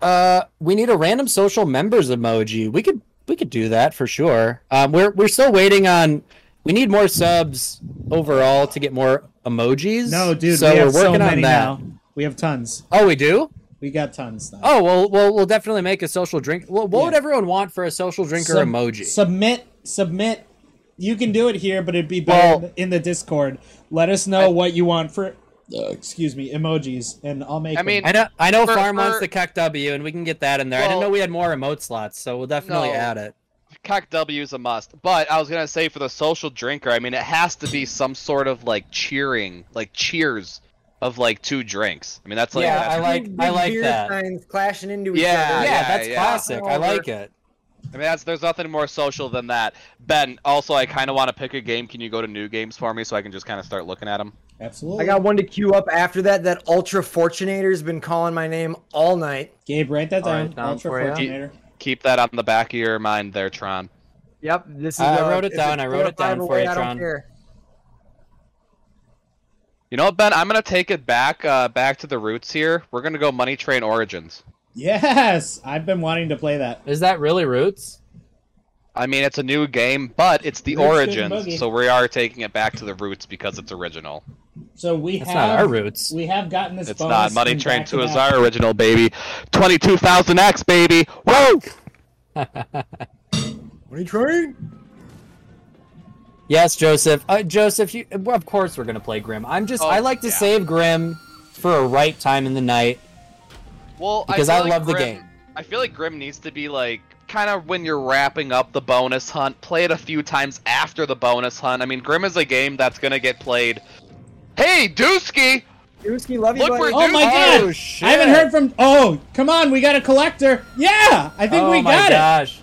C: Uh, we need a random social members emoji. We could we could do that for sure. Um, we're we're still waiting on. We need more subs overall to get more emojis.
B: no dude
C: So
B: we
C: are
B: have
C: working
B: so
C: on
B: many
C: that.
B: now we have tons
C: Oh, we do.
B: we got tons now
C: Oh well, well, we'll definitely make a social drink. Well, what would
B: Yeah.
C: everyone want for a social drink or
B: Sub-
C: emoji?
B: submit submit you can do it here but it'd be better
C: Well-
B: in the discord let us know what you want for uh, excuse me emojis and i'll make
F: I
B: them.
F: mean,
C: I know, I know
F: For-
C: Farm wants
F: for-
C: the Cuck W, and we can get that in there. I didn't
F: Well-
C: know we had more emote slots, so we'll definitely
F: No.
C: add it.
F: Cock W is a must, but I was gonna say for the social drinker, I mean, it has to be some sort of like cheering, like cheers of like two drinks. I mean, that's like
C: Yeah,
F: that's-
C: I like-
E: Big
C: I like
E: beer
C: that.
E: Signs clashing into
F: Yeah,
E: each other.
C: Yeah, that's
F: yeah.
C: classic. I like it.
F: I mean, that's there's nothing more social than that. Ben, also, I kind of want to pick a game. Can you go to new games for me so I can just kind of start looking at them?
B: absolutely
E: I got one to queue up after that. That Ultra Fortunator's been calling my name all night.
B: gabe write that
C: All right,
B: down,
C: down
B: Ultra
C: for ya.
B: Fortunator.
F: Keep that on the back of your mind, there, Tron.
E: Yep, this is.
C: I
E: uh,
C: wrote it
E: if
C: down,
E: it's
C: I wrote it
E: four or
C: down
E: five
C: for you,
E: away, I don't
C: Tron.
E: care.
F: You know what, Ben? I'm gonna take it back, uh, back to the roots here. We're gonna go Money Train Origins.
B: yes i've been wanting to play that
C: Is that really Roots?
F: I mean, it's a new game, but it's the
B: Roots Good and Boogie.
F: origins, so we are taking it back to the roots because it's original.
B: so we
C: That's
B: have
C: not our Roots.
B: We have gotten this.
F: It's
B: bonus
F: not. Money
B: in
F: Train
B: back
F: 2
B: to
F: is
B: back.
F: our original, baby. 22,000X, baby! Whoa!
E: Money Train.
C: Yes, Joseph. Uh, Joseph, you, well, of course we're gonna play Grim. I'm just,
F: Oh,
C: I like to
F: yeah.
C: save Grim for a right time in the night.
F: Well,
C: Because
F: feel
C: I
F: like
C: love the
F: Grim-
C: game.
F: I feel like Grim needs to be like kind of when you're wrapping up the bonus hunt. Play it a few times after the bonus hunt. I mean, Grim is a game that's gonna get played. Hey, Dusky!
E: Dusky, love you,
F: Look,
E: buddy.
F: we're-
B: Oh my god!
C: Oh, shit.
B: I haven't heard from. Oh, come on! We got a collector. Yeah, I think
C: oh
B: we
C: my
B: got it.
C: gosh!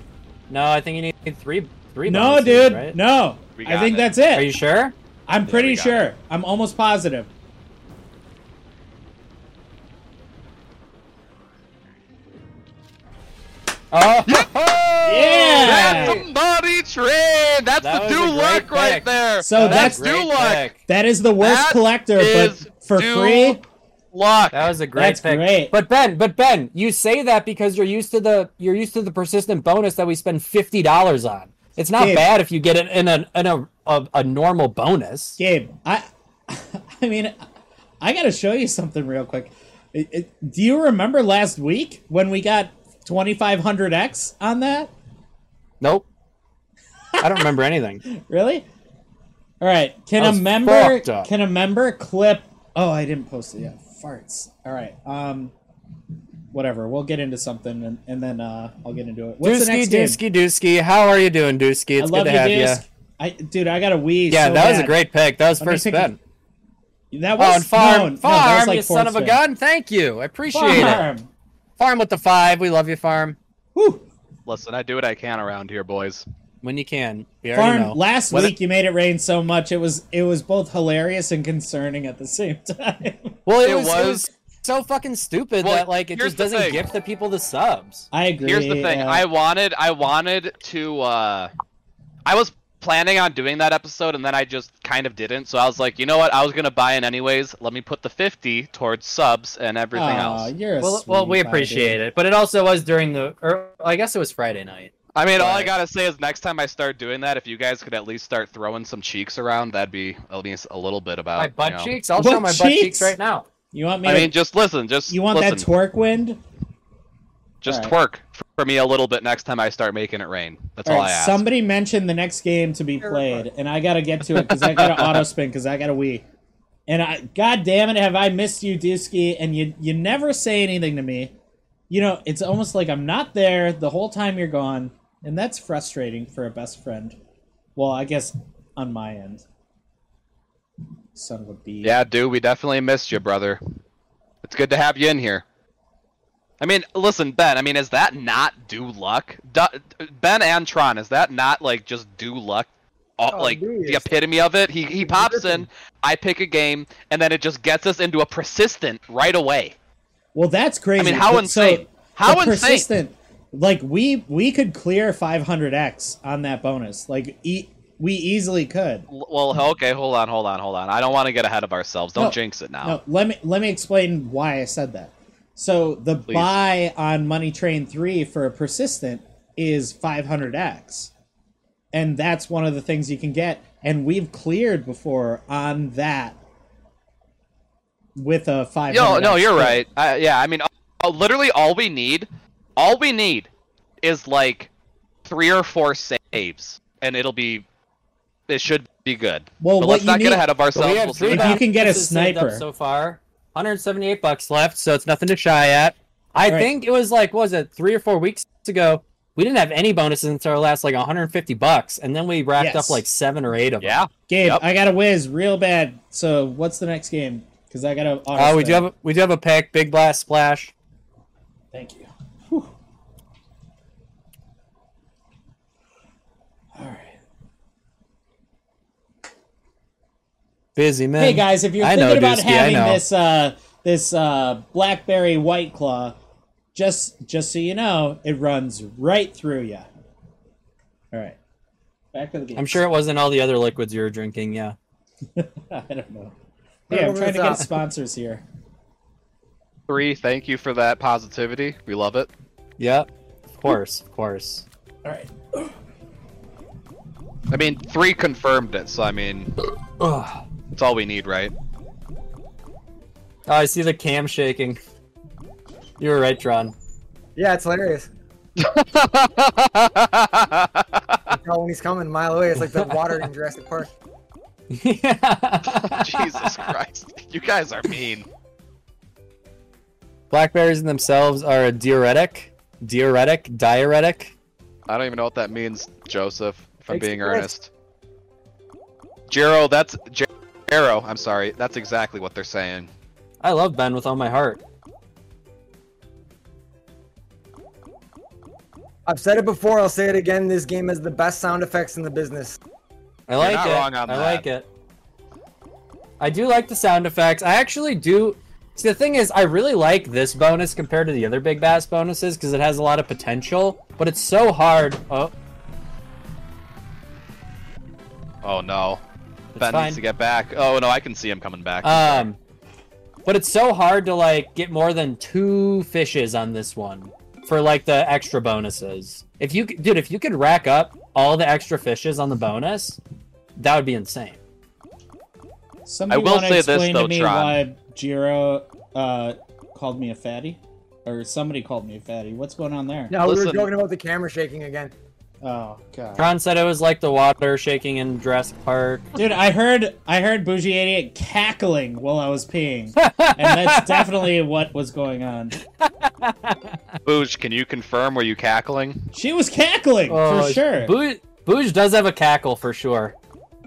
C: No, I think you need three, three.
B: No,
C: bonuses,
B: dude,
C: right?
B: no.
F: We
B: I
F: got
B: think
F: it.
B: that's
C: Are
B: it.
C: you sure?
B: I'm pretty
F: we got
B: sure. I'm almost positive.
C: Oh,
B: Yeah.
F: That's the money train! That's
C: That
F: the
C: was a
F: do
C: great
F: luck
C: pick.
F: right there!
B: So that's-
F: do
C: great
F: luck!
C: pick.
B: That is the worst
F: That
B: collector,
F: is
B: but for
F: do
B: free.
F: Luck!
C: That was a great
B: That's
C: pick.
B: great.
C: But Ben, but Ben, you say that because you're used to the you're used to the persistent bonus that we spend fifty dollars on. It's not
B: Gabe.
C: bad if you get it in a in a a, a normal bonus.
B: Gabe, I, I mean, I gotta show you something real quick. It- it- do you remember last week when we got 2500x on that?
C: Nope. I don't remember anything.
B: Really? All right. Can
C: That
B: a
C: was
B: member
C: fucked up.
B: can a member clip? Oh, I didn't post it yet. Farts. All right. Um, whatever. We'll get into something and, and then uh, I'll get into it. What's the
C: Dusky,
B: next game?
C: Dusky, Dusky. How are you doing, Dusky?
B: I
C: It's
B: love
C: good to
B: you,
C: have you.
B: Dusk. I, dude, I got a wee.
C: Yeah,
B: so
C: that was a
B: bad.
C: great pick. That was
B: Let me
C: first
B: take a-
C: Ben.
B: That was
C: Oh, and
B: no,
C: farm,
B: no,
C: farm,
B: that was like
C: you son of a
B: Forrest Whitaker.
C: gun. Thank you. I appreciate it.
B: Farm.
C: Farm with the five. We love you, farm.
B: Whew.
F: Listen, I do what I can around here, boys.
C: When you can. We already know.
B: Farm. Last
C: When-
B: week you made it rain so much it was it was both hilarious and concerning at the same time.
C: Well, it,
F: It
C: was, it
F: was-
C: was so fucking stupid
F: Well,
C: that like it
F: here's
C: just
F: the
C: doesn't
F: thing.
C: give the people the subs.
B: I agree.
F: Here's the thing.
B: uh,
F: I wanted I wanted to uh I was planning on doing that episode and then I just kind of didn't. So I was like, you know what? I was going to buy in anyways. Let me put the 50 towards subs and everything
B: Aw,
F: else.
B: You're a
C: Well, well, we
B: sweetie pie, dude.
C: appreciate it, but it also was during the, or I guess it was Friday night.
F: I mean, all I
C: Right.
F: got to say is next time I start doing that, if you guys could at least start throwing some cheeks around, that'd be at least a little bit about
C: My butt
F: you know.
C: cheeks. I'll
B: Butt
C: show my butt
B: cheeks?
C: cheeks right now.
B: You want me?
F: I
B: to,
F: mean, just listen. Just
B: you want
F: listen.
B: that twerk wind?
F: just
B: All
F: twerk for me a little bit next time I start making it rain. That's all,
B: All right,
F: I ask.
B: somebody mentioned the next game to be played, and I gotta get to it because I gotta auto spin because I gotta Wii. And I, god damn it, have I missed you, Dusky? And you, you never say anything to me. You know, it's almost like I'm not there the whole time you're gone, and that's frustrating for a best friend. Well, I guess on my end. Son of a bee.
F: Yeah, dude, we definitely missed you, brother. It's good to have you in here. I mean, listen, Ben. I mean, is that not due luck? Du- ben and Tron, is that not like just due luck? All,
E: Oh,
F: like
E: dude,
F: the
E: it's-
F: epitome of it. He he pops in. I pick a game, and then it just gets us into a persistent right away.
B: Well, that's crazy.
F: I mean, how
B: But so,
F: insane! how
B: the
F: insane!
B: persistent. Like we we could clear 500x on that bonus. Like e- we easily could.
F: L- Well, okay, hold on, hold on, hold on. I don't want to get ahead of ourselves. Don't
B: No,
F: jinx it now.
B: No, let me let me explain why I said that. So the buy on Money Train Three for a persistent is 500x, and that's one of the things you can get. And we've cleared before on that with a 500.
F: Yo, no, you're right. I, yeah, I mean, uh, literally all we need, all we need, is like three or four saves, and it'll be, it should be good.
B: Well,
F: but
B: what
F: let's
B: you
F: not get
B: need-
F: ahead of ourselves.
C: we have
F: We'll
C: three
F: see.
B: If you can get a
C: boxes saved up
B: sniper.
C: so far. 178 bucks left, so it's nothing to shy at. I
B: Right.
C: think it was like what was it three or four weeks ago? We didn't have any bonuses until our last like 150 bucks, and then we racked
B: Yes.
C: up like seven or eight of them.
F: Yeah,
B: Gabe,
F: Yep.
B: I got a whiz real bad. So what's the next game? Because I got to.
C: Uh, we do have a, we do have a pick, big blast splash.
B: Thank you. All right.
C: Busy man.
B: Hey guys, if you're
C: I
B: thinking
C: know,
B: about
C: Dusky, I
B: having
C: know.
B: this uh, this uh, BlackBerry White Claw, just just so you know, it runs right through you. All right, back to the game.
C: I'm sure it wasn't all the other liquids you were drinking. Yeah.
B: I don't know. Yeah, I'm trying to get sponsors here.
F: three. Thank you for that positivity. We love it.
C: Yeah. Of course. Of course.
B: All right.
F: I mean, three confirmed it, so I mean,
C: Oh,
F: it's all we need, right?
C: Oh, I see the cam shaking. You were right, Tron.
E: Oh! Yeah, it's hilarious. I tell when he's coming a mile away. It's like the water in Jurassic Park.
C: yeah.
F: Jesus Christ, you guys are mean.
C: Blackberries in themselves are a diuretic, diuretic, diuretic.
F: I don't even know what that means, Joseph. If I'm
E: Takes
F: being
E: the piss.
F: earnest. Jero, that's Jer- Jero. I'm sorry. That's exactly what they're saying.
C: I love Ben with all my heart.
E: I've said it before. I'll say it again. This game has the best sound effects in the business.
C: I like
F: not
C: it.
F: wrong on
C: I
F: that.
C: like it. I do like the sound effects. I actually do. See, the thing is, I really like this bonus compared to the other Big Bass bonuses because it has a lot of potential, but it's so hard. Oh,
F: Oh no.
C: it's
F: ben
C: fine.
F: needs to get back. Oh no, I can see him coming back.
B: Uh,
C: Um, but it's so hard to like get more than two fishes on this one for like the extra bonuses. If you c- dude, if you could rack up all the extra fishes on the bonus, that would be insane.
B: Somebody
F: I will
B: wanna
F: say this,
B: explain
F: though,
B: to me
F: Tron.
B: why Jiro uh, called me a fatty, or somebody called me a fatty. What's going on there?
E: No, we
F: Listen.
E: were joking about the camera shaking again.
B: Oh god.
C: Tron said it was like the water shaking in Jurassic Park.
B: Dude, I heard I heard Bougie Idiot cackling while I was peeing, and that's definitely what was going on.
F: Booge, can you confirm? Were you cackling?
B: She was cackling for sure.
C: Oh, Booge, Booge does have a cackle for sure.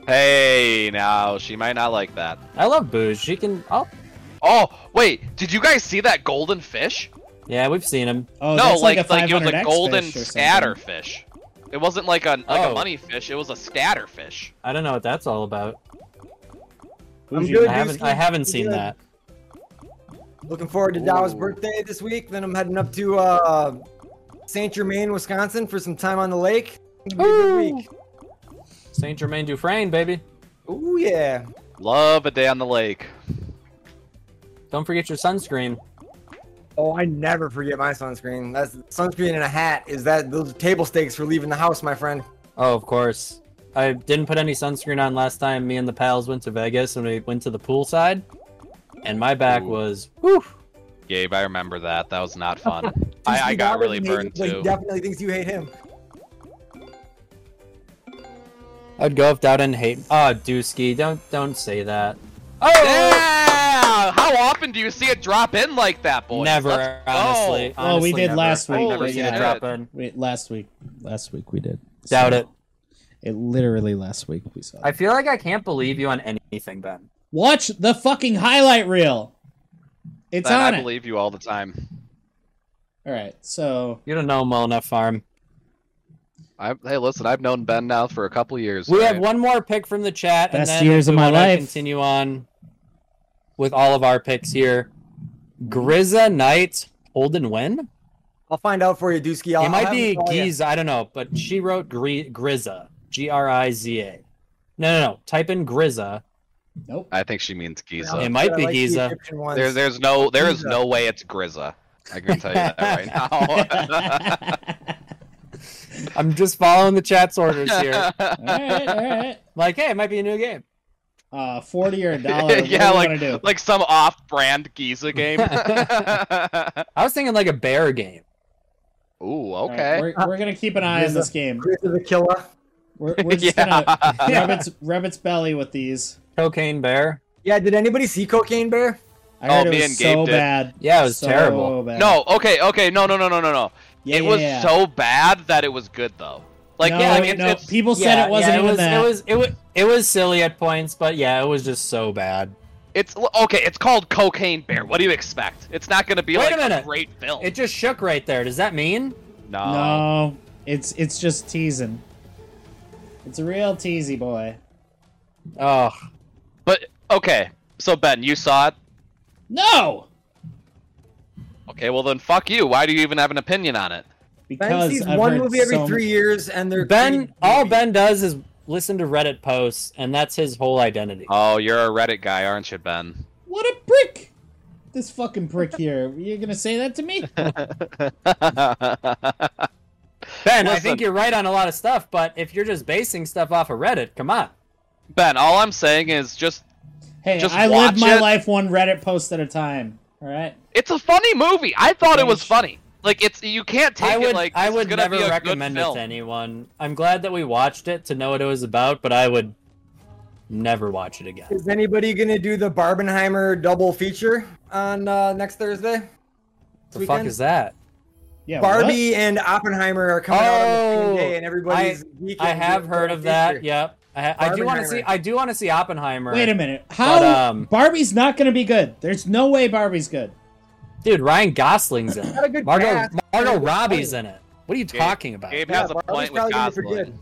F: Hey, now she might not like that.
C: I love Booge. She can. Oh,
F: Oh wait, did you guys see that golden fish?
C: yeah, we've seen him.
B: oh,
F: no,
B: that's
F: like
B: like, a
F: it was
B: 500X
F: a golden
B: fish or something.
F: scatter fish. It wasn't like a like a
C: Oh.
F: money fish. It was a scatter fish.
C: I don't know what that's all about.
E: I'm
B: Bougie,
E: good.
C: I haven't. I haven't seen that.
E: Looking forward to Dow's birthday this week. Then I'm heading up to uh, Saint Germain, Wisconsin, for some time on the lake. It'll be a good week.
C: Saint Germain Dufresne, baby.
E: Ooh yeah.
F: Love a day on the lake.
C: Don't forget your sunscreen.
E: Oh, I never forget my sunscreen. That's sunscreen and a hat. Is that those table stakes for leaving the house, my friend?
C: Oh, of course. I didn't put any sunscreen on last time me and the pals went to Vegas and we went to the pool side. and my back
F: Ooh.
C: was whew,
F: Gabe, I remember that. That was not fun. I, I got really burned
E: Like,
F: too.
E: definitely thinks you hate him.
C: I'd go if Dow didn't hate. Ah, oh, Dusky, don't don't say that. Oh,
F: Yeah! How often do you see it drop in like that, boy?
C: never.
F: Let's go.
C: Honestly, honestly,
B: Well, Oh, we did
C: never.
B: last week,
C: Never
B: but
C: seen
B: yeah.
C: it drop in.
B: Wait, last week, last week we did.
C: Doubt
B: So,
C: it.
B: It literally last week we saw.
C: I
B: it.
C: feel like I can't believe you on anything, Ben.
B: Watch the fucking highlight reel. It's
F: Then
B: on
F: I
B: it.
F: believe you all the time.
B: All right, so
C: You don't know him well enough, Farm.
F: I, hey, listen, I've known Ben now for a couple years.
C: We
F: right?
C: have one more pick from the chat.
B: Best
C: and then
B: years
C: we
B: of my
C: wanna
B: life.
C: Continue on with all of our picks here. Grizza Knight, hold and win.
E: I'll find out for you, Dusky. I'll,
C: It might
E: I'll
C: be
E: have him call ya.
C: Giza. I don't know, but she wrote Gri- Grizza, G R I Z A. No, no, no. Type in Grizza.
B: nope.
F: I think she means Giza.
C: It might
E: I
C: be
E: like the
C: Giza.
E: Egyptian ones.
F: There, there's no, there is
E: Giza.
F: no way it's Grizza. I can tell you that right now.
C: I'm just following the chat's orders here.
B: all right, all right.
C: like, hey, it might be a new game.
B: Uh, forty or a dollar.
F: yeah, like
B: what do you want to do?
F: like some off-brand Giza game.
C: I was thinking like a bear game.
F: Ooh,
B: All right,
F: okay.
B: we're, we're gonna keep an eye on this game.
E: Grizza the killer.
B: We're, we're just gonna
F: Uh,
B: rub its, rub its belly with these.
C: Cocaine bear.
E: Yeah, did anybody see Cocaine Bear?
B: I
F: Oh,
B: heard it
F: me
B: was
F: and Gabe
B: so
F: did.
B: bad.
C: Yeah, it was
B: So
C: terrible.
B: bad.
F: no, okay, okay, no, no, no, no, no, no.
B: Yeah,
F: it
B: yeah,
F: was
B: yeah.
F: so bad that it was good though. Like,
B: no,
F: yeah, like, it's,
B: no,
F: it's-
B: people said it wasn't
C: yeah,
B: even
C: was,
B: that.
C: It was, it was it was silly at points, but yeah, it was just so bad.
F: It's okay. It's called Cocaine Bear. What do you expect? It's not going to be
C: Wait
F: like
C: a
F: a,
C: minute.
F: great film.
C: It just shook right there. Does that mean?
F: no.
B: No, it's it's just teasing. It's a real teasy boy.
C: Oh,
F: But okay. So Ben, you saw it.
B: No,
F: Okay. Well then, fuck you. Why do you even have an opinion on it?
E: Ben
B: because
E: sees
B: I've
E: one
B: heard
E: movie every
B: so
E: three years, and they're
C: Ben.
E: pretty
C: All
E: goofy.
C: Ben does is listen to Reddit posts, and that's his whole identity.
F: Oh, you're a Reddit guy, aren't you, Ben?
B: What a prick! This fucking prick here. You're gonna say that to me?
C: ben, I
F: listen.
C: think you're right on a lot of stuff, but if you're just basing stuff off of Reddit, come on.
F: Ben, all I'm saying is just
B: Hey,
F: Just
B: I
F: watch
B: live my
F: it.
B: life one Reddit post at a time. All right.
F: it's a funny movie. I thought it was
B: Yes.
F: funny. Like it's you can't take
C: I would
F: it like
C: I
F: this is
C: would
F: gonna
C: never
F: be a
C: recommend
F: good
C: it
F: film.
C: to anyone. I'm glad that we watched it to know what it was about, but I would never watch it again.
E: Is anybody gonna do the Barbenheimer double feature on uh, next Thursday?
C: The fuck is that?
B: Yeah.
E: Barbie and Oppenheimer are coming out on the
C: Oh,
E: same day, and everybody's. geeking
C: I have
E: for
C: heard
E: the
C: of that.
E: feature.
C: Yep. I, I do want to
E: Barbenheimer.
C: see. I do want to see Oppenheimer.
B: What? Wait a minute. How?
C: But, um,
B: Barbie's not gonna be good. There's no way Barbie's good.
C: dude. Ryan Gosling's in
E: Not a
C: it.
E: good
C: Margot
E: cast.
C: Margot Robbie's in it. What are you talking about?
F: Gabe
E: Yeah,
F: has a
E: Barbie's
F: point with
E: probably gonna be pretty
F: Gosling.
E: good.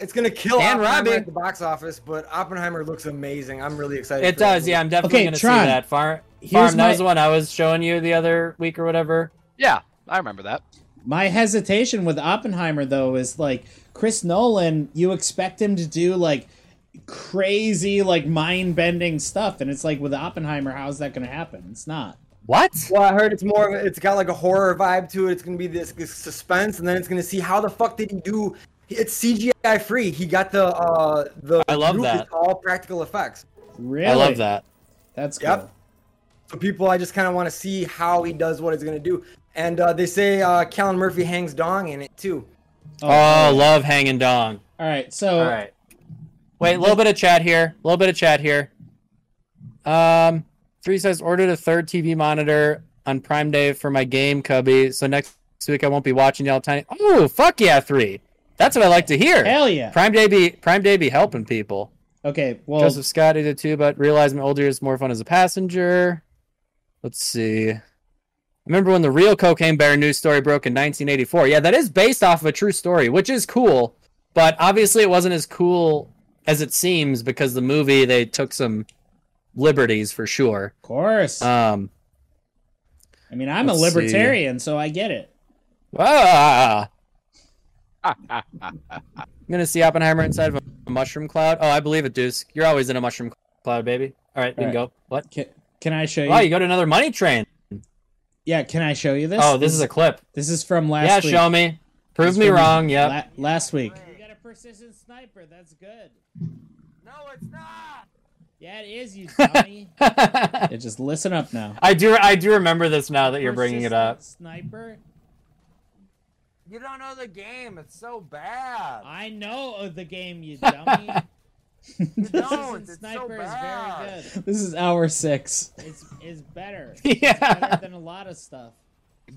E: It's gonna kill
C: Dan
E: Oppenheimer
C: Robbie.
E: at the box office, but Oppenheimer looks amazing. I'm really excited.
C: It
E: for that
C: does. Yeah, I'm definitely
B: Okay,
C: gonna
B: Tron.
C: see that. Farm.
B: Here's
C: Farm.
B: my-
C: That was the one I was showing you the other week or whatever.
F: Yeah, I remember that.
B: My hesitation with Oppenheimer though is like Chris Nolan, you expect him to do like crazy like mind-bending stuff and it's like with Oppenheimer how's that going to happen? It's not.
C: What?
E: Well, I heard it's more of a, it's got like a horror vibe to it. It's gonna be this, this suspense, and then it's gonna see how the fuck did he do? It's CGI free. He got the uh the
C: I love
E: roof
C: that.
E: is all practical effects.
B: Really?
C: I love that.
B: That's cool.
E: Yep. So people, I just kind of want to see how he does what he's gonna do. And uh, they say uh, Callan Murphy hangs dong in it too.
C: Oh, love hanging dong.
B: All right. So
C: All right. Wait, a little bit of chat here. A little bit of chat here. Um, three says ordered a third TV monitor on Prime Day for my game cubby. So next week I won't be watching y'all tiny. Oh, fuck yeah, three. That's what I like to hear.
B: hell yeah.
C: Prime Day be Prime Day be helping people.
B: Okay. Well,
C: Joseph Scott did it too, but realized my older is more fun as a passenger. Let's see. Remember when the real cocaine bear news story broke in 1984? Yeah, that is based off of a true story, which is cool. But obviously, it wasn't as cool as it seems because the movie they took some liberties for sure.
B: of course.
C: Um,
B: I mean, I'm a
C: let's see.
B: libertarian, so I get it.
C: ah. I'm gonna see Oppenheimer inside of a mushroom cloud. Oh, I believe it, Deuce. You're always in a mushroom cloud, baby. All right, we can go. What?
B: Can, can I show you?
C: Wow, you go to another money train.
B: yeah, can I show you this?
C: Oh, this is a clip.
B: This is from last
C: Yeah,
B: week.
C: show me.
B: This
C: Prove
B: is
C: me
B: from
C: wrong. Yeah.
B: la- last week. You got a precision sniper. That's good.
C: No, it's not.
B: Yeah, it is, you dummy. yeah, just listen up now.
C: I do. I do remember this now that you're bringing it up.
B: Persistent Sniper?
E: You don't know the game. It's so bad.
B: I know of the game, you dummy.
E: don't.
B: Persistent
E: It's so
B: Sniper
E: bad.
B: is very good.
K: This is hour six.
B: It's, it's better.
C: Yeah.
B: better than a lot of stuff.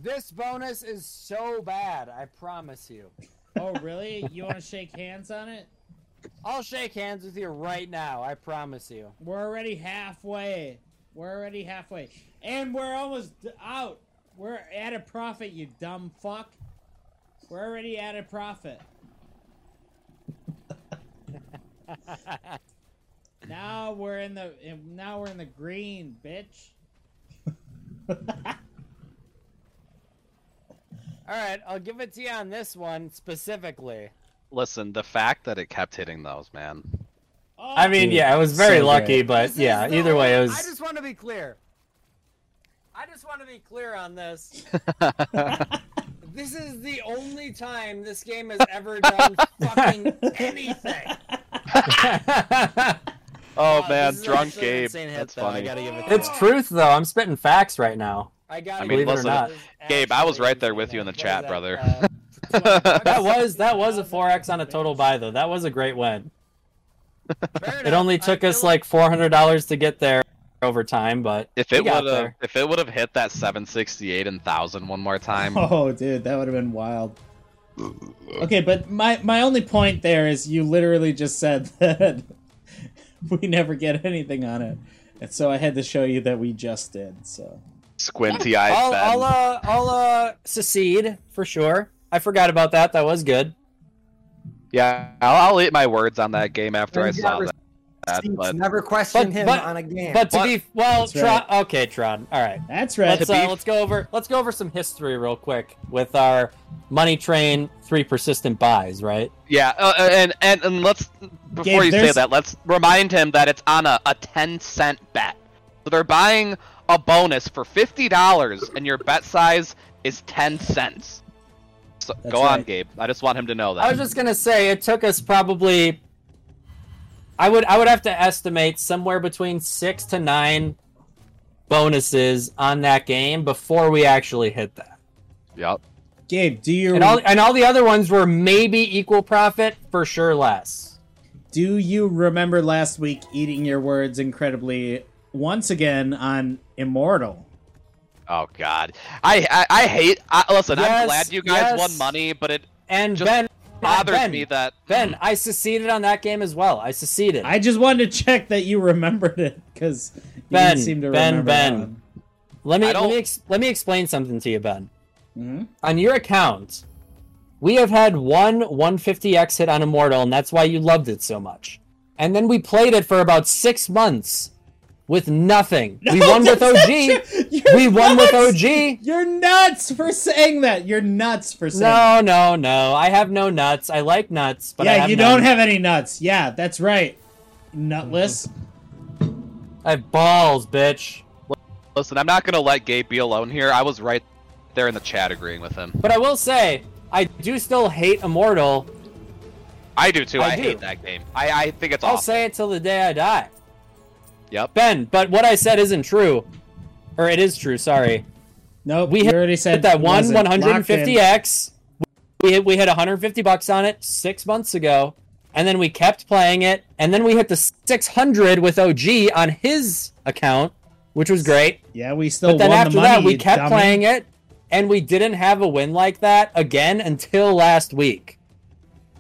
E: This bonus is so bad. I promise you.
B: Oh, really? You want to shake hands on it?
E: I'll shake hands with you right now. I promise you.
B: We're already halfway. We're already halfway. And we're almost d- out. We're at a profit, you dumb fuck. We're already at a profit. now we're in the and now we're in the green, bitch.
E: All right, I'll give it to you on this one specifically.
F: Listen, the fact that it kept hitting those, man.
B: Oh,
C: I mean,
K: Dude,
C: yeah, I was very
K: so
C: lucky,
K: great.
C: but
E: This
C: yeah,
E: is the
C: either way, it
E: whole-
C: was.
E: I just want to be clear. I just want to be clear on this. this is the only time this game has ever done fucking anything.
F: Oh
E: Wow,
F: man,
E: this is
F: drunk
E: actually an
F: Gabe.
E: insane hit,
F: That's
E: though. I
F: funny.
E: gotta give it. to
C: it's
E: you.
C: truth, though. I'm spitting facts right now.
E: I gotta
F: I mean,
E: give it
C: believe it or
E: to you.
C: not.
E: This is
F: Gabe, I was
E: actually
F: right there with you in the
E: insane.
F: chat,
E: What is
F: brother.
E: that, uh, 200
C: That was that was a 4x on a total buy, though. That was a great win.
E: Fair
C: It
E: enough.
C: only
E: I
C: took us
E: feel-
C: like $400 to get there over time, but
F: If
C: we
F: it
C: got
F: would have,
C: there.
F: if it would have hit that 768 and thousand one more time,
B: Oh, dude, that would have been wild. Okay, but my my only point there is you literally just said that we never get anything on it, and so I had to show you that we just did. So
F: squinty eyed
C: I'll,
F: Ben.
C: I'll uh I'll uh secede for sure. I forgot about that. That was good.
F: yeah, I'll, I'll eat my words on that game after I
E: He's got
F: saw that. that,
E: receipts.
F: But
E: Never question
C: But-
E: him
C: but-
E: on a game.
C: But to
F: What?
C: be well,
B: That's right.
C: Tron. Okay, Tron. All right.
B: that's right.
C: Let's
F: To
C: uh,
F: be-
C: let's go over let's go over some history real quick with our money train three persistent buys. Right.
F: yeah, uh, and and and let's before
B: Gabe,
F: you say
B: there's-
F: that, let's remind him that it's on a, a 10 cent bet. So they're buying a bonus for fifty dollars, and your bet size is 10 cents. So
B: That's
F: go on,
B: right.
F: Gabe. I just want him to know that.
C: I was just gonna say it took us probably. I would I would have to estimate somewhere between six to nine bonuses on that game before we actually hit that.
F: Yep.
B: Gabe, do you
C: And all and all the other ones were maybe equal profit, for sure less.
B: do you remember last week eating your words incredibly once again on Immortal?
F: Oh God, I I, I hate. I, listen,
C: Yes,
F: I'm glad you guys
C: yes.
F: won money, but it
C: And
F: Just
C: Ben
F: bothers
C: Ben,
F: me that
C: Ben, I seceded on that game as well. I seceded.
B: I just wanted to check that you remembered it because you
C: Ben,
B: didn't seem to
C: Ben,
B: remember that
C: Ben.
B: one.
C: let me
F: I
C: let
F: don't-
C: me, ex- let me explain something to you, Ben.
B: Mhm.
C: On your account, we have had one 150x hit on Immortal, and that's why you loved it so much. And then we played it for about six months with nothing. we won with
B: that's
C: OG.
B: not true.
C: We
B: You're
C: won with
B: nuts.
C: OG.
B: You're nuts for saying that. You're nuts for saying. that.
C: No, no, no. I have no nuts. I like nuts, but I
B: yeah,
C: have
B: you
C: none.
B: don't have any nuts. Yeah, that's right. Nutless.
C: I have balls, bitch.
F: listen, I'm not gonna let Gabe be alone here. I was right there in the chat agreeing with him.
C: But I will say, I do still hate Immortal.
F: I do too.
C: I
F: I,
C: do.
F: hate that game. I, I think it's
C: I'll
F: awful.
C: say it till the day I die.
F: Yep.
C: Ben, but what I said isn't true. Or it is true, sorry.
B: Nope.
C: We
B: you
C: hit
B: already said
C: Hit that one
B: wasn't locked in.
C: 150x. We hit, we hit 150 bucks on it six months ago, and then we kept playing it, and then we hit the 600 with OG on his account, which was great.
B: Yeah, we still
C: But then
B: won
C: after
B: the money.
C: that, we
B: you
C: kept
B: dummy.
C: playing it, and we didn't have a win like that again until last week.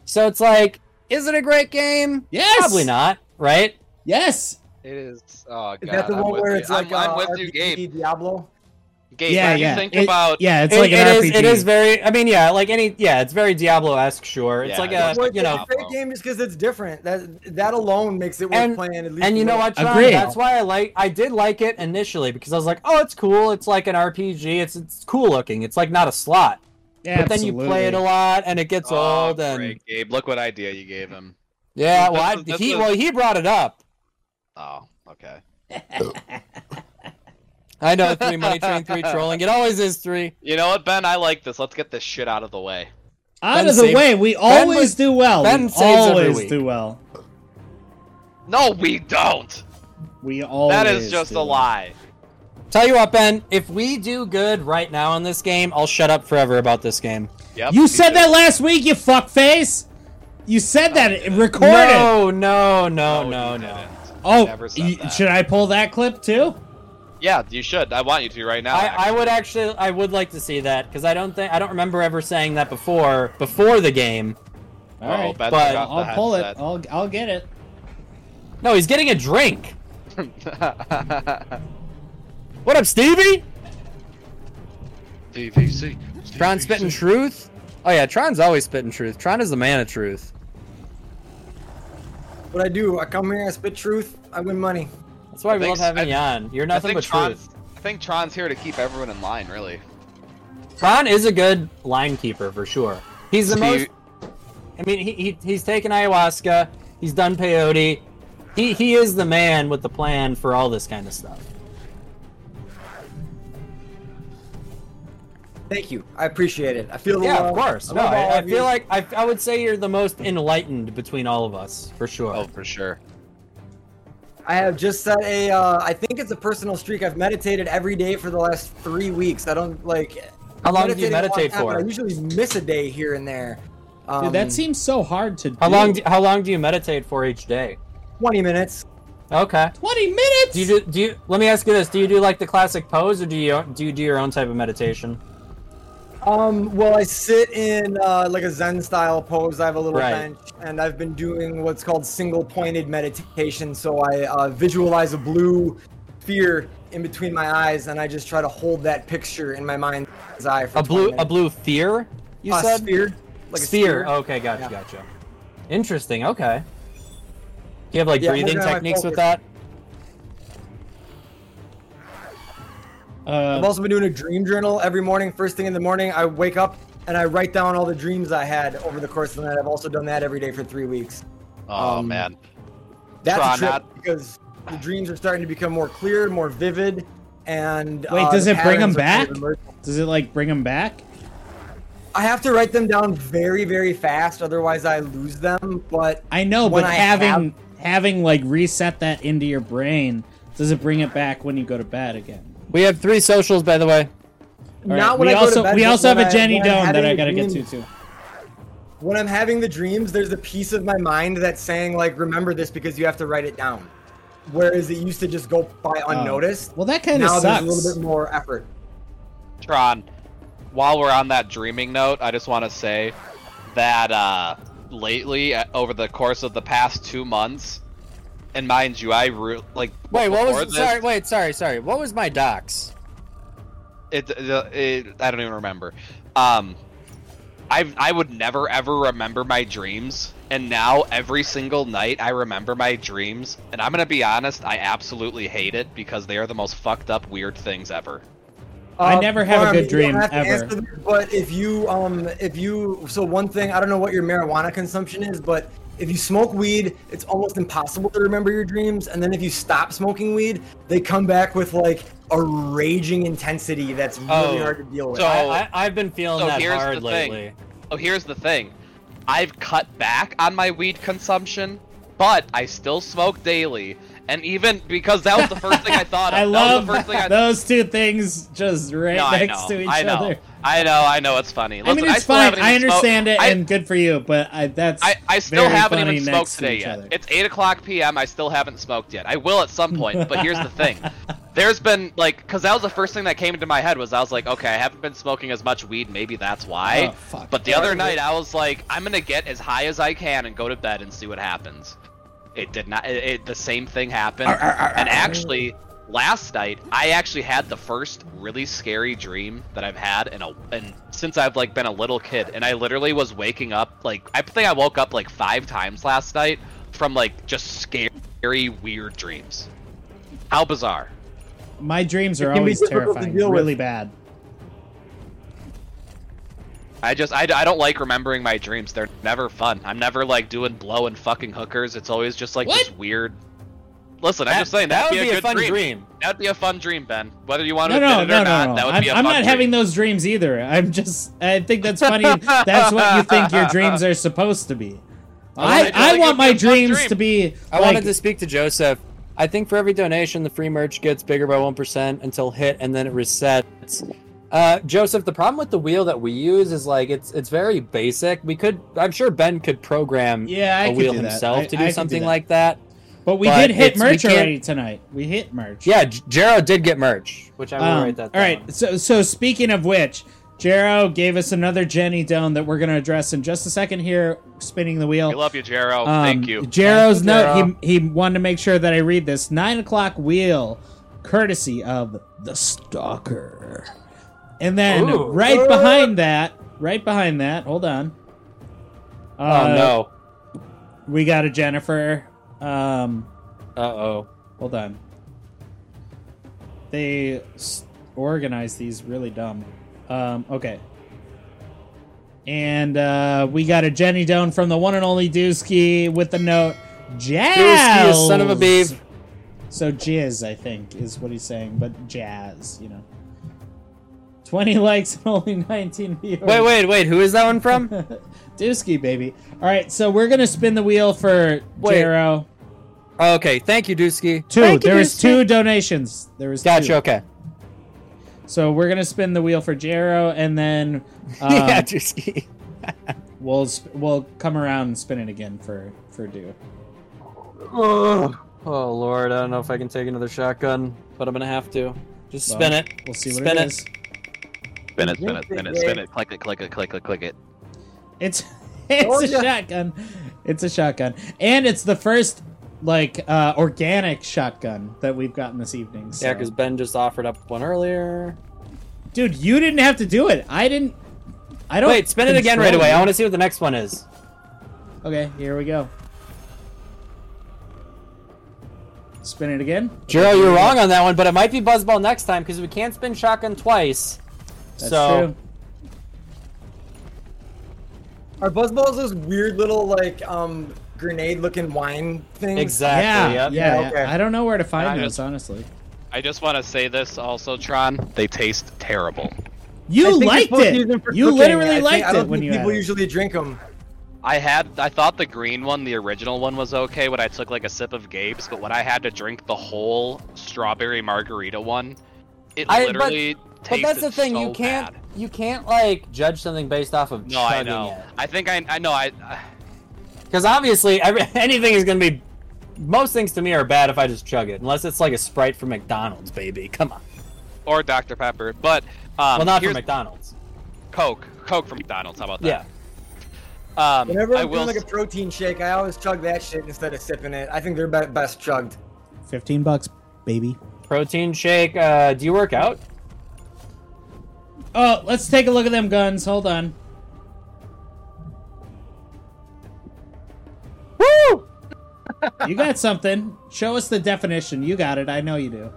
C: So it's like, is it a great game?
B: Yes!
C: Probably not, right?
B: Yes.
F: It is. Oh God,
E: Is that the
F: I'm
E: one
F: with
E: where
F: you.
E: it's like
F: I'm, I'm
E: uh,
F: with you,
E: RPG
F: Gabe.
E: Diablo?
F: Gabe,
B: yeah,
F: what do
B: yeah.
F: you think
B: It-
F: about?
B: yeah, it's
C: It-
B: like an
C: it is-
B: RPG.
C: It is very. I mean, yeah, like any. Yeah, it's very Diablo-esque. Sure, it's
F: Yeah,
C: like
F: it's
C: a.
F: like
C: You know,
F: Diablo.
E: It's a great game just because it's different. That that alone makes it worth
C: And-
E: playing. At least
C: and you know
E: once.
C: what, Tron?
B: Agreed.
C: That's why I like. I did like it initially because I was like, oh, it's cool. It's like an RPG. It's it's cool looking. It's like not a slot. But then you play it a lot, and it gets
F: Oh,
C: old. And
F: great, Gabe, look what idea you gave him.
C: yeah, well,
F: This
C: I,
F: is- this
C: he
F: is-
C: well he brought it up.
F: Oh, okay.
C: I know three money train three trolling. It always is three.
F: You know what, Ben? I like this. Let's get this shit out of the way.
B: Out
C: Ben
B: of the
C: saves-
B: way, we always
C: was-
B: do well.
C: Ben
B: we
C: saves every
B: always
C: week.
B: do well.
F: No, we don't.
B: We all
F: That is just a lie.
C: Tell you what, Ben, if we do good right now in this game, I'll shut up forever about this game.
F: Yep.
B: You said that last week, you fuckface. You said that it- recorded.
C: No, no, no,
F: No,
C: no,
F: you
C: no.
F: didn't.
B: oh,
F: never said
B: y-
F: that. Oh,
B: should I pull that clip too?
F: Yeah, you should. I want you to right now.
C: I, I would actually, I would like to see that because I don't think I don't remember ever saying that before before the game.
B: All right,
F: Ben's
C: but
F: got Oh, the
B: I'll pull it.
F: headset.
B: I'll I'll get it.
C: No, he's getting a drink. what up, Stevie?
F: DVC.
C: Tron spitting truth. Oh yeah, Tron's always spitting truth. Tron is the man of truth.
E: What I do? I come here, I spit truth, I win money.
C: That's why
F: I
C: we
F: think
C: love
F: s-
C: having you on. You're
F: I
C: nothing
F: think
C: but
F: Tron's.
C: truth.
F: I think Tron's here to keep everyone in line. Really.
C: Tron is a good line keeper for sure. He's the
F: Steve-
C: most. I mean, he, he he's taken ayahuasca. He's done peyote. He he is the man with the plan for all this kind of stuff.
E: Thank you. I appreciate it. I feel the
C: Yeah,
E: love.
C: of course.
E: I
C: No,
E: love all
C: I, I
E: of you.
C: feel like I, I would say you're the most enlightened between all of us for sure.
F: Oh, for sure.
E: I have just set a. Uh, I think it's a personal streak. I've meditated every day for the last three weeks. I don't like.
C: How long do you
E: meditated a long
C: meditate
E: time, but
C: for?
E: I usually miss a day here and there. Um,
B: Dude, that seems so hard to.
C: how
B: do.
C: long do, how long do you meditate for each day?
E: twenty minutes.
C: Okay.
B: Twenty minutes.
C: Do you do, do you let me ask you this? Do you do like the classic pose or do you do you do your own type of meditation?
E: Um, well, I sit in uh, like a Zen style pose. I have a little
C: Right.
E: bench, and I've been doing what's called single pointed meditation. So I uh, visualize a blue sphere in between my eyes, and I just try to hold that picture in my mind's eye for
C: A
E: 20
C: blue
E: minutes.
C: a blue fear? You
E: Uh,
C: said
E: sphere,
C: Like
E: like a
C: sphere.
E: sphere.
C: Okay, gotcha,
E: Yeah.
C: gotcha. Interesting. Okay. Do you have like
E: Yeah,
C: breathing
E: working on my
C: techniques with
E: focus.
C: that?
E: I've
B: Uh,
E: also been doing a dream journal every morning. First thing in the morning, I wake up and I write down all the dreams I had over the course of the night. I've also done that every day for three weeks.
F: Oh
E: Um,
F: man.
E: That's
F: Try
E: a trip
F: not-
E: because the dreams are starting to become more clear, more vivid, and
B: Wait,
E: uh,
B: does
E: the
B: it bring 'em
E: patterns are kind of
B: back?
E: emerging.
B: does it like bring him back?
E: I have to write them down very, very fast, otherwise I lose them. But
B: I know,
E: When
B: but
E: I
B: having having like reset that into your brain does it bring it back when you go to bed again?
C: We have three socials by the way.
B: All
E: not
B: right,
E: when
B: we
E: I go
B: also
E: to bed.
B: we
E: but
B: also have
E: when
B: a
E: I-
B: Jenny
E: when I'm
B: Doan that
E: having
B: I
E: the
B: gotta get
E: dreams-
B: to too.
E: When I'm having the dreams, there's a piece of my mind that's saying like, "Remember this," because you have to write it down. Whereas it used to just go by unnoticed.
B: Oh. Well, that kind of
E: now
B: sucks.
E: there's a little bit more effort.
F: Tron, while we're on that dreaming note, I just want to say that uh, lately, uh, over the course of the past two months, and mind you, I re- like
C: Wait, what
F: before
C: was
F: this,
C: sorry? Wait, sorry, sorry. What was my docs?
F: It, it, it- I don't even remember. Um, I I would never ever remember my dreams, and now every single night I remember my dreams, and I'm gonna be honest, I absolutely hate it because they are the most fucked up weird things ever.
B: I
E: Um,
B: never have a
E: Farm,
B: good
E: you don't
B: dream,
E: have to
B: ever.
E: answer this, but if you, um, if you, so one thing, I don't know what your marijuana consumption is, but if you smoke weed, it's almost impossible to remember your dreams. And then if you stop smoking weed, they come back with like a raging intensity that's really
C: Oh,
E: hard to deal with.
F: so-
C: I, I, I've been feeling
F: so
C: that
F: here's
C: hard
F: the thing.
C: lately.
F: Oh, here's the thing. I've cut back on my weed consumption, but I still smoke daily. And even because that was the first thing I thought of.
B: I
F: that was
B: love
F: the first thing I
B: those two things just right
F: No, I
B: next
F: know.
B: to each
F: I know.
B: other.
F: I know. I know. It's funny.
B: I
F: Listen,
B: mean, it's
F: still
B: fine.
F: haven't
B: I
F: even smoked-
B: understand it,
F: I,
B: and good for you. But I, that's
F: I, I still
B: very
F: haven't
B: funny
F: even smoked
B: next to
F: today
B: each
F: yet.
B: other.
F: It's 8 o'clock p.m. I still haven't smoked yet. I will at some point, but here's the thing. There's been, like, because that was the first thing that came into my head was I was like, okay, I haven't been smoking as much weed. Maybe that's why.
B: Oh, fuck.
F: But the other night, I was like, I'm going to get as high as I can and go to bed and see what happens. It did not. It, it, the same thing happened. and actually, last night, I actually had the first really scary dream that I've had in a and since I've like been a little kid. And I literally was waking up like I think I woke up like five times last night from like just scary, weird dreams. How bizarre!
B: my dreams are
E: can be
B: always
E: difficult to
B: terrifying,
E: deal with.
B: really bad.
F: I just I, I don't like remembering my dreams. They're never fun. I'm never like doing blow and fucking hookers. It's always just like this weird. Listen, I'm
C: That-
F: just saying
C: that
F: that'd
C: would
F: be, a, good
C: fun
F: dream.
C: dream.
F: That'd be a fun dream, Ben. Whether you want to
B: No, no,
F: admit it
B: no,
F: or
B: no,
F: not,
B: no.
F: that would
B: I'm,
F: be a
B: I'm
F: fun
B: not
F: dream.
B: having those dreams either. I'm just. I think that's funny. that's what you think your dreams are supposed to be.
F: I
B: I,
F: wanted to,
B: I
F: like,
B: want
F: a
B: my
F: good fun
B: dreams
F: dream.
B: to be.
C: I
B: like,
C: wanted to speak to Joseph I think for every donation, the free merch gets bigger by 1% until hit, and then it resets. Uh, Joseph, the problem with the wheel that we use is like it's it's very basic. We could, I'm sure Ben could program
B: Yeah, I
C: a
B: could
C: wheel
B: do that.
C: himself
B: I-
C: to
B: I
C: do
B: could do
C: something
B: that.
C: like that.
B: But we
C: But
B: did hit
C: it's- we
B: merch
C: can't-
B: already tonight. We hit merch.
C: Yeah, J- Jero did get merch, which I will
B: Um,
C: write that.
B: all
C: down.
B: right. So, so speaking of which, Jero gave us another Jenny Doan that we're going to address in just a second here, spinning the wheel.
A: We love you, Jero.
B: Um,
A: Thank you.
B: Jero's
C: Thank you,
B: note. He, he wanted to make sure that I read this. Nine o'clock wheel, courtesy of the Stalker. And then
C: Ooh.
B: right behind that, right behind that. Hold on. Uh,
C: Oh no.
B: We got a Jennifer. Um,
C: Uh oh.
B: hold on. They s- organize these really dumb. Um, okay. And uh, we got a Jenny Doan from the one and only Dusky with the note.
C: Dusky,
B: Jazz,
C: you son of a beeb.
B: So jizz, I think, is what he's saying, but jazz, you know. Twenty likes and only nineteen viewers.
C: Wait, wait, wait. Who is that one from?
B: Dusky, baby. All right, so we're gonna spin the wheel for
C: Wait.
B: Jero.
C: Oh, okay, thank you, Dusky.
B: Two.
C: Thank you,
B: there was
C: Dusky.
B: two donations. There was
C: Gotcha.
B: two.
C: Okay.
B: So we're gonna spin the wheel for Jero, and then um,
C: yeah, Dusky.
B: we'll sp- we'll come around and spin it again for for Do.
C: Oh lord, I don't know if I can take another shotgun, but I'm gonna have to. Just
B: Well,
C: spin it.
B: We'll see what
C: Spin
B: it
C: it.
B: is.
A: Spin it, spin it, spin it, spin it. Click it, click it, click it, click it.
B: It's it's a shotgun. It's a shotgun, and it's the first like uh, organic shotgun that we've gotten this evening. So.
C: Yeah, because Ben just offered up one earlier.
B: dude, you didn't have to do it. I didn't. I don't.
C: Wait, spin it again right
B: control
C: away.
B: you.
C: I want to see what the next one is.
B: Okay, here we go. Spin it again.
C: Jero, you're wrong on that one, but it might be Buzzball next time because we can't spin shotgun twice.
B: That's
C: so
B: true.
E: Are buzzballs those weird little like um grenade-looking wine things?
C: exactly.
B: yeah,
C: yep.
B: yeah,
E: Yeah, okay.
B: I don't know where to find
A: I
B: those,
A: just-
B: honestly.
A: I just want to say this also, Tron. They taste terrible.
B: You liked it. You literally
E: like
B: liked
E: I don't
B: it when
E: think
B: you
E: people
B: had it.
E: usually drink them.
A: I had I thought the green one, the original one was okay when I took like a sip of Gabe's, but when I had to drink the whole strawberry margarita one, it
C: I- but-
A: literally
C: But
A: tasted
C: that's the thing.
A: so
C: you can't.
A: bad.
C: You can't like judge something based off of
A: No, I
C: chugging
A: know. I think I I know I
C: Because obviously, every, anything is gonna be. Most things to me are bad if I just chug it, unless it's like a Sprite from McDonald's, baby. Come on.
A: or Dr Pepper, but um
C: Well, not from
A: here's
C: McDonald's.
A: Coke, Coke from McDonald's. How about
C: Yeah.
A: that? Yeah. Um,
E: Whenever
A: I
E: I'm
A: will.
E: feeling like a protein shake, I always chug that shit instead of sipping it. I think they're be- best chugged.
B: Fifteen bucks, baby.
C: Protein shake. Uh, do you work out?
B: Oh, let's take a look at them guns. Hold on.
C: Woo!
B: You got something. Show us the definition. You got it. I know you do.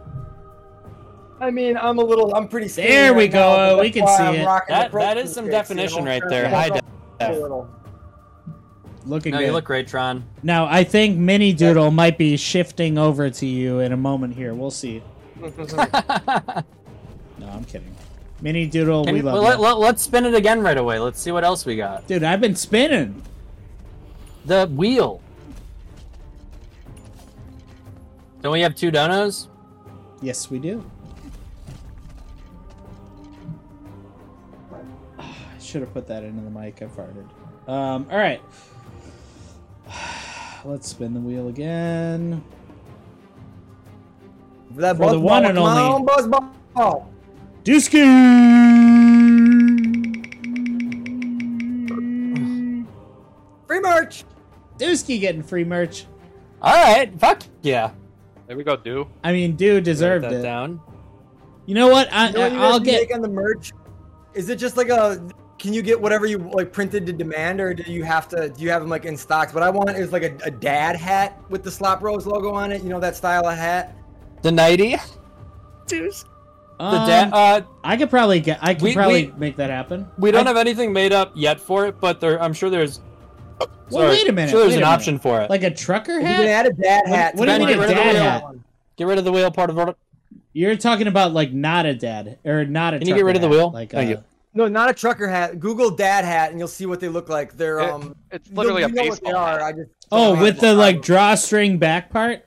E: I mean, I'm a little, I'm pretty. skinny
B: There we
E: right now,
B: go,
E: but
B: we
E: that's
B: can
E: why
B: see
E: I'm
B: it.
E: rocking the
C: That- that
E: protein
C: is some
E: shakes, you
C: definition
E: know,
C: right
E: I'm
C: there.
E: trying to
C: High
E: bulk up
C: def.
E: a little.
B: Looking
C: No,
B: good.
C: you look great, Tron.
B: now, I think Mini Doodle might be shifting over to you in a moment here. We'll see. No, I'm kidding. Mini Doodle,
C: Can
B: we
C: you-
B: love
C: let,
B: you.
C: let, let's spin it again right away. Let's see what else we got.
B: Dude, I've been spinning.
C: The wheel. Don't we have two donos?
B: Yes, we do. Ah, I should have put that into the mic. I farted. Um, all right. Let's spin the wheel again.
E: That
B: For the
E: buzzball,
B: one and
E: come
B: only-
E: on, buzzball.
B: Dusky!
E: Free merch.
B: Dusky getting free merch.
C: All right. Fuck yeah.
A: There we go, do.
B: I mean, dude deserved
C: Write that
B: it.
C: down.
B: You know what? I,
E: You know what you guys
B: I'll
E: can
B: get.
E: make on the merch. Is it just like a? Can you get whatever you like printed to demand, or do you have to? Do you have them like in stocks? What I want is like a, a dad hat with the Slop Rose logo on it. You know that style of hat.
C: The nighty. The
B: um,
C: da- uh,
B: I could probably get. I could
C: We-
B: probably
C: we-
B: make that happen.
C: we don't
B: I-
C: have anything made up yet for it, but there. I'm sure there's.
B: Well,
C: sorry,
B: wait a minute,
C: Sure, there's
B: wait
C: an
B: a
C: option for it.
B: like a trucker
E: You can
B: hat.
E: add a dad
B: What-
E: hat.
B: what
C: do you
E: to
C: mean a
E: the
C: dad
E: original
B: hat?
E: one.
C: Get rid of the wheel part of it.
B: You're talking about like not a dad or not a.
C: Can you get
B: trucker
C: rid of the
B: hat,
C: wheel?
B: Like
H: Thank
B: uh,
H: you.
E: No, not a trucker hat. Google dad hat, and you'll see what they look like. They're um.
A: it's literally
E: you
A: a
E: know what they
A: baseball.
E: are.
A: hat.
E: I just.
B: Oh, with the like drawstring back part.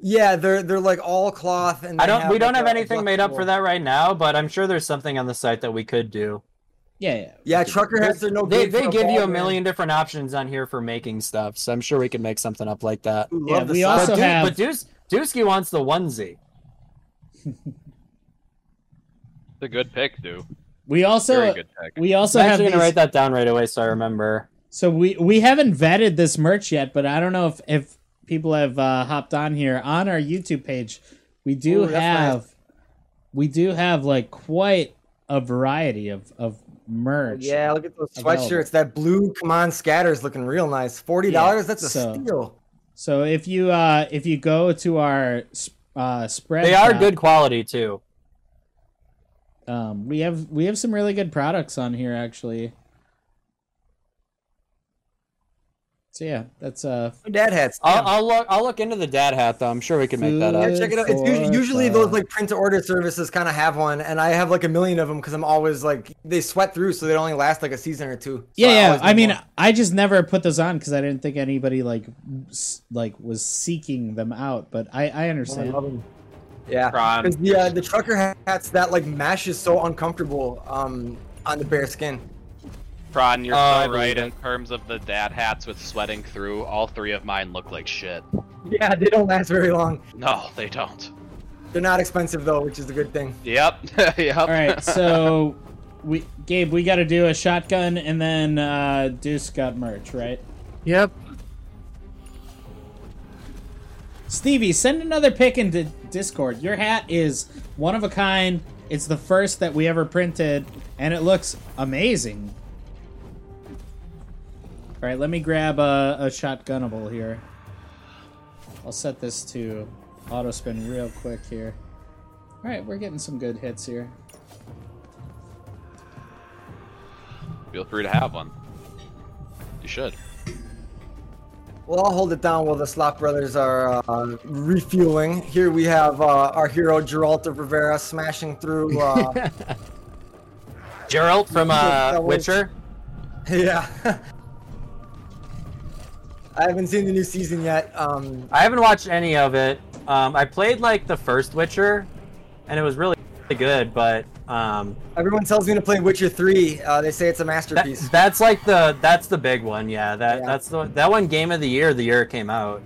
E: Yeah, they're they're like all cloth and
C: I
E: they
C: don't. We don't
E: like,
C: have
E: a
C: anything made up for
E: adjustable-
C: that right now, but I'm sure there's something on the site that we could do.
B: Yeah, yeah.
E: Yeah, trucker hats are no
C: They,
E: good.
C: they
E: for
C: give you a
E: ballroom.
C: million different options on here for making stuff, so I'm sure we can make something up like that.
E: Ooh,
B: Yeah,
E: love the
B: we
E: socks.
B: also
C: but,
B: have-
C: Deus- but Deus- Dusky wants the onesie.
F: It's a good pick, dude.
B: We also
F: Very good pick.
B: we also
C: I'm
B: have
C: actually
B: these,
C: gonna write that down right away so I remember.
B: so we we haven't vetted this merch yet, but I don't know if if people have uh, hopped on here on our YouTube page. We do
E: Ooh, that's nice.
B: have we do have like quite a variety of of merch.
E: Yeah, look at those
B: Available.
E: sweatshirts. That blue come on scatters looking real nice. Forty dollars. that's a
B: so-
E: steal.
B: So if you uh if you go to our s- uh spread
C: They are
B: shop,
C: good quality too.
B: Um, we have we have some really good products on here actually. So yeah, that's uh
E: Dad hats.
C: I'll,
E: damn.
C: I'll look. I'll look into the dad hat though. I'm sure we can make that up.
E: Yeah, Uh-uh. check it out. It's
B: for
E: usually, usually those
B: the-
E: like print to order services kind of have one, and I have like a million of them because I'm always like they sweat through, so they only last like a season or two. So
B: yeah, yeah.
E: always
B: I
E: need
B: mean,
E: one.
B: I just never put those on because I didn't think anybody like s- like was seeking them out. But I I understand.
E: yeah,
F: Ron.
E: 'Cause the uh, the trucker hats that like mesh is so uncomfortable um on the bare skin.
F: Pron, you're
C: Oh, I
F: so
C: believe
F: right in terms of the dad hats with sweating through. All three of mine look like shit.
E: Yeah, they don't last very long.
F: No, they don't.
E: They're not expensive though, which is a good thing.
F: Yep. yep.
B: All right, so we Gabe, we got to do a shotgun and then uh Deuce got merch, right?
H: Yep.
B: Stevie, send another pick into Discord. Your hat is one of a kind. It's the first that we ever printed, and it looks amazing. All right, let me grab a, a shotgunable here. I'll set this to auto spin real quick here. All right, we're getting some good hits here.
F: Feel free to have one. You should.
E: Well, I'll hold it down while the Slop Brothers are uh, refueling. Here we have uh, our hero Geralta Rivera smashing through. Uh,
C: Gerald from
E: Yeah,
C: uh,
E: that was-
C: Witcher.
E: yeah. I haven't seen the new season yet. Um,
C: I haven't watched any of it. Um, I played like the first Witcher, and it was really really good. But um,
E: everyone tells me to play Witcher 3. Uh, they say it's a
C: that,
E: masterpiece.
C: that's like the that's the big one. Yeah, that
E: Yeah.
C: that's the that one game of the year. The year it came out.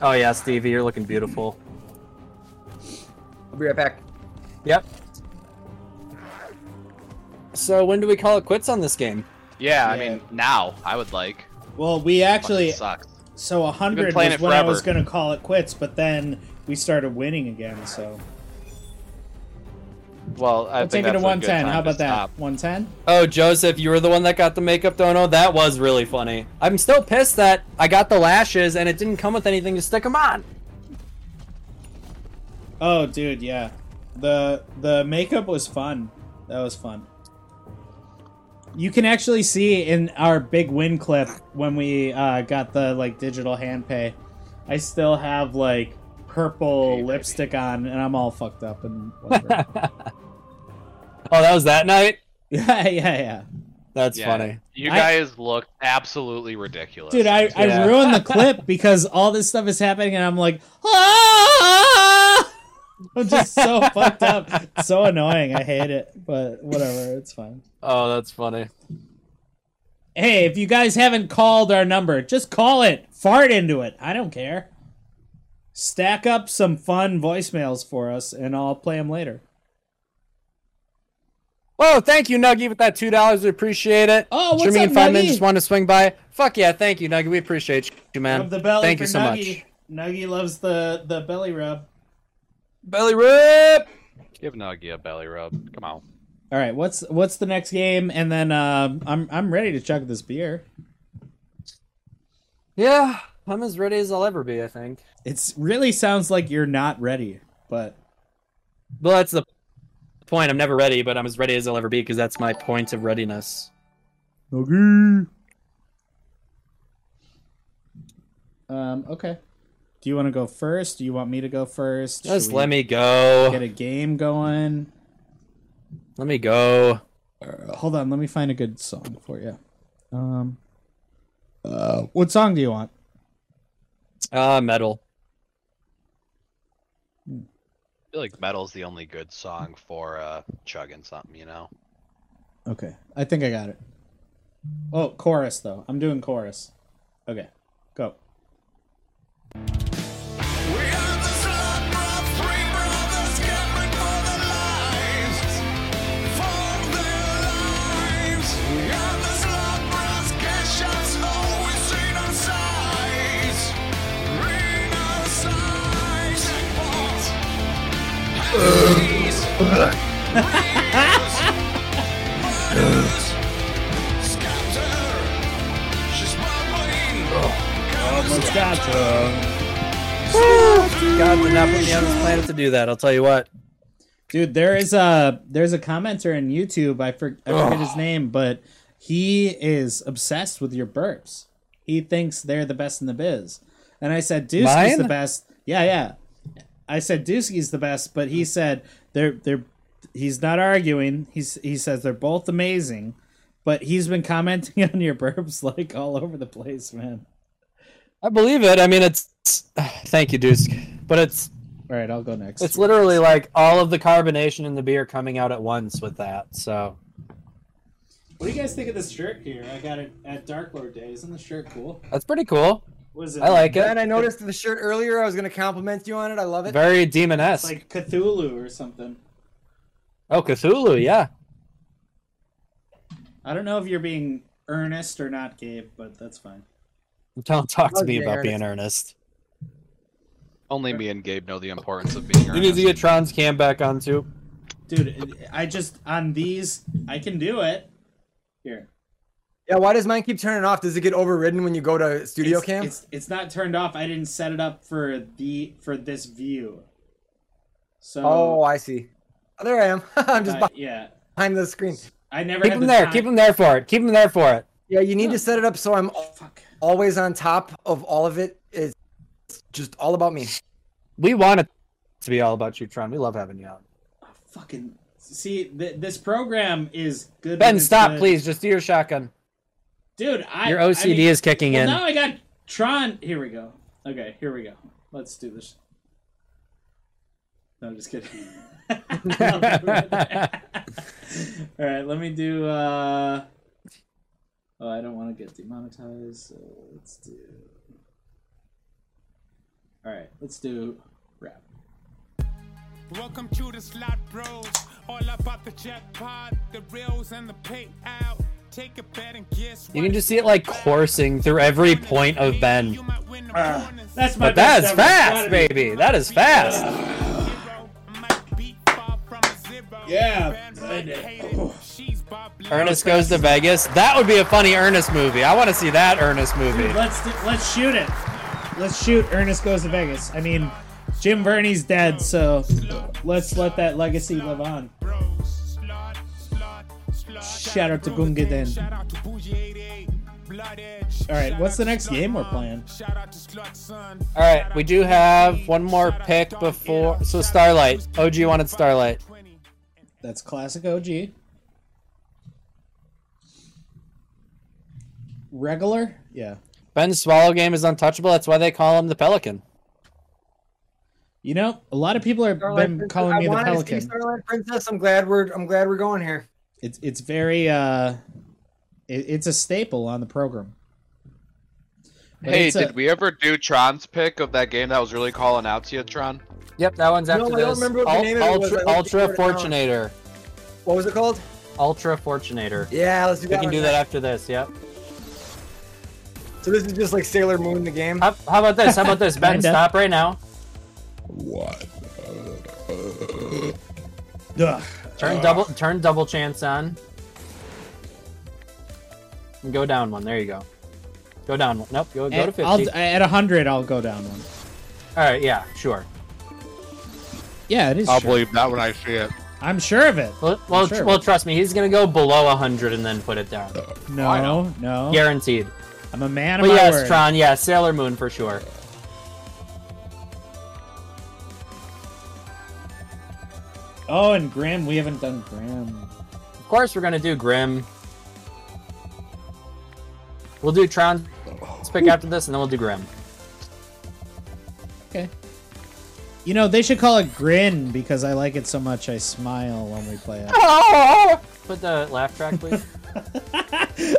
C: Oh yeah, Stevie, you're looking beautiful.
E: I'll be right back.
C: Yep. So when do we call it quits on this game?
F: Yeah, I
B: Yeah.
F: mean, now I would like.
B: Well, we
F: Actually,
B: actually
F: sucks.
B: so a hundred
F: playing
B: was
F: it
B: when I was
F: forever.
B: gonna call it quits, but then we started winning again. So
F: Well, I
B: we'll
F: think
B: take it to
F: that's a
B: one
F: good
B: ten.
F: time
B: How
F: to
B: about that?
F: stop.
B: One ten.
C: Oh, Joseph, you were the one that got the makeup dono. That was really funny. I'm still pissed that I got the lashes and it didn't come with anything to stick them on.
B: Oh, dude, yeah. The the makeup was fun. That was fun. You can actually see in our big win clip when we uh, got the like digital hand pay. I still have like purple lipstick on, and I'm all fucked up and whatever.
C: Oh, that was that night.
B: yeah, yeah, yeah.
C: That's
F: Yeah.
C: funny.
F: You
B: I-
F: guys look absolutely ridiculous.
B: Dude, I, I
C: Yeah.
B: ruined the clip because all this stuff is happening, and I'm like, ah! I'm just so fucked up, so annoying. I hate it, but whatever, it's fine.
C: Oh, that's funny.
B: Hey, if you guys haven't called our number, just call it. Fart into it. I don't care. Stack up some fun voicemails for us, and I'll play them later.
C: Whoa, thank you, Nuggy, with that two dollars. We appreciate it.
B: Oh, what's
C: sure, me
B: up,
C: and Feynman
B: Nuggy?
C: just wanted to swing by. Fuck yeah, thank you, Nuggy. We appreciate you, man.
B: Rub the belly
C: Um, thank
B: for
C: you so
B: Nuggy.
C: much.
B: Nuggy loves the, the belly rub.
C: Belly rip.
F: Give Nuggy a belly rub. Come on.
B: All right, what's what's the next game? And then um I'm I'm ready to chug this beer.
C: Yeah, I'm as ready as I'll ever be. I think.
B: It's really sounds like you're not ready, but
C: Well, that's the point. I'm never ready, but I'm as ready as I'll ever be because that's my point of readiness.
B: um, okay. Do you want to go first? Do you want me to go first?
C: Just
B: Should we
C: let me go.
B: get a game going.
C: Let me go.
B: Uh, hold on, let me find a good song for you. Um, uh, what song do you want?
C: Uh, metal.
F: I feel like metal's the only good song for uh, chugging something, you know.
B: Okay, I think I got it. Oh, chorus though. I'm doing chorus. Okay, go.
I: We are the Slot Bros, three brothers gambling for their lives, for their lives. We are the Slot Bros, cash outs always seen on size, seen on size. Jackpots, houses, wheels, murders, scatter. She's
B: Let's
I: bubbling,
B: got you.
C: God did not put me on this planet to do that. I'll tell you what.
B: Dude, there is a there's a commenter in YouTube. I, for, I forget his name, but he is obsessed with your burps. He thinks they're the best in the biz. And I said Dusky's
H: Mine?
B: the best. Yeah, yeah. I said Dusky's the best, but he said they're they're he's not arguing. He's he says they're both amazing, but he's been commenting on your burps like all over the place, man.
C: I believe it. I mean, it's. Thank you, Deuce. But it's
B: All right, I'll go next.
C: it's literally like all of the carbonation in the beer coming out at once with that. So
B: what do you guys think of this shirt here? I got it at Dark Lord Day. Isn't this shirt cool?
C: that's pretty cool.
B: What is it?
C: I like
E: And I
C: it.
E: noticed the shirt earlier. I was gonna compliment you on it. I love it.
C: Very demon
B: It's like Cthulhu or something.
C: Oh, Cthulhu. Yeah.
B: I don't know if you're being earnest or not, Gabe, but that's fine.
C: Don't talk to
E: Oh,
C: me
E: yeah,
C: about
E: earnest.
C: being earnest.
F: Only me and Gabe know the importance of being.
C: You need to
F: earnest.
C: get Tron's cam back on too.
B: Dude, it- I just on these I can do it. Here.
E: Yeah. Why does mine keep turning off? Does it get overridden when you go to studio
B: it's,
E: cam?
B: It's it's not turned off. I didn't set it up for the for this view. So
E: oh, I see. Oh, there I am. I'm just
B: uh, yeah.
E: behind the screen.
B: I never
C: Keep
B: had
C: him
B: the
C: there.
B: time-
C: Keep him there for it. Keep him there for it.
E: Yeah, you need to set it up so I'm al-
B: Fuck.
E: always on top of all of it. It's just all about me.
C: We want it to be all about you, Tron. We love having you on.
B: Fucking see th- this program is good. when
C: Ben,
B: it's
C: stop,
B: good.
C: please. Just do your shotgun.
B: Dude, I
C: Your
B: I
C: OCD
B: mean-
C: is kicking
B: Well,
C: in.
B: now I got Tron. Here we go. Okay, here we go. Let's do this. No, I'm just kidding. All right, let me do. Uh... Oh, I don't want to get demonetized. So let's do. All right, let's do rap.
D: Welcome to the slot bros, all about the jackpot, the reels and the payout. Take a bet and guess.
C: You can just see it like coursing through every point of Ben.
B: Ah, That's my.
C: But
B: best
C: that's
B: ever.
C: fast,
B: Gotta be.
C: baby. That is fast.
B: Yeah.
C: Ernest goes to Vegas. That would be a funny Ernest movie. I want to see that Ernest movie.
B: Dude, let's do- let's shoot it. Let's shoot. Ernest goes to Vegas. I mean, Jim Verney's dead, so let's let that legacy live on.
D: Shout out to Gunga Den. All
B: Alright, what's the next game we're playing?
D: All right, we do have one more pick before. So Starlight, OG wanted Starlight.
B: That's classic OG. Regular? Yeah.
C: Ben's swallow game is untouchable. That's why they call him the Pelican.
B: You know, a lot of people are
E: Starlight
B: been
E: Princess-
B: calling
E: I
B: me the
E: wanted to see
B: Pelican.
E: Starlight Princess. I'm glad we're I'm glad we're going here.
B: It's it's very uh, it, it's a staple on the program. But
F: Hey,
B: it's a-
F: did we ever do Tron's pick of that game that was really calling out to you, Tron?
C: Yep, that one's
E: No,
C: after
E: I don't
C: this.
E: remember what the
C: Ul-
E: name of it was.
C: Ultra,
E: I looked
C: Ultra
E: for it now.
C: Fortunator.
E: What was it called?
C: Ultra Fortunator.
E: Yeah, let's do
C: We
E: that.
C: can
E: one
C: do that
E: next.
C: after this. Yep.
E: So this is just like Sailor Moon, the game.
C: How, how about this? How about this? Ben,
B: Kinda.
C: stop right now.
B: Ugh.
C: Turn double turn double chance on. And go down one. There you go. Go down one. Nope, go, go to
B: At,
C: 50.
B: I'll, at 100, I'll go down one.
C: All right, yeah, sure.
B: Yeah, it is.
F: I'll
B: sure.
F: believe that when I see it.
B: I'm sure of it.
C: Well, well,
B: sure. Oh.
C: tr- well trust me, he's going to go below 100 and then put it down.
F: I
B: No, no.
C: Guaranteed.
B: I'm a man of
C: But
B: my
C: yes,
B: word.
C: Tron, yeah, Sailor Moon for sure.
B: Oh, and Grim. We haven't done Grim.
C: Of course we're going to do Grim. We'll do Tron. Let's pick after this and then we'll do Grim.
B: You know, they should call it Grin because I like it so much I smile when we play it.
C: Put the laugh track, please.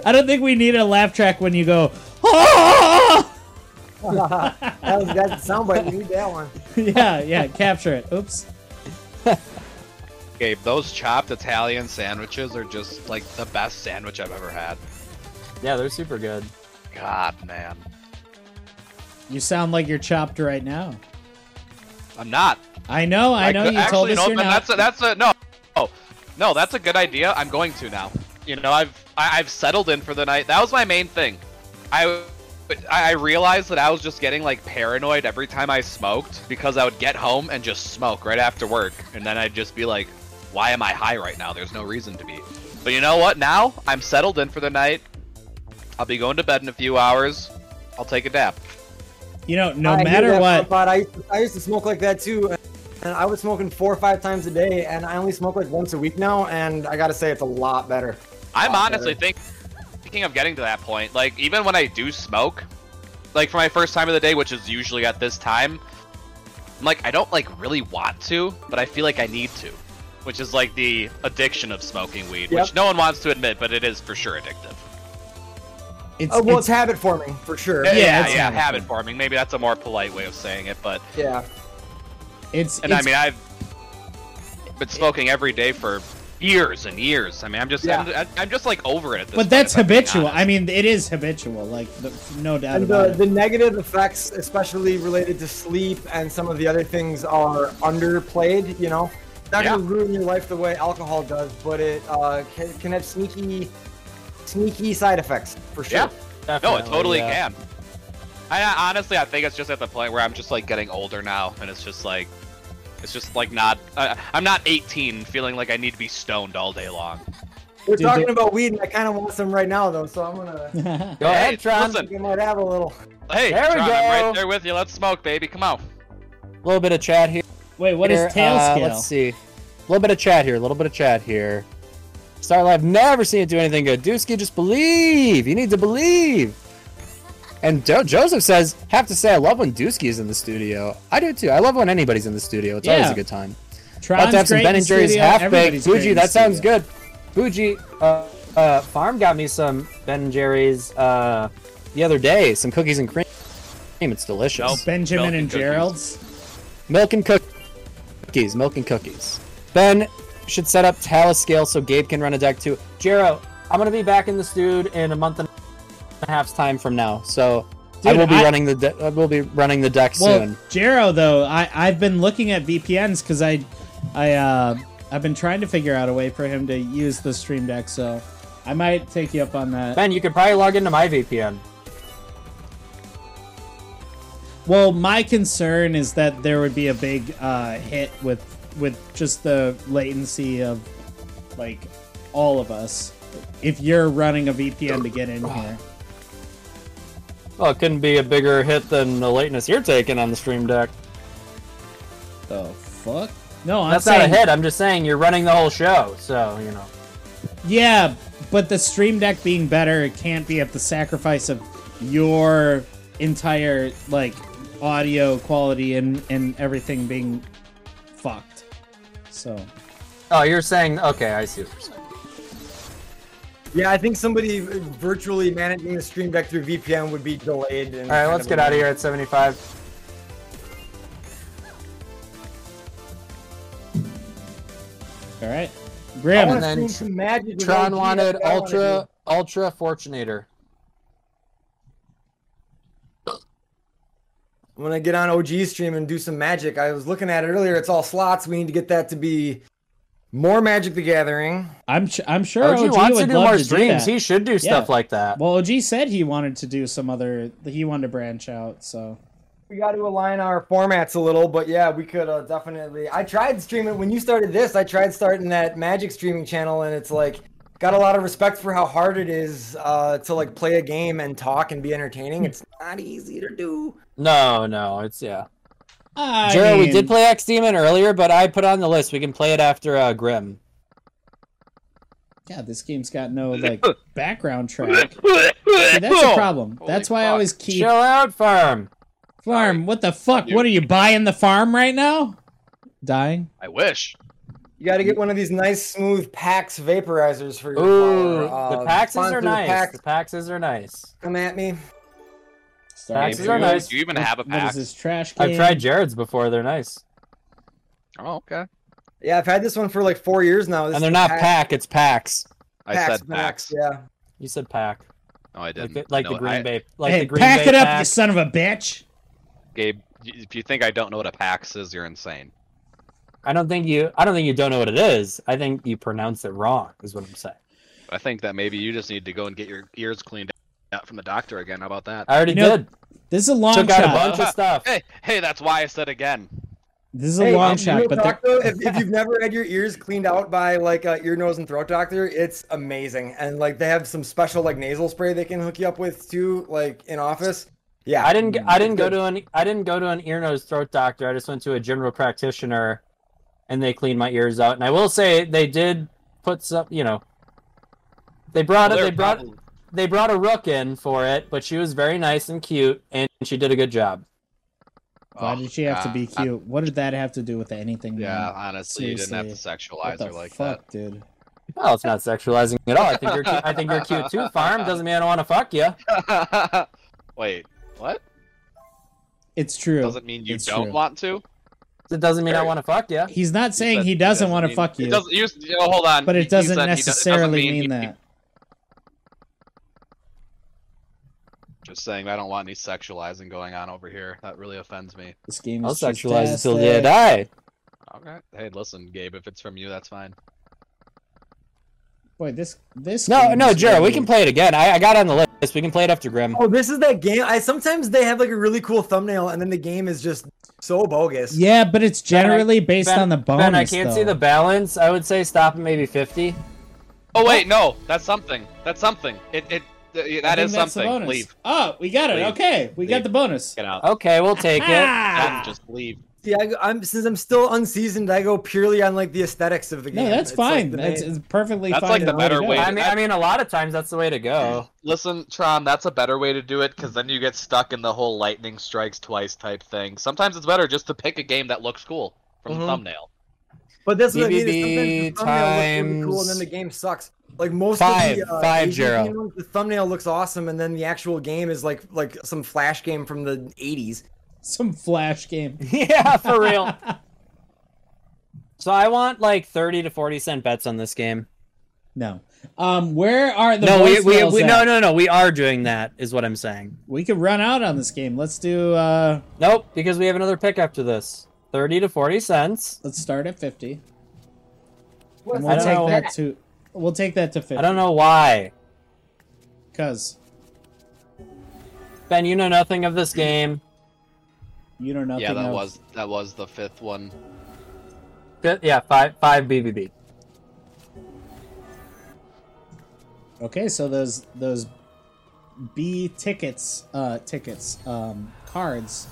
B: I don't think we need a laugh track when you go,
E: That was that soundbite. We need that one.
B: yeah, yeah, capture it. Oops.
F: Gabe, those chopped Italian sandwiches are just like the best sandwich I've ever had.
C: yeah, they're super good.
F: God, man.
B: You sound like you're chopped right now.
F: I'm not.
B: I know, I know
F: could-
B: you told
F: actually,
B: us
F: no,
B: you're
F: but
B: not.
F: That's a, that's a no. Oh, no, that's a good idea. I'm going to now. You know, I've I, I've settled in for the night. That was my main thing. I I I realized that I was just getting like paranoid every time I smoked because I would get home and just smoke right after work, and then I'd just be like, "Why am I high right now? There's no reason to be." But you know what? Now I'm settled in for the night. I'll be going to bed in a few hours. I'll take a nap.
B: you know, no
E: I hear
B: matter
E: that
B: what,
E: But I used, to, I used to smoke like that too, and I was smoking four or five times a day, and I only smoke like once a week now. And I gotta say, it's a lot better.
F: I'm
E: lot
F: honestly
E: better.
F: think, thinking of getting to that point. Like, even when I do smoke, like for my first time of the day, which is usually at this time, I'm like, I don't like really want to, but I feel like I need to, which is like the addiction of smoking weed,
E: Yep.
F: which no one wants to admit, but it is for sure addictive.
B: it's,
E: Oh, well, it's
B: it's-
E: habit forming for sure.
F: Yeah, yeah,
B: it's habit
F: habit forming. Maybe that's a more polite way of saying it, but
E: Yeah.
B: it's,
F: and
B: it's-
F: I mean, I've been smoking every day for years and years. I mean, I'm just, I'm, I'm just like over it at this
B: but
F: point,
B: that's
F: if I'm being
B: habitual.
F: honest.
B: I mean, it is habitual, like the, no doubt
E: And uh,
B: about
E: the,
B: it.
E: the negative effects, especially related to sleep and some of the other things, are underplayed. You know, not gonna ruin your life the way alcohol does, but it uh, can, can have sneaky, sneaky side effects for sure.
F: Yeah. No, it
C: Definitely,
F: totally
C: yeah.
F: can. I I- honestly, I think it's just at the point where I'm just like getting older now, and it's just like, it's just like not. Uh, I'm not 18, feeling like I need to be stoned all day long.
E: We're
B: Dude,
E: talking
B: the-
E: about weed, and I kind of want some right now though, so I'm gonna.
C: Go
F: Hey,
C: ahead, Tron.
F: listen.
E: I might have a little.
F: Hey,
C: There we
F: Tron, I'm
C: go.
F: right there with you. Let's smoke, baby. Come on.
C: A little bit of chat here.
B: Wait, what is tail
C: Uh,
B: scale?
C: Let's see. A little bit of chat here. A little bit of chat here. Star Live never seen it do anything good. Dusky, just believe. You need to believe. And jo- Joseph says, have to say, I love when Dusky is in the studio. I do too. I love when anybody's in the studio. It's always
B: Yeah.
C: a good time.
B: Tron's
C: About to have some
B: great
C: Ben
B: in
C: and Jerry's
B: studio,
C: half baked.
B: everybody's great
C: Fuji,
B: in
C: that sounds
B: studio.
C: good. Fuji, uh, uh, Farm got me some Ben and Jerry's uh, the other day. Some cookies and cream. It's delicious.
F: Nope.
B: Benjamin
F: Milk
B: and
F: and cookies.
B: Gerald's.
C: Milk and cookies. Milk and cookies. Ben should set up Taliscale so Gabe can run a deck too. Jero, I'm gonna be back in the dude in a month and a half's time from now, so I
B: Dude,
C: will be
B: I-
C: running the de- I will be running the deck
B: Well,
C: soon.
B: Jero, though, I I've been looking at VPNs because I I uh, I've been trying to figure out a way for him to use the Stream Deck, so I might take you up on that.
C: Ben, you could probably log into my VPN.
B: Well, my concern is that there would be a big uh, hit with with just the latency of like all of us if you're running a VPN to get in here.
C: Well, it couldn't be a bigger hit than the lateness you're taking on the stream deck.
B: The fuck? No, I'm
C: That's
B: saying,
C: not a hit. I'm just saying you're running the whole show, so you know.
B: Yeah, but the Stream Deck being better, it can't be at the sacrifice of your entire like audio quality and and everything being fucked. So
C: Oh, you're saying okay. I see. What you're saying.
E: Yeah, I think somebody virtually managing the stream deck through VPN would be delayed. And
C: All right, let's get out of here at 75.
B: all right,
E: I
B: Grim,
E: want
C: And
E: to
C: then
E: stream some magic. with
C: Tron
E: OG,
C: wanted
E: that's what I wanna
C: Ultra Ultra Fortunator.
E: do. I'm gonna get on OG stream and do some magic. I was looking at it earlier. It's all slots. We need to get that to be more Magic the Gathering.
B: I'm ch- I'm sure
C: OG,
B: OG,
C: wants
B: would
C: to do
B: love
C: more
B: to
C: streams.
B: do
C: He
B: that.
C: should do stuff
B: Yeah.
C: like that.
B: Well, OG said he wanted to do some other. He wanted to branch out. So
E: We got to align our formats a little, but yeah, we could uh, definitely. I tried streaming when you started this. I tried starting that Magic streaming channel, and it's like got a lot of respect for how hard it is uh, to like play a game and talk and be entertaining. It's not easy to do.
C: no, no, it's yeah.
B: I
C: Jero, we
B: mean,
C: did play X Demon earlier, but I put on the list. We can play it after uh, Grim.
B: Yeah, this game's got no like background track. See, that's a problem.
F: Holy
B: That's why I
F: fuck.
B: always keep
C: Chill out, farm.
B: Farm, what the fuck? What are you buying the farm right now? Dying.
F: I wish.
E: You got to get one of these nice, smooth PAX vaporizers for your.
C: Ooh,
E: flower.
C: the
E: Uh,
C: Paxes
E: sponsor
C: are
E: the
C: nice.
E: Pax,
C: The Paxes are nice.
E: come at me.
B: Sorry.
C: Taxes
F: Do
C: are
F: you-
C: nice.
F: Do you even have a
B: What is
F: pack?
B: this trash can?
C: I've tried Jared's before. They're nice,
F: Oh, okay.
E: Yeah, I've had this one for like four years now.
C: and
E: This is
C: they're
E: the
C: not
E: Pax-
C: pack. It's Pax.
F: I
E: Pax
F: said
E: Max,
F: packs.
E: Yeah.
C: You said pack,
F: No, I
C: like
F: didn't.
C: the, like
F: No,
C: the Green
F: I-
C: Bay, like
B: hey,
C: the Green
B: pack
C: Bay
B: it up, you
C: Pack.
B: son of a bitch.
F: Gabe, y- if you think I don't know what a pax is, you're insane.
C: I don't think you. I don't think you don't know what it is. I think you pronounce it wrong. Is what I'm saying.
F: I think that maybe you just need to go and get your ears cleaned out from the doctor again. How about that?
C: I already
B: You know,
C: did.
B: This is a long
C: Took out a
B: shot.
C: bunch of stuff.
F: Hey, hey, that's why I said again.
B: This is a long
E: um,
B: shot,
E: real
B: but
E: talk,
B: they're-
E: though, if, if you've never had your ears cleaned out by like a ear, nose, and throat doctor, it's amazing. And like they have some special like nasal spray they can hook you up with too, like in office. Yeah,
C: I didn't. g- I didn't go
E: good.
C: to an. I didn't go to an ear, nose, throat doctor. I just went to a general practitioner, and they cleaned my ears out. And I will say they did put some. You know, they brought it.
F: They're
C: They brought.
F: probably-
C: They brought a rook in for it, but she was very nice and cute, and she did a good job.
B: why did she have to be
F: Oh,
B: cute? what did that have to do with anything? man?
F: Yeah, honestly, you didn't have to
B: Seriously.
F: sexualize
B: what the
F: her like
B: fuck, dude?
C: Well, it's not sexualizing at all. I think you're. Cute. I think you're cute too. Farm doesn't mean I don't want to fuck you.
F: that. Wait, what?
B: It's true.
F: Doesn't mean you
B: It's
F: don't
B: true.
F: want to.
C: It doesn't mean I want to fuck you.
B: He's
F: You
B: not saying
F: said
B: he doesn't want to
F: mean-
B: fuck
F: It
B: you,
F: doesn't, you, you know, hold on.
B: but
F: He-
B: it
F: he
B: doesn't
F: said he does- it
B: necessarily mean,
F: he-
B: that.
F: Just saying, I don't want any sexualizing going on over here. That really offends me.
B: This game
C: I'll
B: is
C: sexualize until
B: fantastic.
C: the day I die.
F: All right. Hey, listen, Gabe. If it's from you, that's fine.
B: Boy, this this.
C: No,
B: game
C: no,
B: is
C: Jared, we
B: really-
C: can play it again. I, I got it on the list. We can play it after Grim.
E: Oh, this is that game. I sometimes they have like a really cool thumbnail, and then the game is just so bogus.
B: Yeah, but it's generally based
C: Ben-
B: on the bonus.
C: Ben, I can't see
B: though.
C: the balance. I would say stop at maybe 50.
F: Oh wait, no. That's something. That's something. It it th-
B: I
F: that
B: think
F: is
B: that's the
F: something.
B: bonus.
F: Leave.
B: Oh, we got it.
F: Leave.
B: Okay, we got
F: Leave.
B: the bonus.
F: Get out.
C: Okay, we'll take it.
B: Ah!
F: Just leave.
E: See, I, I'm since I'm still unseasoned, I go purely on like the aesthetics of the game.
B: No, that's
E: It's, like,
B: fine.
E: the
B: that's
E: main-
B: it's perfectly
F: That's
B: fine.
F: like the
B: and way to
F: better
B: go.
F: way to
C: I mean, I mean, a lot of times that's the way to go.
F: Listen, Tron, that's a better way to do it because then you get stuck in the whole lightning strikes twice type thing. Sometimes it's better just to pick a game that looks cool from the
E: Mhm.
F: thumbnail.
E: but that's what I mean. Is sometimes the
C: BBB
E: thumbnail looks really cool, and
C: times
E: then the game sucks. Like most
C: five,
E: of the uh,
C: five,
E: Asian
C: Jero.
E: game ones, the thumbnail looks awesome, and then the actual game is like like some flash game from the '80s.
B: Some flash game.
C: yeah, for real. so I want like 30 to 40 cent bets on this game.
B: No. Um, where are the
C: no, we, we,
B: voicemails
C: we
B: at?
C: no, no, no. We are doing that, is what I'm saying.
B: We could run out on this game. Let's do. uh
C: Nope, because we have another pick after this 30 to 40 cents.
B: Let's start at fifty. And
C: I
B: we'll
C: don't
B: take
C: know.
B: that to. We'll take that to
C: I
B: fifty.
C: don't know why.
B: Because
C: Ben, you know nothing of this game.
B: you don't know.
F: yeah, that
B: nothing of-
F: was that was the fifth one.
C: Fi- Yeah, five, five BBB.
B: Okay, so those those B tickets, uh, tickets, um, cards.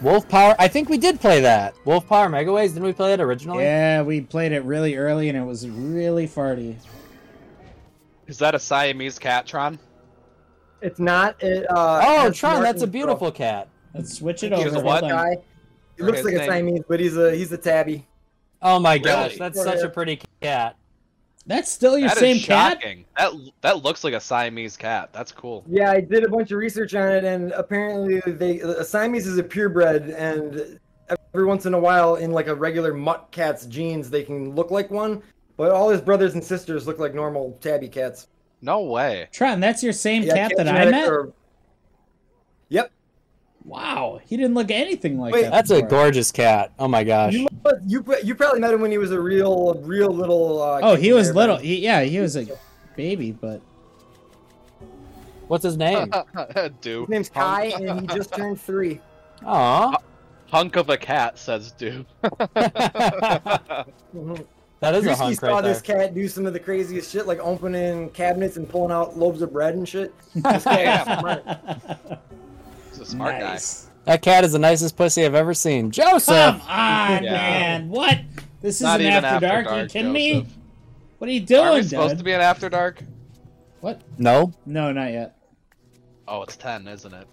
C: Wolf Power. I think we did play that. Wolf Power Mega Waves. Didn't we play that originally?
B: Yeah, we played it really early, and it was really farty.
F: Is that a Siamese cat, Tron?
E: It's not. It, uh,
C: Oh,
E: has
C: Tron, that's
E: Martin's
C: a beautiful cat.
B: Let's switch it
F: Here's
B: over.
F: a what?
B: Hold on.
E: guy. He
F: Or
E: looks
F: his
E: like a
F: name.
E: Siamese, but he's a he's a tabby.
C: Oh my gosh,
F: Really?
C: that's such a pretty cat.
B: That's still your
F: That is
B: same cat.
F: shocking. That that looks like a Siamese cat. That's cool.
E: Yeah, I did a bunch of research on it, and apparently they a Siamese is a purebred, and every once in a while, in like a regular mutt cat's genes, they can look like one. But all his brothers and sisters look like normal tabby cats.
F: No way.
B: Tron, that's your same
E: Yeah,
B: cat that I
E: genetic
B: met.
E: or- Yep.
B: Wow, he didn't look anything like
E: Wait,
B: that.
C: That's a
B: before.
C: gorgeous cat. Oh my gosh.
E: You, must, you pr- you probably met him when he was a real real little. Uh,
B: Oh,
E: kitten
B: he was
E: there,
B: little.
E: but-
B: He, yeah, he was a baby, but
C: What's his name?
F: do
E: His name's Kai, and he just turned three.
C: Aw.
F: hunk of a cat says do.
E: Mhm.
C: That is a
E: Drewski
C: hunk
E: saw
C: right
E: this
C: there.
E: cat do some of the craziest shit, like opening cabinets and pulling out loaves of bread and shit.
F: He's a smart
B: nice.
C: That cat is the nicest pussy I've ever seen.
B: Come
C: Joseph!
B: on,
F: Yeah.
B: man. What? This isn't
F: Not even After
B: after, dark. Are you
F: Dark,
B: kidding me?
F: Joseph.
B: What are you
F: guy. Are we
B: doing,
F: supposed
B: dude?
F: to be an after dark?
B: What?
C: No.
B: No, not yet.
F: Oh, it's ten, isn't it?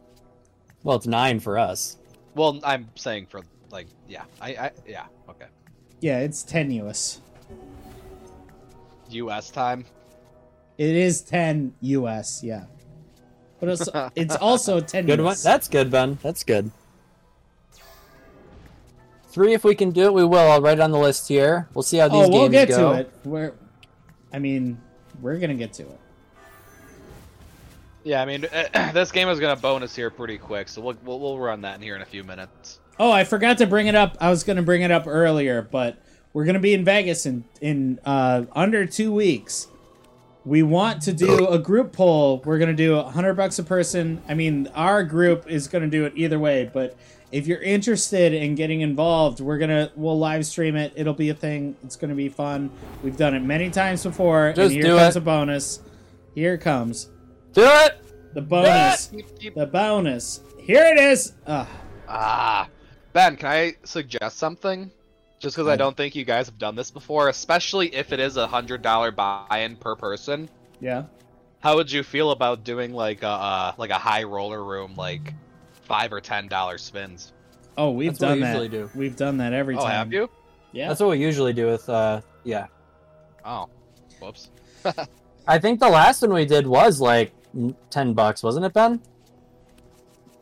C: Well, it's nine for us.
F: Well, I'm saying for like, yeah, I, I yeah, okay.
B: Yeah, it's tenuous.
F: U.S. time.
B: It is 10 US, yeah. But it's, it's also 10
C: Good one.
B: US.
C: That's good, Ben. That's good. Three, if we can do it, we will. I'll write it on the list here. We'll see how these
B: oh, we'll
C: games
B: get
C: go.
B: to it. We're, I mean, we're going to get to it.
F: Yeah, I mean, this game is gonna bonus here pretty quick, so we'll, we'll we'll run that in here in a few minutes.
B: Oh, I forgot to bring it up. I was going to bring it up earlier, but we're going to be in Vegas in in uh, under two weeks. We want to do a group poll. We're going to do a hundred bucks a person. I mean, our group is going to do it either way. But if you're interested in getting involved, we're gonna we'll live stream it. It'll be a thing. It's going to be fun. We've done it many times before, and
C: Just
B: here
C: do
B: comes
C: it.
B: a bonus. Here comes
C: Do it.
B: the bonus. The bonus. Here it is. Ugh.
F: Ah, Ben, can I suggest something? Just because I don't think you guys have done this before, especially if it is a hundred dollar buy-in per person.
B: yeah.
F: How would you feel about doing like a uh, like a high roller room, like five or ten dollar spins?
B: Oh, we've
C: That's what
B: done
C: I
B: that.
C: usually do.
B: We've done that every
F: Oh,
B: time.
F: have you?
B: Yeah.
C: That's what we usually do with. uh Yeah,
F: Oh, whoops.
C: I think the last one we did was like n- ten bucks, wasn't it, Ben?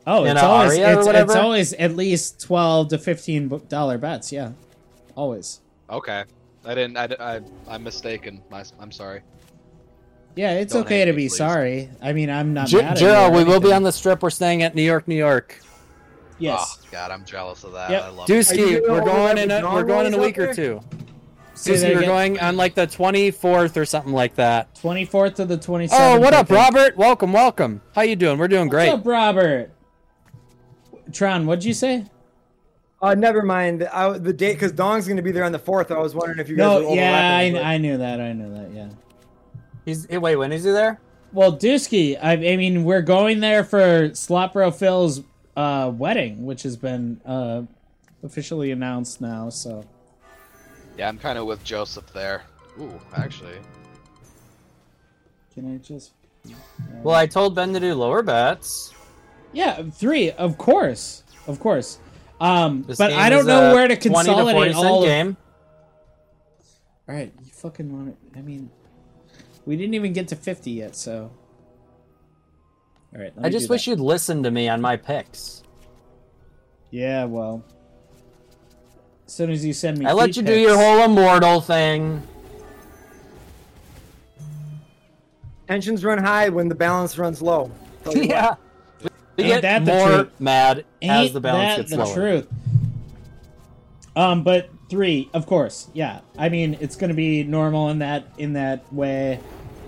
B: oh,
C: in
B: it's
C: a
B: always
C: aria or
B: it's, it's
C: whatever?
B: always at least twelve to fifteen bu- dollar bets. Yeah, always.
F: Okay, I didn't. I, di- I I'm mistaken. My, I'm sorry.
B: Yeah, it's
F: Don't
B: okay
F: hate
B: to
F: me,
B: be
F: please.
B: sorry. I mean, I'm not
C: J-
B: mad at you
C: Gerald,
B: or
C: we will be
B: anything.
C: on the strip. We're staying at New York, New York.
B: Yes.
F: Oh, God, I'm jealous of that.
B: Yep.
F: I love it.
E: Are you
C: Dusky,
E: doing
C: we're
B: uh,
E: all the
C: going in. A,
E: Lebanon
C: we're going in a
E: ones
C: week
E: up
C: or
E: there?
C: two.
B: See
C: Dusky,
B: that
C: we're
B: again.
C: going on like the twenty fourth or something like that.
B: Twenty fourth to the twenty seventh.
C: Oh, what up, Robert? Welcome, welcome. How you doing? We're doing great.
B: What's up, Robert? Tron, what'd you say?
E: Uh, never mind. I, the date because Dong's going to be there on the fourth. I was wondering if you guys.
B: No,
E: were
B: yeah, I,
E: overlapping, but-
B: I knew that. I knew that. Yeah.
C: He's hey, wait, when is he there?
B: Well, Dusky, I, I mean, we're going there for Slopro Phil's uh, wedding, which has been uh, officially announced now. So.
F: Yeah, I'm kind of with Joseph there. Ooh, actually.
B: Can I just?
C: Well, I told Ben to do lower bets.
B: Yeah, three, of course, of course. Um,
C: This
B: but
C: game
B: I
C: is uh,
B: don't know
C: a
B: where to
C: 20
B: consolidate
C: 40 cent
B: all. Of,
C: game.
B: all right, you fucking want it? I mean, we didn't even get to fifty yet, so. All right.
C: I just wish you'd listen to me on my picks.
B: Yeah, well. As soon as you send me,
C: I let
B: feet
C: you do
B: pics-
C: your whole immortal thing.
E: Tensions run high when the balance runs low. Tell you what.
C: yeah. We
B: Ain't
C: get
B: that the
C: more
B: truth?
C: mad as
B: Ain't
C: the balance
B: that
C: gets
B: the
C: lower.
B: truth? Um, but three, of course, yeah. I mean, it's gonna be normal in that in that way.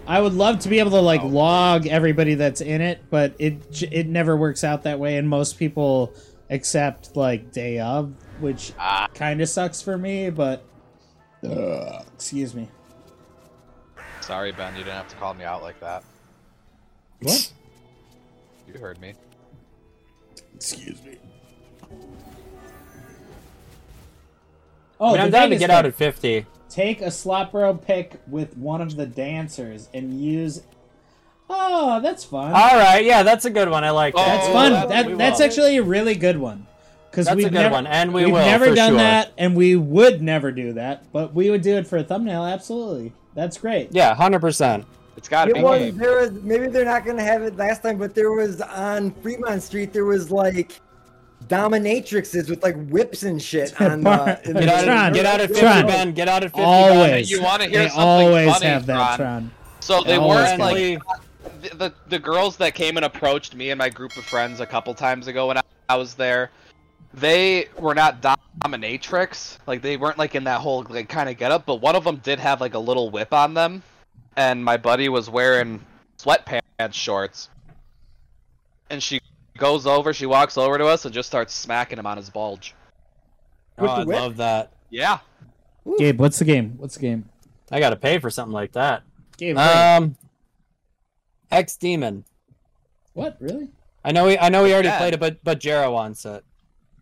B: I would love to be able to like
C: Oh.
B: log everybody that's in it, but it j- it never works out that way, and most people accept like day of, which
F: Ah,
B: kind of sucks for me. But Ugh, excuse me.
F: Sorry, Ben, you didn't have to call me out like that.
B: What?
F: You heard me.
B: Excuse me.
C: I
B: Oh,
C: mean,
B: the
C: I'm down to
B: Vegas
C: get
B: thing.
C: out at 50.
B: Take a slop row pick with one of the dancers and use. Oh, that's fun.
C: All right, yeah, that's a good one. I like that.
B: that's
F: oh,
B: fun.
F: that-
B: That,
C: we
B: that's
C: will.
B: actually a really good one. Because
C: That's
B: we've
C: a good
B: never,
C: one, and we
B: we've
C: will,
B: never
C: for
B: done
C: sure.
B: that, and we would never do that, but we would do it for a thumbnail. Absolutely, that's great.
C: Yeah, 100%.
F: It's gotta
E: It
F: be
E: was
F: game.
E: there was maybe they're not gonna have it last time, but there was on Fremont Street there was like dominatrixes with like whips and shit on
B: Bar-
E: the, in
B: Get
C: Get out,
B: Tron,
C: at, get out at 50,
B: Tron.
C: Ben. Get out at 50. Ben.
B: Always,
F: You wanna hear
B: they
F: something
B: always
F: funny,
B: have
F: Tron.
B: that Tron.
F: So they
B: Oh,
F: were
B: that's
F: like
C: Friendly.
F: the, the the girls that came and approached me and my group of friends a couple times ago when I, I was there. They were not dominatrix, like they weren't like in that whole like kind of getup. But one of them did have like a little whip on them, and my buddy was wearing sweatpants shorts. And she goes over, she walks over to us and just starts smacking him on his bulge.
C: Oh,
E: With the
C: I
E: whip?
C: love that.
F: Yeah,
B: Gabe, what's the game? What's the game?
C: I got to pay for something like that.
B: Gabe, wait.
C: Um, X Demon.
B: what really?
C: I know we I know we already
F: bad.
C: played it, but but Jero wants it.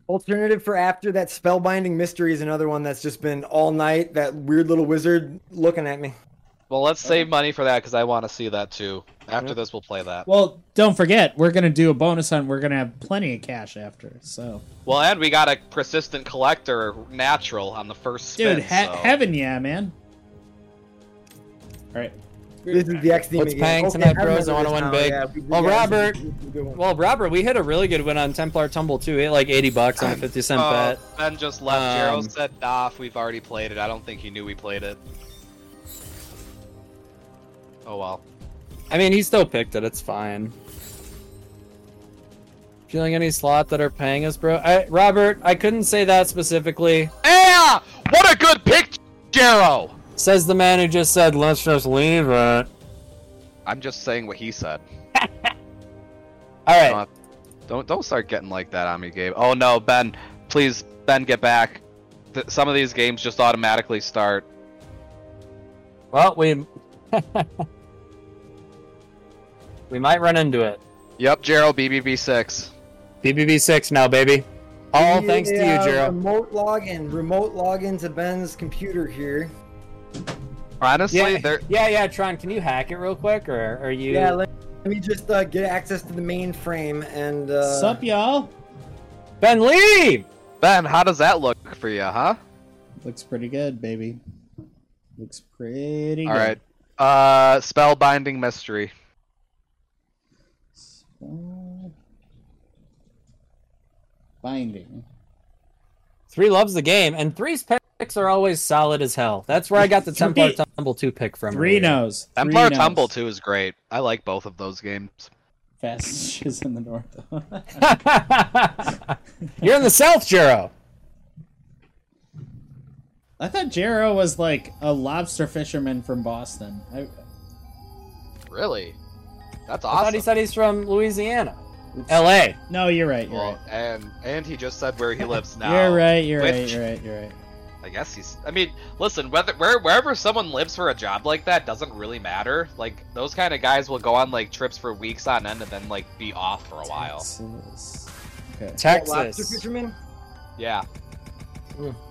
E: alternative for after that spellbinding mystery is another one that's just been all night. That weird little wizard looking at me.
F: Well, let's save money for that because I want to see that too. After this, we'll play that.
B: Well, don't forget, we're gonna do a bonus hunt. We're gonna have plenty of cash after. So,
F: Well, and we got a persistent collector natural on the first spin.
B: dude, he-
F: so-
B: heaven, yeah, man. All right.
E: This is the X
C: What's paying tonight, bros? I wanna win big. Well, Robert- Well, Robert, we hit a really good win on Templar Tumble too. We hit like 80 bucks on a 50 cent
F: Oh,
C: bet.
F: Ben just left.
C: Um,
F: Gerald said, "Nah, if we've already played it. I don't think he knew we played it." Oh well.
C: I mean, he still picked it. It's fine. Feeling any slot that are paying us, bro? I, Robert, I couldn't say that specifically.
F: Yeah! What a good pick, Jero!
C: Says the man who just said, "Let's just leave it."
F: I'm just saying what he said.
C: All right.
F: Not- Don't don't start getting like that on me, Gabe. Oh no, Ben, please, Ben, get back. Th- some of these games just automatically start.
C: Well, we we might run into it.
F: Yep, Gerald, BBB six.
L: BBB six now, baby.
C: All thanks to you, Jero.
E: Remote login. Remote login to Ben's computer here.
F: Honestly,
C: Yeah,
F: there.
C: yeah, yeah. Tron, can you hack it real quick, or are you?
E: Yeah, let, let me just uh, get access to the mainframe and. Uh,
B: Sup, y'all?
C: ben, leave.
F: Ben, how does that look for you, huh?
B: Looks pretty good, baby. Looks pretty
F: All
B: good.
F: right. Uh, spellbinding mystery.
B: Spell- Binding.
C: Three loves the game, and three's picks are always solid as hell. That's where I got the
B: Three-
C: Templar Tumble two pick from.
B: Three
C: earlier.
B: knows.
F: Templar
B: Three knows.
F: Tumble too is great. I like both of those games.
B: Fast is in the north.
C: You're in the South, Jero.
B: I thought Jero was like a lobster fisherman from Boston. I,
F: Really? That's
C: I thought
F: awesome.
C: he said he's from Louisiana, L.A.
B: no, you're right. You're
F: well,
B: right.
F: and and he just said where he lives now.
B: You're right. You're
F: Which-
B: right. You're right. You're right.
F: I guess he's. I mean, listen, whether where, wherever someone lives for a job like that doesn't really matter. Like those kind of guys will go on like trips for weeks on end and then like be off for a while.
B: Texas. Okay.
E: Lobster
C: Texas.
E: fisherman.
F: Yeah.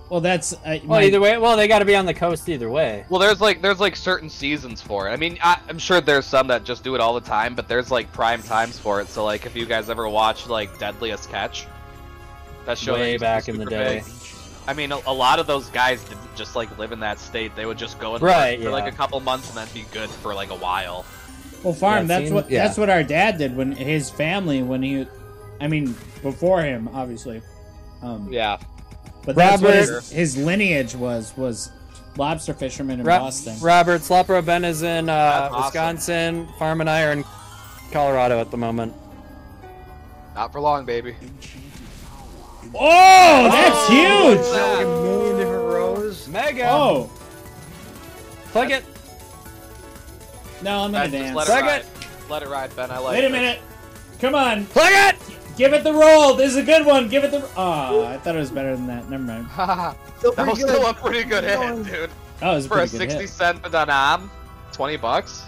B: Well, that's. I,
C: Well, either way, well, they got to be on the coast either way.
F: Well, there's like there's like certain seasons for it. I mean, I, I'm sure there's some that just do it all the time, but there's like prime times for it. So like, if you guys ever watch like Deadliest Catch, that show that
C: Way
F: used to be
C: back in the
F: super
C: day.
F: big, I mean, a, a lot of those guys didn't just like live in that state. They would just go and
C: Right,
F: work for like
C: yeah.
F: a couple months and then be good for like a while.
B: Well, farm.
C: Yeah,
B: that's
C: seen-
B: what
C: yeah.
B: that's what our dad did when his family when he, I mean, before him, obviously. Um,
F: Yeah.
B: But that's what
C: Robert-
B: his, his lineage was was lobster fisherman in
C: Ro-
B: Boston.
C: Robert Slopro Ben is in uh,
F: That's awesome.
C: Wisconsin. Farm and I are in Colorado at the moment.
F: Not for long, baby.
B: oh, that's huge!
E: Like a million different rows.
C: Mega.
B: Oh,
C: click Oh, it.
B: no, I'm gonna
F: Ben, just
B: dance.
F: let it
C: Suck
F: ride.
C: it.
F: Let it ride, Ben. I like
B: Wait a
F: it.
B: minute. Come on,
C: Click it.
B: give it the roll. This is a good one. Give it the. Oh, I thought it was better than that. Never mind.
F: that
E: Still pretty
F: was
E: good.
F: still a pretty good hit,
E: Going.
F: dude.
B: Oh, it was a
F: For a
B: pretty good
F: 60
B: hit.
F: cent banana, 20 bucks.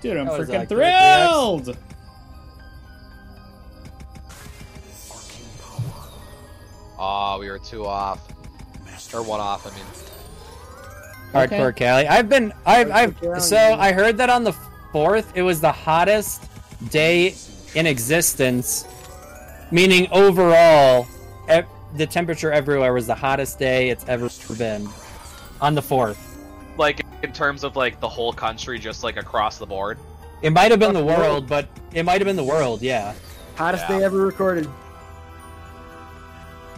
B: Dude, I'm
C: That was
B: freaking
C: accurate, yes.
B: thrilled.
F: Oh, we were two off. Or one off, I mean.
B: Okay.
C: Hardcore Cali. I've been I've
E: Hardcore
C: I've
E: Cali,
C: so
E: man.
C: I heard that on the fourth it was the hottest day in existence, meaning overall ev- the temperature everywhere was the hottest day it's ever been on the fourth.
F: Like, in terms of, like, the whole country, just, like, across the board.
C: It might have been the world, but it might have been the world. Yeah,
E: Hottest
F: Yeah.
E: day ever recorded.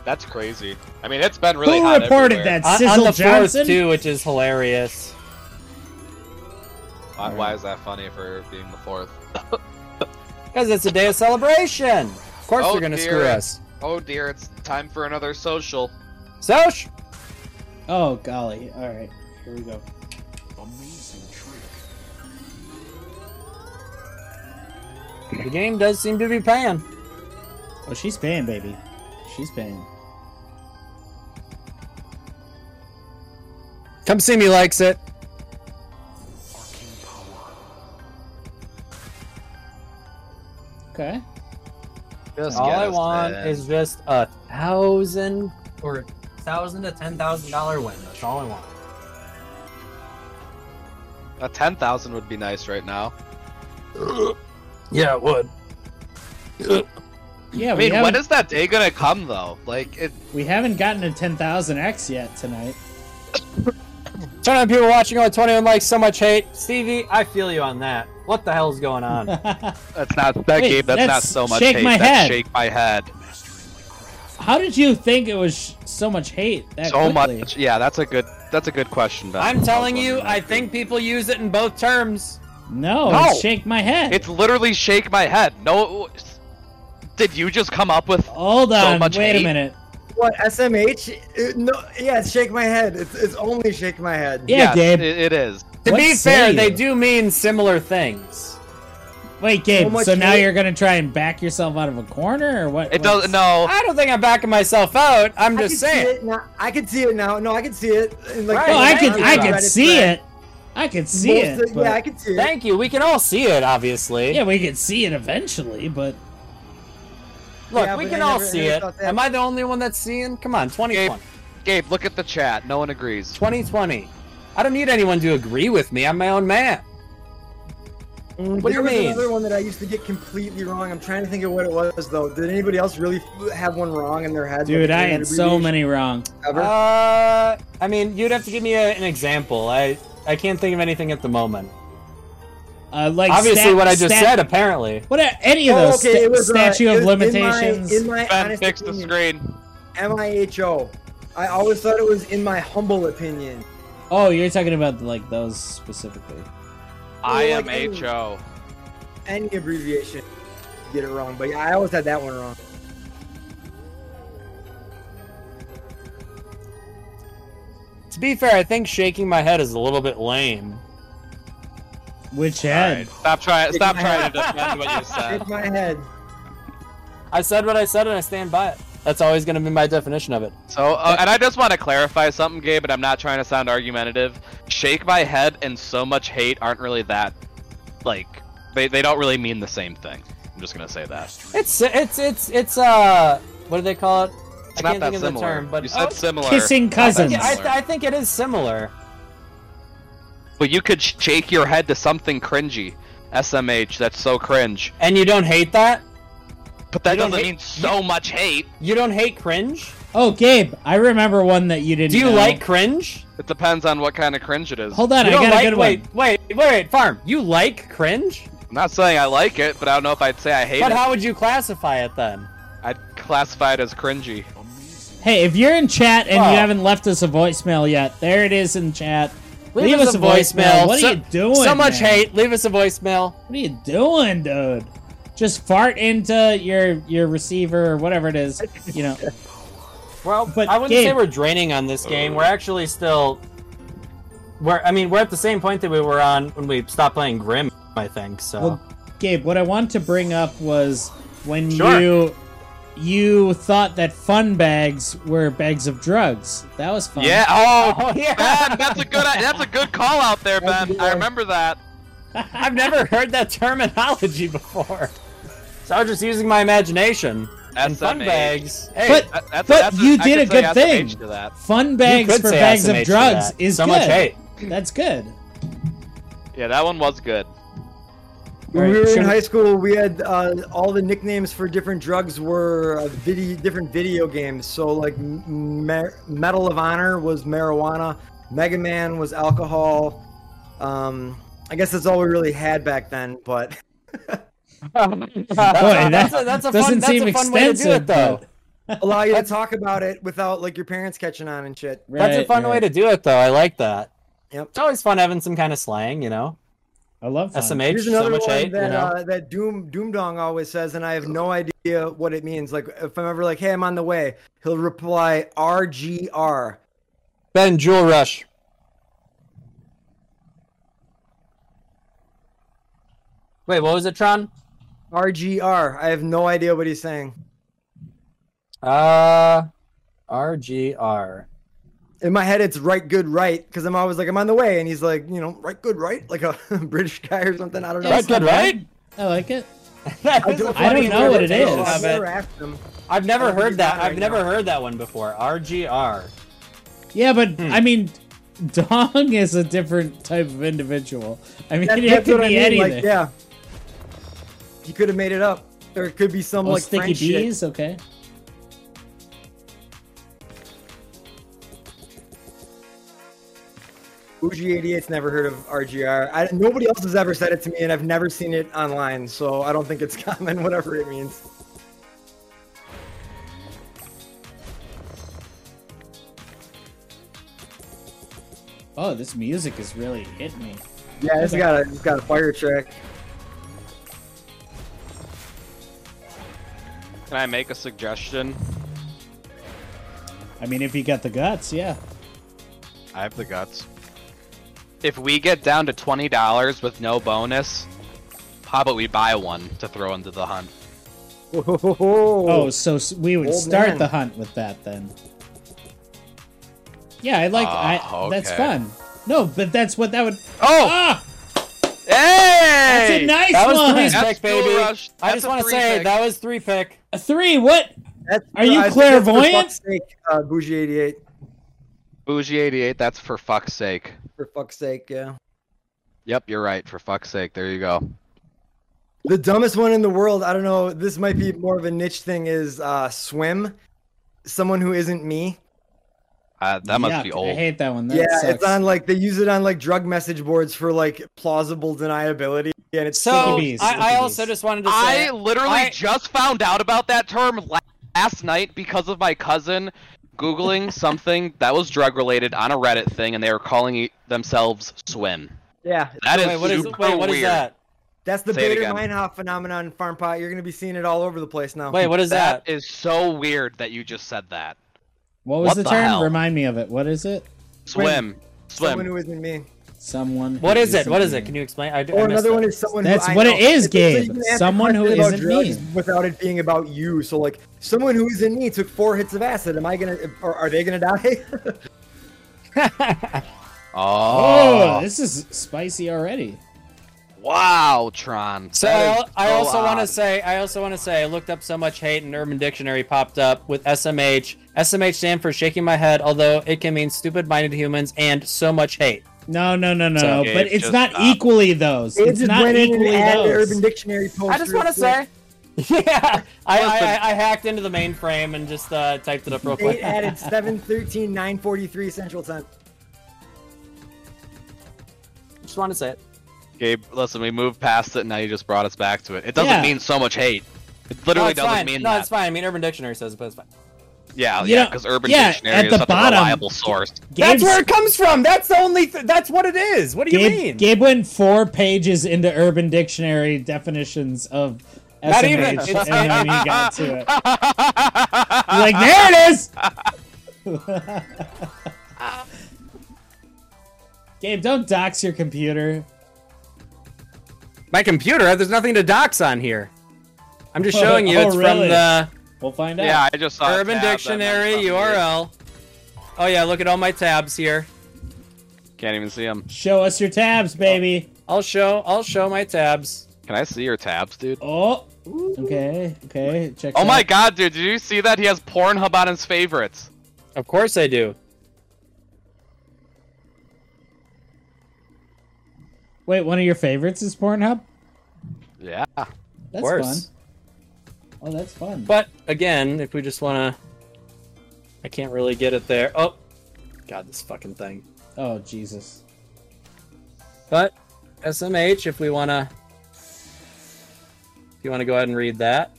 F: That's crazy. I mean, it's been really
B: Who
F: hot
B: reported
F: everywhere.
B: that?
C: on,
B: Sizzle
C: on the
B: Johnson.
C: fourth too, which is hilarious.
F: Why, why is that funny for being the fourth?
C: Because it's a day of celebration. Of course
F: Oh,
C: they're gonna
F: dear.
C: screw us.
F: Oh dear, it's time for another social.
C: So
B: Oh golly! All right, here we go.
C: the game does seem to be paying.
B: Oh, she's paying, baby. She's paying.
C: Come see me likes it.
B: Okay.
F: Just
C: All
F: get
C: I
F: us
C: want
F: in.
C: is just a thousand or
K: thousand to ten thousand dollar win. That's all I want.
F: A ten thousand would be nice right now.
C: Yeah, it would.
B: Yeah,
F: I
B: we,
F: mean,
B: haven't,
F: when is that day gonna come though? Like, it,
B: we haven't gotten to 10,000x yet tonight.
C: Turn on people watching only 21 likes, so much hate. Stevie, I feel you on that. What the hell's going on?
F: that's not that
B: Wait,
F: game. That's, not
B: that's
F: so much
B: Shake
F: hate.
B: My
F: That's
B: Head.
F: shake my head.
B: How did you think it was sh- so much hate that
F: So
B: quickly?
F: much. Yeah, that's a good. That's a good question. Ben.
C: I'm
F: was
C: telling
F: wondering
C: you,
F: that
C: I
F: too.
C: think people use it in both terms.
B: No,
F: No.
B: it's shake my head.
F: it's literally shake my head. No, did you just come up with?
B: Hold
F: so
B: on,
F: much
B: wait
F: hate.
B: a minute.
E: What SMH? Uh, No, yeah, it's shake my head. It's, it's only shake my head.
B: Yeah,
F: Yes,
B: Gabe.
F: it- it is.
C: To
B: What
C: be
B: say
C: fair,
B: you?
C: they do mean similar things.
B: Wait, Gabe. So,
E: much
B: now
E: hate.
B: you're gonna try and back yourself out of a corner, or what?
F: It
B: what's-
F: doesn't. No,
C: I don't think I'm backing myself out. I'm
E: I can
C: just
E: see
C: saying.
E: it now. I can see it now. No, I can see it. And, like,
C: Right,
B: No,
E: the
B: I
C: Thank
B: could,
E: Reddit
C: you.
B: I
E: thread-
B: could see it. I could see
E: most
B: it.
E: of-
B: but-
E: yeah, I can see it.
C: Thank you. We can all see it, obviously.
B: yeah, we could see it eventually, but
C: Look,
E: Yeah,
C: we
E: but
C: can
E: I
C: all
E: never- I
C: see
E: never
C: it.
E: thought that-
C: Am I the only one that's seeing? Come on, 2020.
F: Gabe. Look at the chat. No one agrees.
C: 2020. I don't need anyone to agree with me. I'm my own man.
E: Mm,
C: What do
E: there
C: you
E: was
C: mean?
E: another one that I used to get completely wrong. I'm trying to think of what it was though. Did anybody else really f- have one wrong in their head?
B: dude, I
E: Like,
B: had
E: did we
B: so
E: really
B: many Oh, wrong.
E: Ever?
C: Uh, I mean, you'd have to give me a, an example. I I can't think of anything at the moment.
B: Uh, like
C: Obviously,
B: stat-
C: what I just
B: stat-
C: said. Apparently,
B: What are, any of
E: Oh,
B: those sta-
E: it was, uh,
B: statue
E: it
B: of
E: was in my-
B: limitations?
E: In my,
F: Ben,
E: honest
F: fix the
E: opinion,
F: screen.
E: MIHO. I always thought it was in my humble opinion.
B: oh, you're talking about like those specifically.
C: Oh,
F: I
E: Well,
F: am
E: like, any-
F: HO.
E: Any abbreviation, get it wrong. But yeah, I always had that one wrong.
C: to be fair, I think shaking my head is a little bit lame.
B: Which head?
F: Stop trying.
E: Shake
F: Stop
E: my
F: trying to defend what you said.
E: Shake my head.
C: I said what I said, and I stand by it. That's always going to be my definition of it.
F: So, uh, and I just want to clarify something, Gabe, and I'm not trying to sound argumentative. Shake my head and so much hate aren't really that, like, they, they don't really mean the same thing. I'm just gonna say that.
C: It's it's it's it's uh, what do they call it?
F: It's
C: I
F: not
C: can't
F: that
C: think of the
F: similar.
C: term, but
F: you said
C: oh,
F: similar.
B: Kissing cousins.
C: yeah, I, th- I think it is similar.
F: But you could sh- shake your head to something cringy. SMH, that's so cringe.
C: And you don't hate that?
F: But that
C: You don't
F: doesn't
C: hate-
F: mean so much hate.
C: You don't hate cringe?
B: Oh, Gabe, I remember one that you didn't.
C: Do you
B: know.
C: like cringe?
F: It depends on what kind of cringe it is.
B: Hold on, I
C: you don't
B: got
C: like
B: a good
C: wait,
B: one.
C: wait, wait, wait, farm. You like cringe?
F: I'm not saying I like it, but I don't know if I'd say I hate
C: But
F: it.
C: how would you classify it then?
F: I'd classify it as cringy.
B: Hey, if you're in chat and
C: Oh.
B: you haven't left us a voicemail yet, there it is in chat. Leave, us, a voicemail. What
C: So-
B: are you doing?
C: So much
B: man?
C: hate. Leave us a voicemail.
B: What are you doing, dude? Just fart into your your receiver or whatever it is. You know.
C: Well,
B: But
C: I wouldn't
B: Gabe-
C: say we're draining on this game. We're actually still. We're. I mean, we're at the same point that we were on when we stopped playing Grim. I think so.
B: Well, Gabe, what I want to bring up was when
C: Sure.
B: you you thought that fun bags were bags of drugs. That was fun.
F: Yeah. Oh,
C: oh yeah,
F: Ben, that's a good. That's a good call out there,
E: That's a
F: Ben.
E: good
F: I
E: one.
F: remember that.
C: I've never heard that terminology before. So I was just using my imagination. And fun
F: SMH.
C: bags. Hey,
B: But-
F: That- that's-
B: But
F: that's
B: you
F: I
B: did
F: could
B: a
F: say
B: good thing.
F: SMH To that.
B: Fun
C: you
B: bags
C: could
B: for
C: say
B: bags
C: SMH
B: of
C: for
B: drugs
C: that.
B: is
C: so
B: good.
C: much hate.
B: That's good.
F: Yeah, that one was good.
E: When
B: Right,
E: we were
B: should
E: in
B: we-
E: high school, we had uh, all the nicknames for different drugs were uh, video, different video games. So, like, m- Mer- Medal of Honor was marijuana, Mega Man was alcohol. Um, I guess that's all we really had back then. But
C: That's,
B: Boy,
C: a, that's
B: that
C: a, that's
B: doesn't
C: a fun, that's
B: seem
C: a fun way to do
B: extensive,
C: it, though.
B: but-
E: allow you to talk about it without like your parents catching on and shit.
C: That's a
B: Right,
C: fun way
B: right.
C: to do it, though. I like that.
E: Yep.
C: It's always fun having some kind of slang, you know.
B: I love fun.
C: SMH,
E: Here's
C: so
E: another
C: much
E: one
C: hate,
E: that
C: you know.
E: uh, that Doom Doom Dong always says, and I have no idea what it means. Like if I'm ever like, "Hey, I'm on the way," he'll reply RGR.
C: ben Jewel Rush. Wait, what was it, Tron?
E: RGR. I have no idea what he's saying.
C: Uh, RGR.
E: In my head, it's right, good, right, because I'm always like, "I'm on the way," and he's like, you know, right, good, right, like a British guy or something. I don't know.
B: Yeah, it's
C: Right, good,
B: not bad.
C: right?
B: I like it.
C: That is
E: do
C: a
E: it for
B: I don't
C: funny
B: know what it
C: interpretation
B: is.
C: of
E: I've
C: it.
E: never asked him.
C: I've never
E: Probably
C: heard that.
E: not
C: I've
E: right
C: never
E: now.
C: heard that one before. RGR.
B: Yeah, but
F: Hmm.
B: I mean, dong is a different type of individual. I mean, it
E: that's
B: could
E: what
B: be
E: I mean,
B: anything.
E: Like, yeah, he could have made it up, or it could be some
B: Oh,
E: like
B: sticky
E: French shit.
B: bees. Okay.
E: Bougie 88's never heard of RGR. I, nobody else has ever said it to me, and I've never seen it online, so I don't think it's common, whatever it means.
B: Oh, this music is really hitting me.
E: Yeah, it's got a it's got a fire track.
F: Can I make a suggestion?
B: I mean, if you got the guts, yeah.
F: I have the guts. If we get down to twenty dollars with no bonus, how about we buy one to throw into the hunt?
B: Oh,
E: Oh,
B: so s- we would
E: Old
B: start
E: man.
B: the hunt with that then. Yeah, I like. I,
F: Ah,
B: That's
F: okay.
B: fun. No, but that's what that would.
F: Oh,
B: Ah,
F: hey! That's
B: it's a nice
C: that was
B: one.
C: three pick,
F: Dual
C: baby.
F: Rush.
C: I
F: That's
C: just
F: a
C: want to
F: three
C: say
F: pick.
C: that was three pick.
B: A three. What?
E: that's,
B: Are you
E: I think that's for
B: clairvoyant?
E: fuck's sake, uh, Bougie 88,
F: Bougie 88, that's for fuck's sake.
E: for fuck's sake, yeah.
F: Yep, you're right. For fuck's sake, there you go.
E: The dumbest one in the world, I don't know, this might be more of a niche thing, is uh, Swim. Someone who isn't me.
F: Uh, that must be
B: Yuck,
F: old.
B: I hate that one. That
E: yeah,
B: sucks.
E: it's on like, they use it on like drug message boards for like plausible deniability. And it's
C: So
B: bees, sticky
C: I, I also
B: bees.
C: just wanted to say
F: I literally
C: I-
F: just found out about that term la- last night because of my cousin googling something that was drug related on a Reddit thing, and they were calling it themselves swim.
E: yeah,
F: That is
C: wait, what is
F: super
C: wait, what is
F: weird.
C: that?
E: that's the
F: Say it
E: Bader
F: again.
E: Meinhof phenomenon in Farm Pot. You're going to be seeing it all over the place now.
C: Wait, what is that?
F: That is so weird that you just said that.
B: what was
F: what
B: the,
F: the
B: term?
F: hell?
B: Remind me of it. What is it?
F: Swim,
E: Someone
F: swim.
E: who isn't me.
B: Someone.
C: What
B: who
C: is it? What is it?
B: me.
C: Can you explain? I, I
E: Or
C: missed
E: another
C: that.
E: one is someone.
B: That's
E: who I
B: what it
E: know.
B: is,
E: It's like
B: Gabe.
E: you can ask a
B: Someone who
E: question about
B: isn't
E: drugs
B: me.
E: Without it being about you, so like someone who isn't me took four hits of acid. Am I gonna? Or are they gonna die?
B: Oh,
F: Oh,
B: this is spicy already.
F: wow, Tron.
C: So
F: That
C: I,
F: is
C: I
F: so
C: also want to
F: odd.
C: say I also want to say I looked up so much hate and Urban Dictionary popped up with SMH. SMH stand for shaking my head, although it can mean stupid-minded humans and so much hate.
B: No, no, no, no.
C: So-
B: no,
F: Gabe,
B: but it's
F: just
B: not
F: stop.
B: equally those.
E: They
B: It's
E: just
B: not
E: went in and
B: equally
E: added
B: those.
E: Urban Dictionary post.
C: I just want to
E: real quick.
C: say, yeah, I, I,
F: Listen.
C: I, I hacked into the mainframe and just uh, typed it up real
E: They
C: quick.
E: added 713, 943 Central Time.
C: just want to say it.
F: Gabe, listen, we moved past it, and now you just brought us back to it. It doesn't
B: Yeah.
F: mean so much hate. It
C: No,
F: literally
C: it's
F: doesn't
C: fine.
F: mean
C: no,
F: that.
C: it's fine. I mean, Urban Dictionary says it, but it's fine.
F: Yeah,
B: You
F: yeah,
B: know-
F: because Urban
B: yeah,
F: Dictionary
B: at
F: is
B: the
F: such
B: bottom-
F: a reliable source.
B: Gabe's-
C: That's where it comes from. That's the only. Th- that's what it is. What do you
B: Gabe,
C: mean?
B: Gabe went four pages into Urban Dictionary definitions of SMH,
C: Not even.
B: and
C: It's-
B: then he got to it. You're like, there it is. Gabe, don't dox your computer.
H: My computer. There's nothing to docs on here.
C: I'm just showing you.
B: Oh,
C: it's
B: really?
C: from the
B: We'll find out.
F: Yeah, I just saw a
C: Urban
F: tab that meant
C: Dictionary
F: something.
C: URL. Oh yeah, look at all my tabs here.
F: Can't even see them.
B: Show us your tabs, baby.
C: I'll show. I'll show my tabs.
F: Can I see your tabs, dude?
B: Oh, okay, okay. Check.
F: Oh my god, dude, did you see that? He has Pornhub on his favorites.
C: Of course I do.
B: Wait, one of your favorites is Pornhub.
F: Yeah.
B: That's fun.
C: course.
B: Oh, that's fun.
C: But again, if we just want to, I can't really get it there. Oh, God, this fucking thing.
B: oh Jesus.
C: But SMH, if we want to, if you want to go ahead and read that.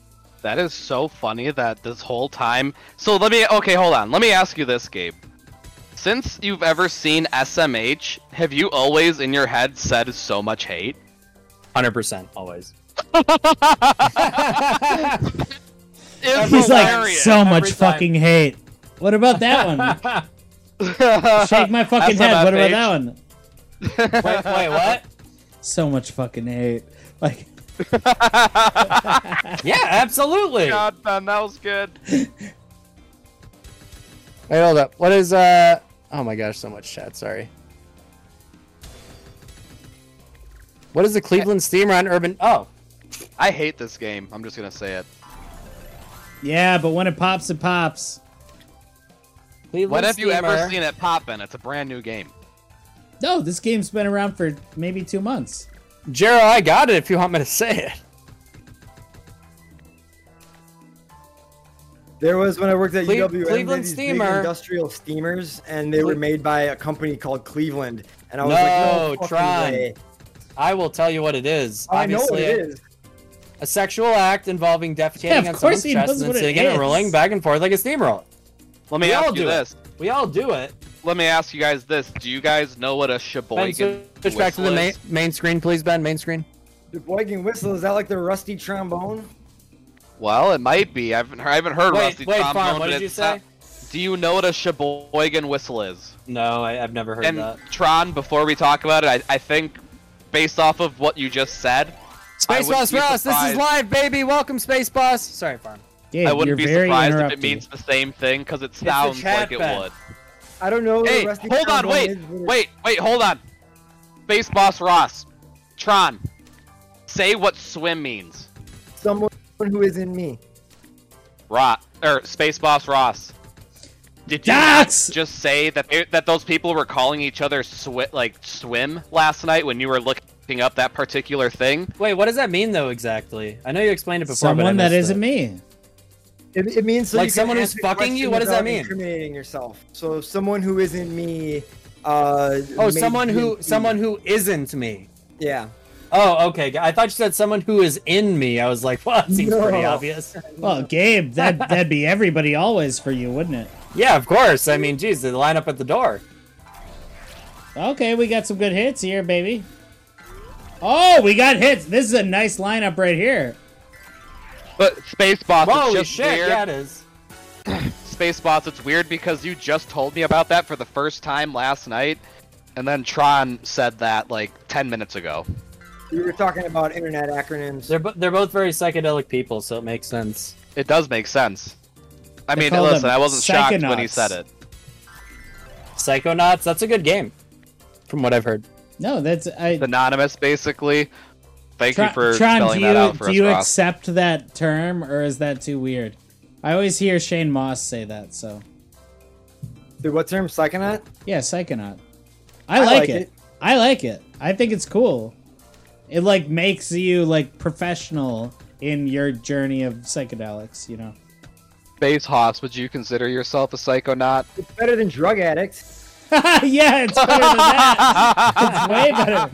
F: That is so funny that this whole time. So let me. Okay, hold on. Let me ask you this, Gabe. Since you've ever seen SMH, have you always in your head said so much hate?
C: Hundred percent, always.
F: It's
B: He's like
F: hilarious.
B: so much
C: Every time.
B: fucking hate. What about that one? Shake my fucking
F: That's
B: head.
F: not
B: What about
F: bad,
B: that one?
C: wait, wait, what?
B: So much fucking hate. Like
C: Yeah, absolutely.
F: God, man, that was good.
H: Wait, hold up. What is uh? Oh my gosh, so much chat. Sorry. What is the Cleveland Steamer on Urban? Oh,
F: I hate this game. I'm just gonna say it.
B: Yeah, but when it pops, it pops.
C: Cleveland
F: When have you ever
C: Steamer.
F: seen it poppin'? It's a brand new game.
B: No, this game's been around for maybe two months.
H: Jero, I got it if you want me to say it.
E: There was when I worked at
C: Cle-
E: UW. I made
C: Cleveland
E: these big
C: Steamer.
E: industrial steamers, and they were
C: Cle-
E: made by a company called Cleveland. And I was
C: No,
E: like, no, fucking
C: Tron.
E: way.
C: I will tell you what it is.
E: I know what
C: Obviously,
E: it is.
C: a sexual act involving defecating
B: of
C: on
B: course
C: someone's
B: he
C: chest
B: knows
C: and then
B: what it
C: sitting in
B: is.
C: and rolling back and forth like a steamroller.
F: Let me
C: We all
F: ask you
C: do it.
F: this.
C: We all do it.
F: Let me ask you guys this. Do you guys know what a
C: Ben,
F: Sheboygan
C: switch back to the
F: whistle
C: main,
F: is?
H: Main screen, please, Ben. Main screen.
E: The Boykin whistle is that like the rusty trombone?
F: Well, it might be. I haven't, I haven't heard
C: Wait,
F: Rusty
C: wait,
F: Trombone,
C: Farm, what
F: but
C: did you
F: it's
C: say?
F: not- Do you know what a Sheboygan whistle is?
C: No, I, I've never heard
F: and
C: that.
F: Tron, before we talk about it, I, I think based off of what you just said,
H: Space
F: I wouldn't
H: Boss
F: be
H: Ross, this is
F: surprised-
H: live, baby. Welcome, Space Boss. Sorry, Farm.
B: Gabe,
F: I wouldn't
B: you're
F: be
B: very
F: surprised if it
B: interruptive.
F: means the same thing because it
C: the
F: sounds
C: chat
F: like it
C: back.
F: would.
E: I don't know. what a
F: Hey,
E: rusty
F: hold on,
E: trombone
F: wait,
E: is, but it-
F: wait, wait, hold on. Space Boss Ross, Tron, say what swim means.
E: Someone who is in me.
F: Ross, or Space Boss Ross. Did you not
B: Docs!
F: just say that they, that those people were calling each other swi- like swim last night when you were looking up that particular thing?
C: Wait, what does that mean though exactly? I know you explained it before. but I
B: Someone that
C: missed
B: isn't
C: it.
B: me.
E: It, it means so
C: Like
E: you can
C: someone who's
E: ask a
C: fucking you?
E: question
C: What does that
E: without
C: mean?
E: Incriminating yourself. So someone who is in me. Uh,
C: Oh,
E: made
C: someone
E: me
C: who
E: into-
C: someone who isn't me.
E: Yeah.
C: Oh, okay. g- I thought you said someone who is in me. I was like, well, that seems pretty
E: No.
C: obvious.
B: Well, Gabe, that that'd be everybody always for you, wouldn't it?
C: Yeah, of course. I mean, geez, they line up at the door.
B: Okay, we got some good hits here, baby. Oh, we got hits. This is a nice lineup right here.
F: But Space Boss, it's
C: Holy
F: just
C: shit!
F: weird.
C: Yeah, it is.
F: Space Boss, it's weird because you just told me about that for the first time last night, and then Tron said that like 10 minutes ago.
E: We were talking about internet acronyms.
C: They're bo- they're both very psychedelic people, so it makes sense.
F: It does make sense. I
B: They
F: mean,
B: call them
F: listen, I wasn't shocked when he
B: psychonauts.
F: said it.
C: Psychonauts. That's a good game, from what I've heard.
B: No, that's I.
F: Anonymous, basically. Thank you
B: Tron,
F: for
B: Tron,
F: spelling
B: do
F: that
B: you-
F: out for
B: do
F: us,
B: you
F: Ross.
B: accept that term or is that too weird? I always hear Shane Moss say that. So
E: Dude, what term? Psychonaut?
B: yeah, psychonaut. I, like, it. I like it. I think it's cool. It like makes you like professional in your journey of psychedelics. You know.
F: Space Hoss, would you consider yourself a psychonaut?
E: It's better than drug addict.
B: yeah, it's better than that.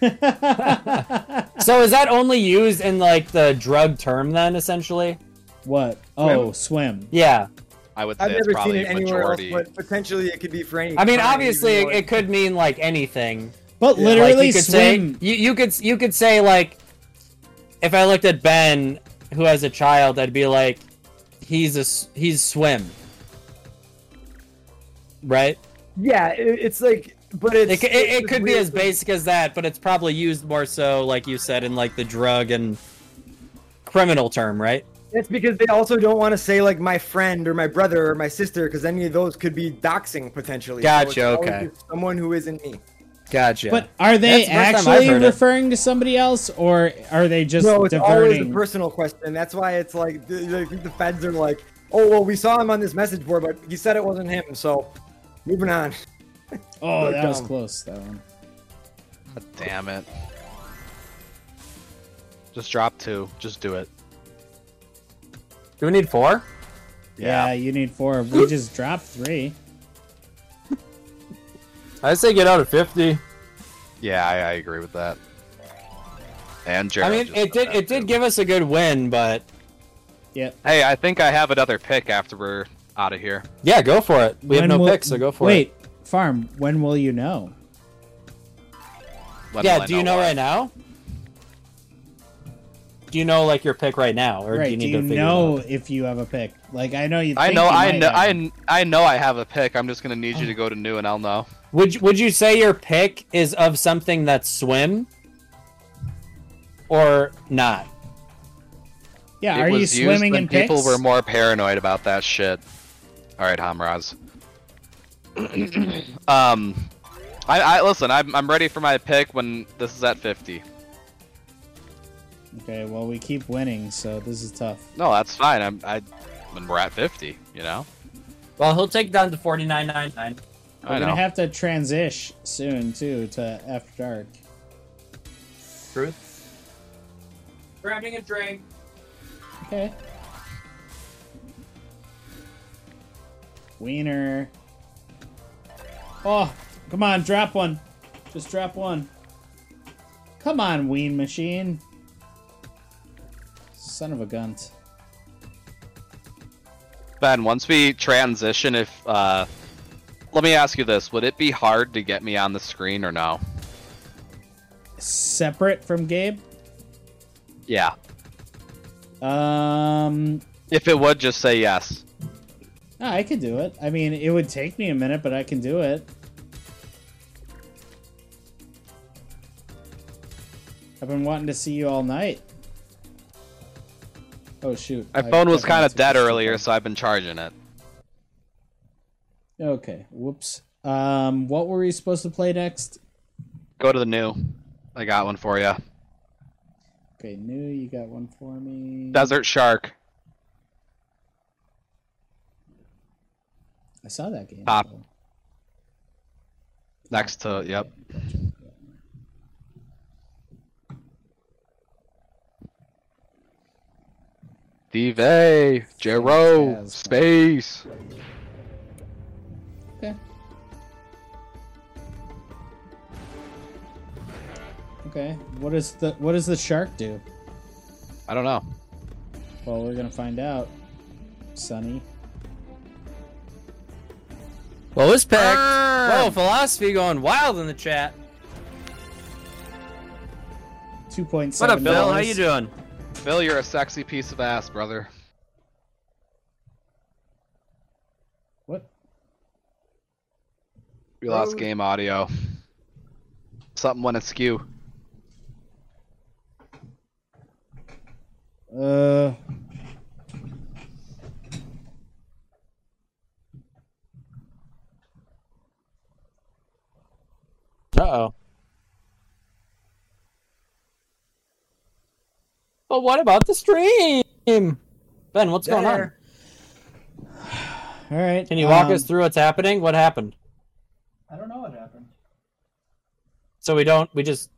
B: It's way better.
C: So is that only used in like the drug term then, essentially?
B: what? Oh, swim.
C: Yeah.
F: I would say
E: I've
F: it's
E: never seen
F: probably
E: it anywhere
F: majority.
E: else, but potentially it could be for any.
C: I mean,
E: crime,
C: obviously,
E: even
C: it,
E: though
C: it could mean like anything.
B: But
E: Yeah.
C: Like,
B: literally
C: you could
B: swim.
C: Say, you, you could you could say like, if I looked at Ben, who has a child, I'd be like, he's a s- he's swim. Right.
E: Yeah, it, it's like, but it's
C: It, c- it, it
E: it's
C: could be
E: weird.
C: as basic as that, but it's probably used more so, like you said, in like the drug and criminal term, right?
E: That's because they also don't want to say like my friend or my brother or my sister because any of those could be doxing potentially. So it's
H: Gotcha,
E: always
H: okay.
E: just Someone who isn't me.
H: Gotcha.
B: But are they
C: That's the first time I've
B: actually
C: heard it.
B: referring to somebody else, or are they just
E: no, it's always a
B: diverting?
E: personal question. That's why it's like the, I think the feds are like, oh well, we saw him on this message board, but he said it wasn't him. So, moving on.
B: oh,
E: They're
B: that was
E: dumb.
B: close. That one.
F: Damn it. Just drop two. Just do it.
C: Do we need four?
B: Yeah. you need four. We just dropped three.
C: I say get out of fifty.
F: Yeah, I, I agree with that. And Jared.
C: I mean,
F: just
C: it
F: said
C: did
F: that
C: it did
F: too.
C: give us a good win, but
B: Yeah.
F: Hey, I think I have another pick after we're out of here.
C: yeah, go for it. We
B: When
C: have no
B: will-
C: picks, so go for it.
B: Wait, farm. When will you know?
F: When will
C: Yeah,
F: I
C: do you know
F: why?
C: right now? Do you know like your pick right now, or do
B: right?
C: you
B: Do
C: need
B: you
C: to figure
B: know
C: It
B: if you have a pick? Like I know you.
F: I
B: think
F: know,
B: you
F: I
B: might
F: know,
B: have.
F: I, kn- I know I have a pick. I'm just gonna need you to go to new, and I'll know.
C: out? Would you- would you say your pick is of something that's swim, or not?
B: Yeah.
F: it
B: Are you
F: was used
B: swimming
F: when
B: in
F: people
B: picks?
F: were more paranoid about that shit. All right, Hamraz. um, I, I listen. I'm, I'm ready for my pick when this is at 50.
B: Okay, well we keep winning, so this is tough.
F: No, that's fine. I'm I when we're at 50, you know.
C: Well, he'll take down to 49.99.
F: I
B: We're
F: know.
B: gonna have to transition soon too to After Dark.
C: Truth. We're having a drink.
B: Okay. Wiener. Oh, come on, drop one. Just drop one. Come on, ween machine. Son of a gunt.
F: ben, once we transition if uh let me ask you this, would it be hard to get me on the screen or no?
B: Separate from Gabe?
F: Yeah.
B: Um,
F: If it would just say yes.
B: no, I could do it. I mean, it would take me a minute, but I can do it. I've been wanting to see you all night. Oh shoot!
F: My
B: I
F: phone was
B: definitely
F: kind of
B: took
F: dead
B: this-
F: earlier, so I've been charging it.
B: Okay. Whoops. Um, what were we supposed to play next?
F: Go to the new. I got one for you.
B: Okay, new. You got one for me.
F: Desert Shark.
B: I saw that game.
F: Pop.
C: Oh.
F: Next to yep. D-Vay, Jero,
B: Jazz.
F: Space.
B: Okay. Okay. What is the What does the shark do?
F: I don't know.
B: Well, we're gonna find out. Sonny.
C: Well, it's packed. Whoa, philosophy going wild in the chat.
B: Two point
C: What
B: seven.
C: up, Bill? How you doing?
F: Phil, you're a sexy piece of ass, brother.
B: What?
F: We
C: Oh.
F: lost game audio. Something went askew.
B: Uh.
C: Uh oh. But what about the stream? Ben, what's going on?
K: There.
B: All right.
C: Can you walk
B: um,
C: us through what's happening? What happened?
K: I don't know what happened.
C: So we don't. We just.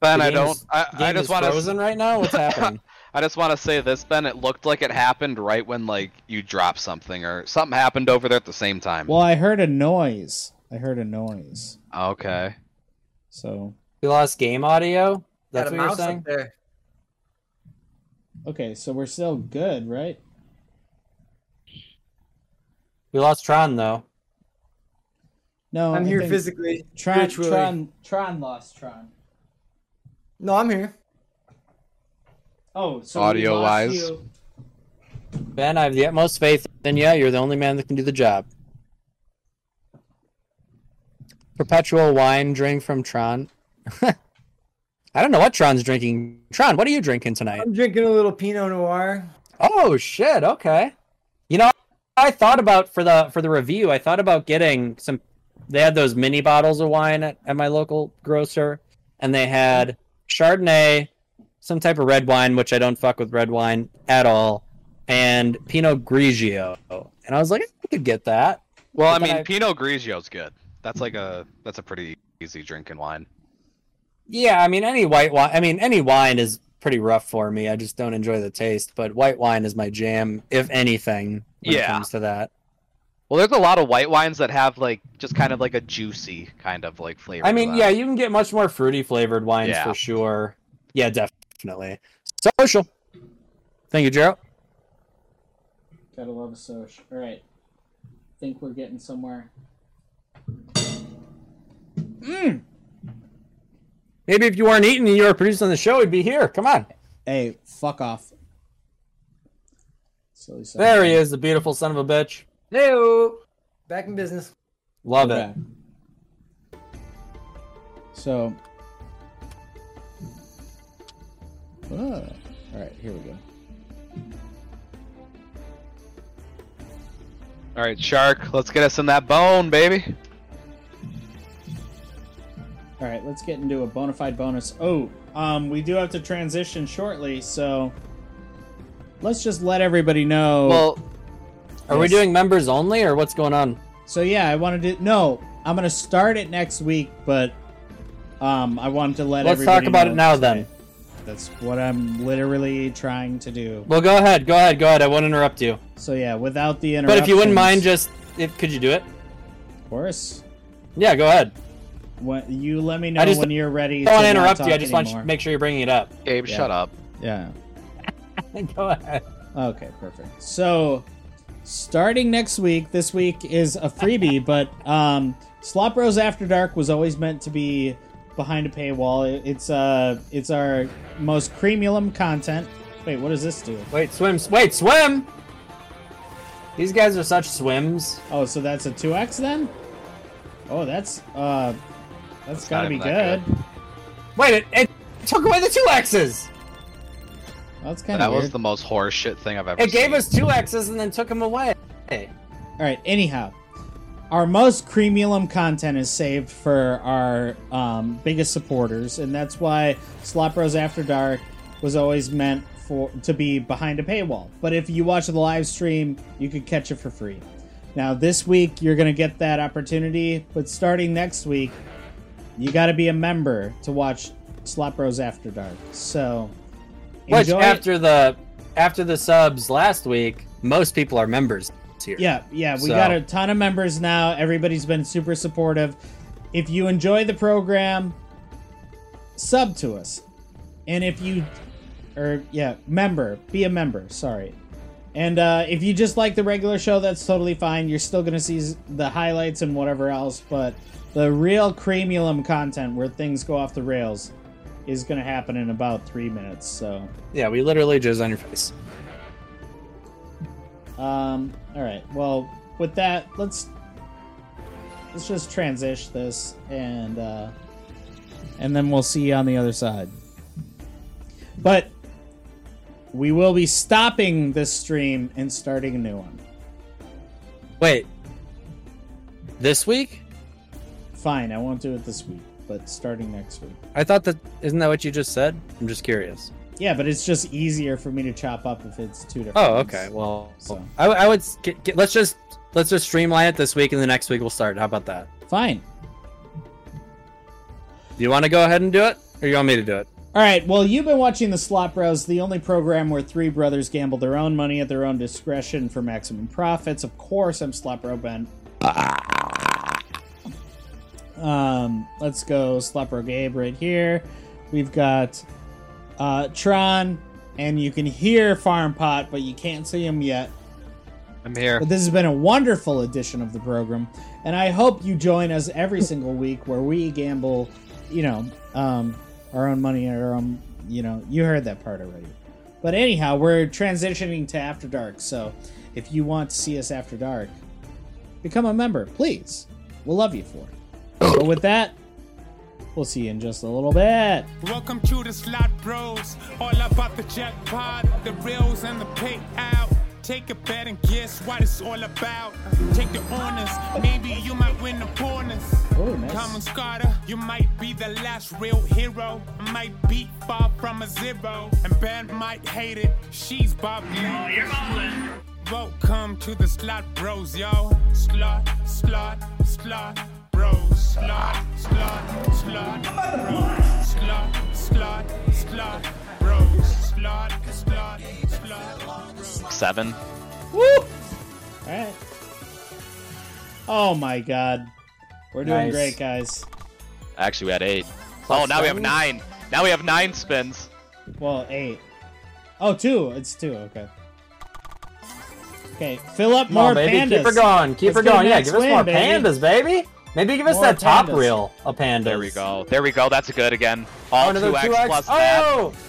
F: Ben,
C: the
F: I
C: game
F: don't.
C: is-
F: I, I
C: game
F: just
C: is
F: want to.
C: frozen right now. What's happening?
F: I just want to say this, Ben. It looked like it happened right when like you dropped something or something happened over there at the same time.
B: Well, I heard a noise. I heard a noise.
F: Okay.
B: So
C: we lost game audio. That's
K: Got a
C: what you're
K: mouse
C: saying.
K: up there.
B: okay, so we're still good, right?
C: We lost Tron though.
B: No,
E: I'm
B: I
E: here
B: think
E: physically.
B: Tron,
E: spiritually.
B: Tron, Tron lost Tron.
E: No, I'm here.
B: Oh, so
F: Audio-wise.
B: we lost you.
C: Ben, I have the utmost faith in you. You're the only man that can do the job. Perpetual wine drink from Tron. I don't know what Tron's drinking. Tron, what are you drinking tonight?
E: I'm drinking a little Pinot Noir.
C: Oh shit, okay. You know, I thought about for the for the review, I thought about getting some they had those mini bottles of wine at, at my local grocer and they had Chardonnay, some type of red wine, which I don't fuck with red wine at all, and Pinot Grigio. And I was like, I could get that.
F: Well, I
C: But
F: mean,
C: I-
F: Pinot Grigio's good. That's like a that's a pretty easy drinking wine.
C: Yeah, I mean any white wine I mean any wine is pretty rough for me. I just don't enjoy the taste, but white wine is my jam, if anything, when it
F: Yeah.
C: comes to that.
F: Well, there's a lot of white wines that have like just kind of like a juicy kind of like flavor.
C: I
F: to
C: mean,
F: them.
C: yeah, you can get much more fruity flavored wines
F: Yeah.
C: for sure. Yeah, definitely. Social. Thank you, Gerald.
B: Gotta love a soch. All right, think we're getting somewhere.
C: Maybe if you weren't eating and you were producing the show, we'd be here. Come on.
B: Hey, fuck off. Silly son.
C: There he is, the beautiful son of a bitch.
E: Hey, back in business.
C: Love
B: Okay.
C: it.
B: So. Whoa. uh, All right, here we go.
F: All right, Shark, let's get us in that bone, baby.
B: All All right, let's get into a bona fide bonus. Oh, um, we do have to transition shortly, so let's just let everybody know.
C: Well, are we
B: Yes.
C: doing members only or what's going on?
B: so yeah, I wanted to. No, I'm gonna start it next week, but um, I wanted to let.
C: Let's
B: everybody
C: talk about
B: know
C: it now
B: today.
C: then.
B: That's what I'm literally trying to do.
C: Well, go ahead, go ahead, go ahead. I won't interrupt you.
B: So yeah, without the
C: But if you wouldn't mind,
B: interruptions-
C: just if could you do it?
B: of course.
C: Yeah, go ahead.
B: When, you let me know
C: just
B: when you're ready.
C: I don't want
B: to
C: to
B: not
C: interrupt you. I
B: talk
C: just want you
B: anymore.
C: to make sure you're bringing it up.
F: Gabe,
B: Yeah.
F: shut up.
B: Yeah.
C: go ahead.
B: Okay, perfect. So, starting next week, this week is a freebie, but um, Slop Bros After Dark was always meant to be behind a paywall. It- It's uh, it's our most cremulum content. Wait, what does this do?
C: Wait, swim. s- Wait, swim. These guys are such swims.
B: Oh, so that's a two X then? Oh, that's uh, that's
F: not
B: gotta be
F: even that
B: good.
C: Wait, it, it took away the two X's.
B: That's kind
F: That
B: of
F: was
B: weird.
F: the most horseshit thing I've ever
C: It gave
F: seen.
C: us two X's and then took them away.
B: All right. Anyhow, our most cremulum content is saved for our um, biggest supporters, and that's why Slop Bros After Dark was always meant for to be behind a paywall. But if you watch the live stream, you could catch it for free. Now this week you're gonna get that opportunity, but starting next week, you got to be a member to watch Slop Bros After Dark. So,
C: Which
B: enjoy it.
C: after the after the subs last week, most people are members here.
B: Yeah, yeah, we
C: So-
B: got a ton of members now. Everybody's been super supportive. If you enjoy the program, sub to us. And if you or yeah, member, be a member, sorry. And uh, if you just like the regular show, that's totally fine. You're still gonna see s- the highlights and whatever else, but the real cremulum content where things go off the rails is gonna happen in about three minutes. So
C: Yeah, we literally just on your face.
B: Um, all right. Well, with that, let's let's just transition this, and uh, and then we'll see you on the other side. But we will be stopping this stream and starting a new one.
C: Wait. This week?
B: Fine, I won't do it this week, but starting next week.
C: I thought that isn't that what you just said? I'm just curious.
B: Yeah, but it's just easier for me to chop up if it's two different.
C: Oh,
B: ones.
C: okay. Well,
B: So-
C: I, I would s- get, get, let's just let's just streamline it this week, and the next week we'll start. How about that?
B: fine.
C: Do you want to go ahead and do it, or you want me to do it?
B: All right. Well, you've been watching the Slot Bros, the only program where three brothers gamble their own money at their own discretion for maximum profits. Of course, I'm Slot Bro Ben. Um, let's go Slot Bro Gabe right here. We've got uh, Tron, and you can hear Farm Pot, but you can't see him yet.
A: I'm here.
B: But this has been a wonderful edition of the program, and I hope you join us every single week where we gamble, you know, um, our own money and our own, you know, you heard that part already. But anyhow, we're transitioning to After Dark, so if you want to see us After Dark, become a member, please. We'll love you for it. So with that, we'll see you in just a little bit.
D: Welcome to the slot bros, all about the jackpot, the reels and the payout. Take a bet and guess what it's all about. Take the honors, maybe you might win the corners.
B: Oh, nice.
D: Common Scarter, you might be the last real hero. Might beat far from a zero, and Ben might hate it. She's bubbling. Oh, you're bubbling. Welcome to the slot bros, yo. Slot, slot, slot, bros. Slot, slot, slot, bros. Slot, slot, slot, bros. Slot, slot, slot, bros.
A: Seven.
B: All right. Oh my God, we're doing
C: Nice.
B: great, guys.
A: Actually, we had eight. oh, now we have
C: seven?
A: nine. Now we have nine spins.
B: Well, eight. Oh, two. It's two. Okay. Okay. Fill up
C: Come
B: more
C: on, baby,
B: pandas.
C: keep her going, keep
B: Let's
C: her
B: get a
C: going. Yeah,
B: max
C: give us
B: win,
C: more
B: baby.
C: pandas, baby. Maybe give us
B: More
C: that top
B: pandas.
C: reel of pandas.
A: There we go. There we go. That's good again. All
C: Another
A: 2x,
C: 2x.
A: plus that.
C: oh!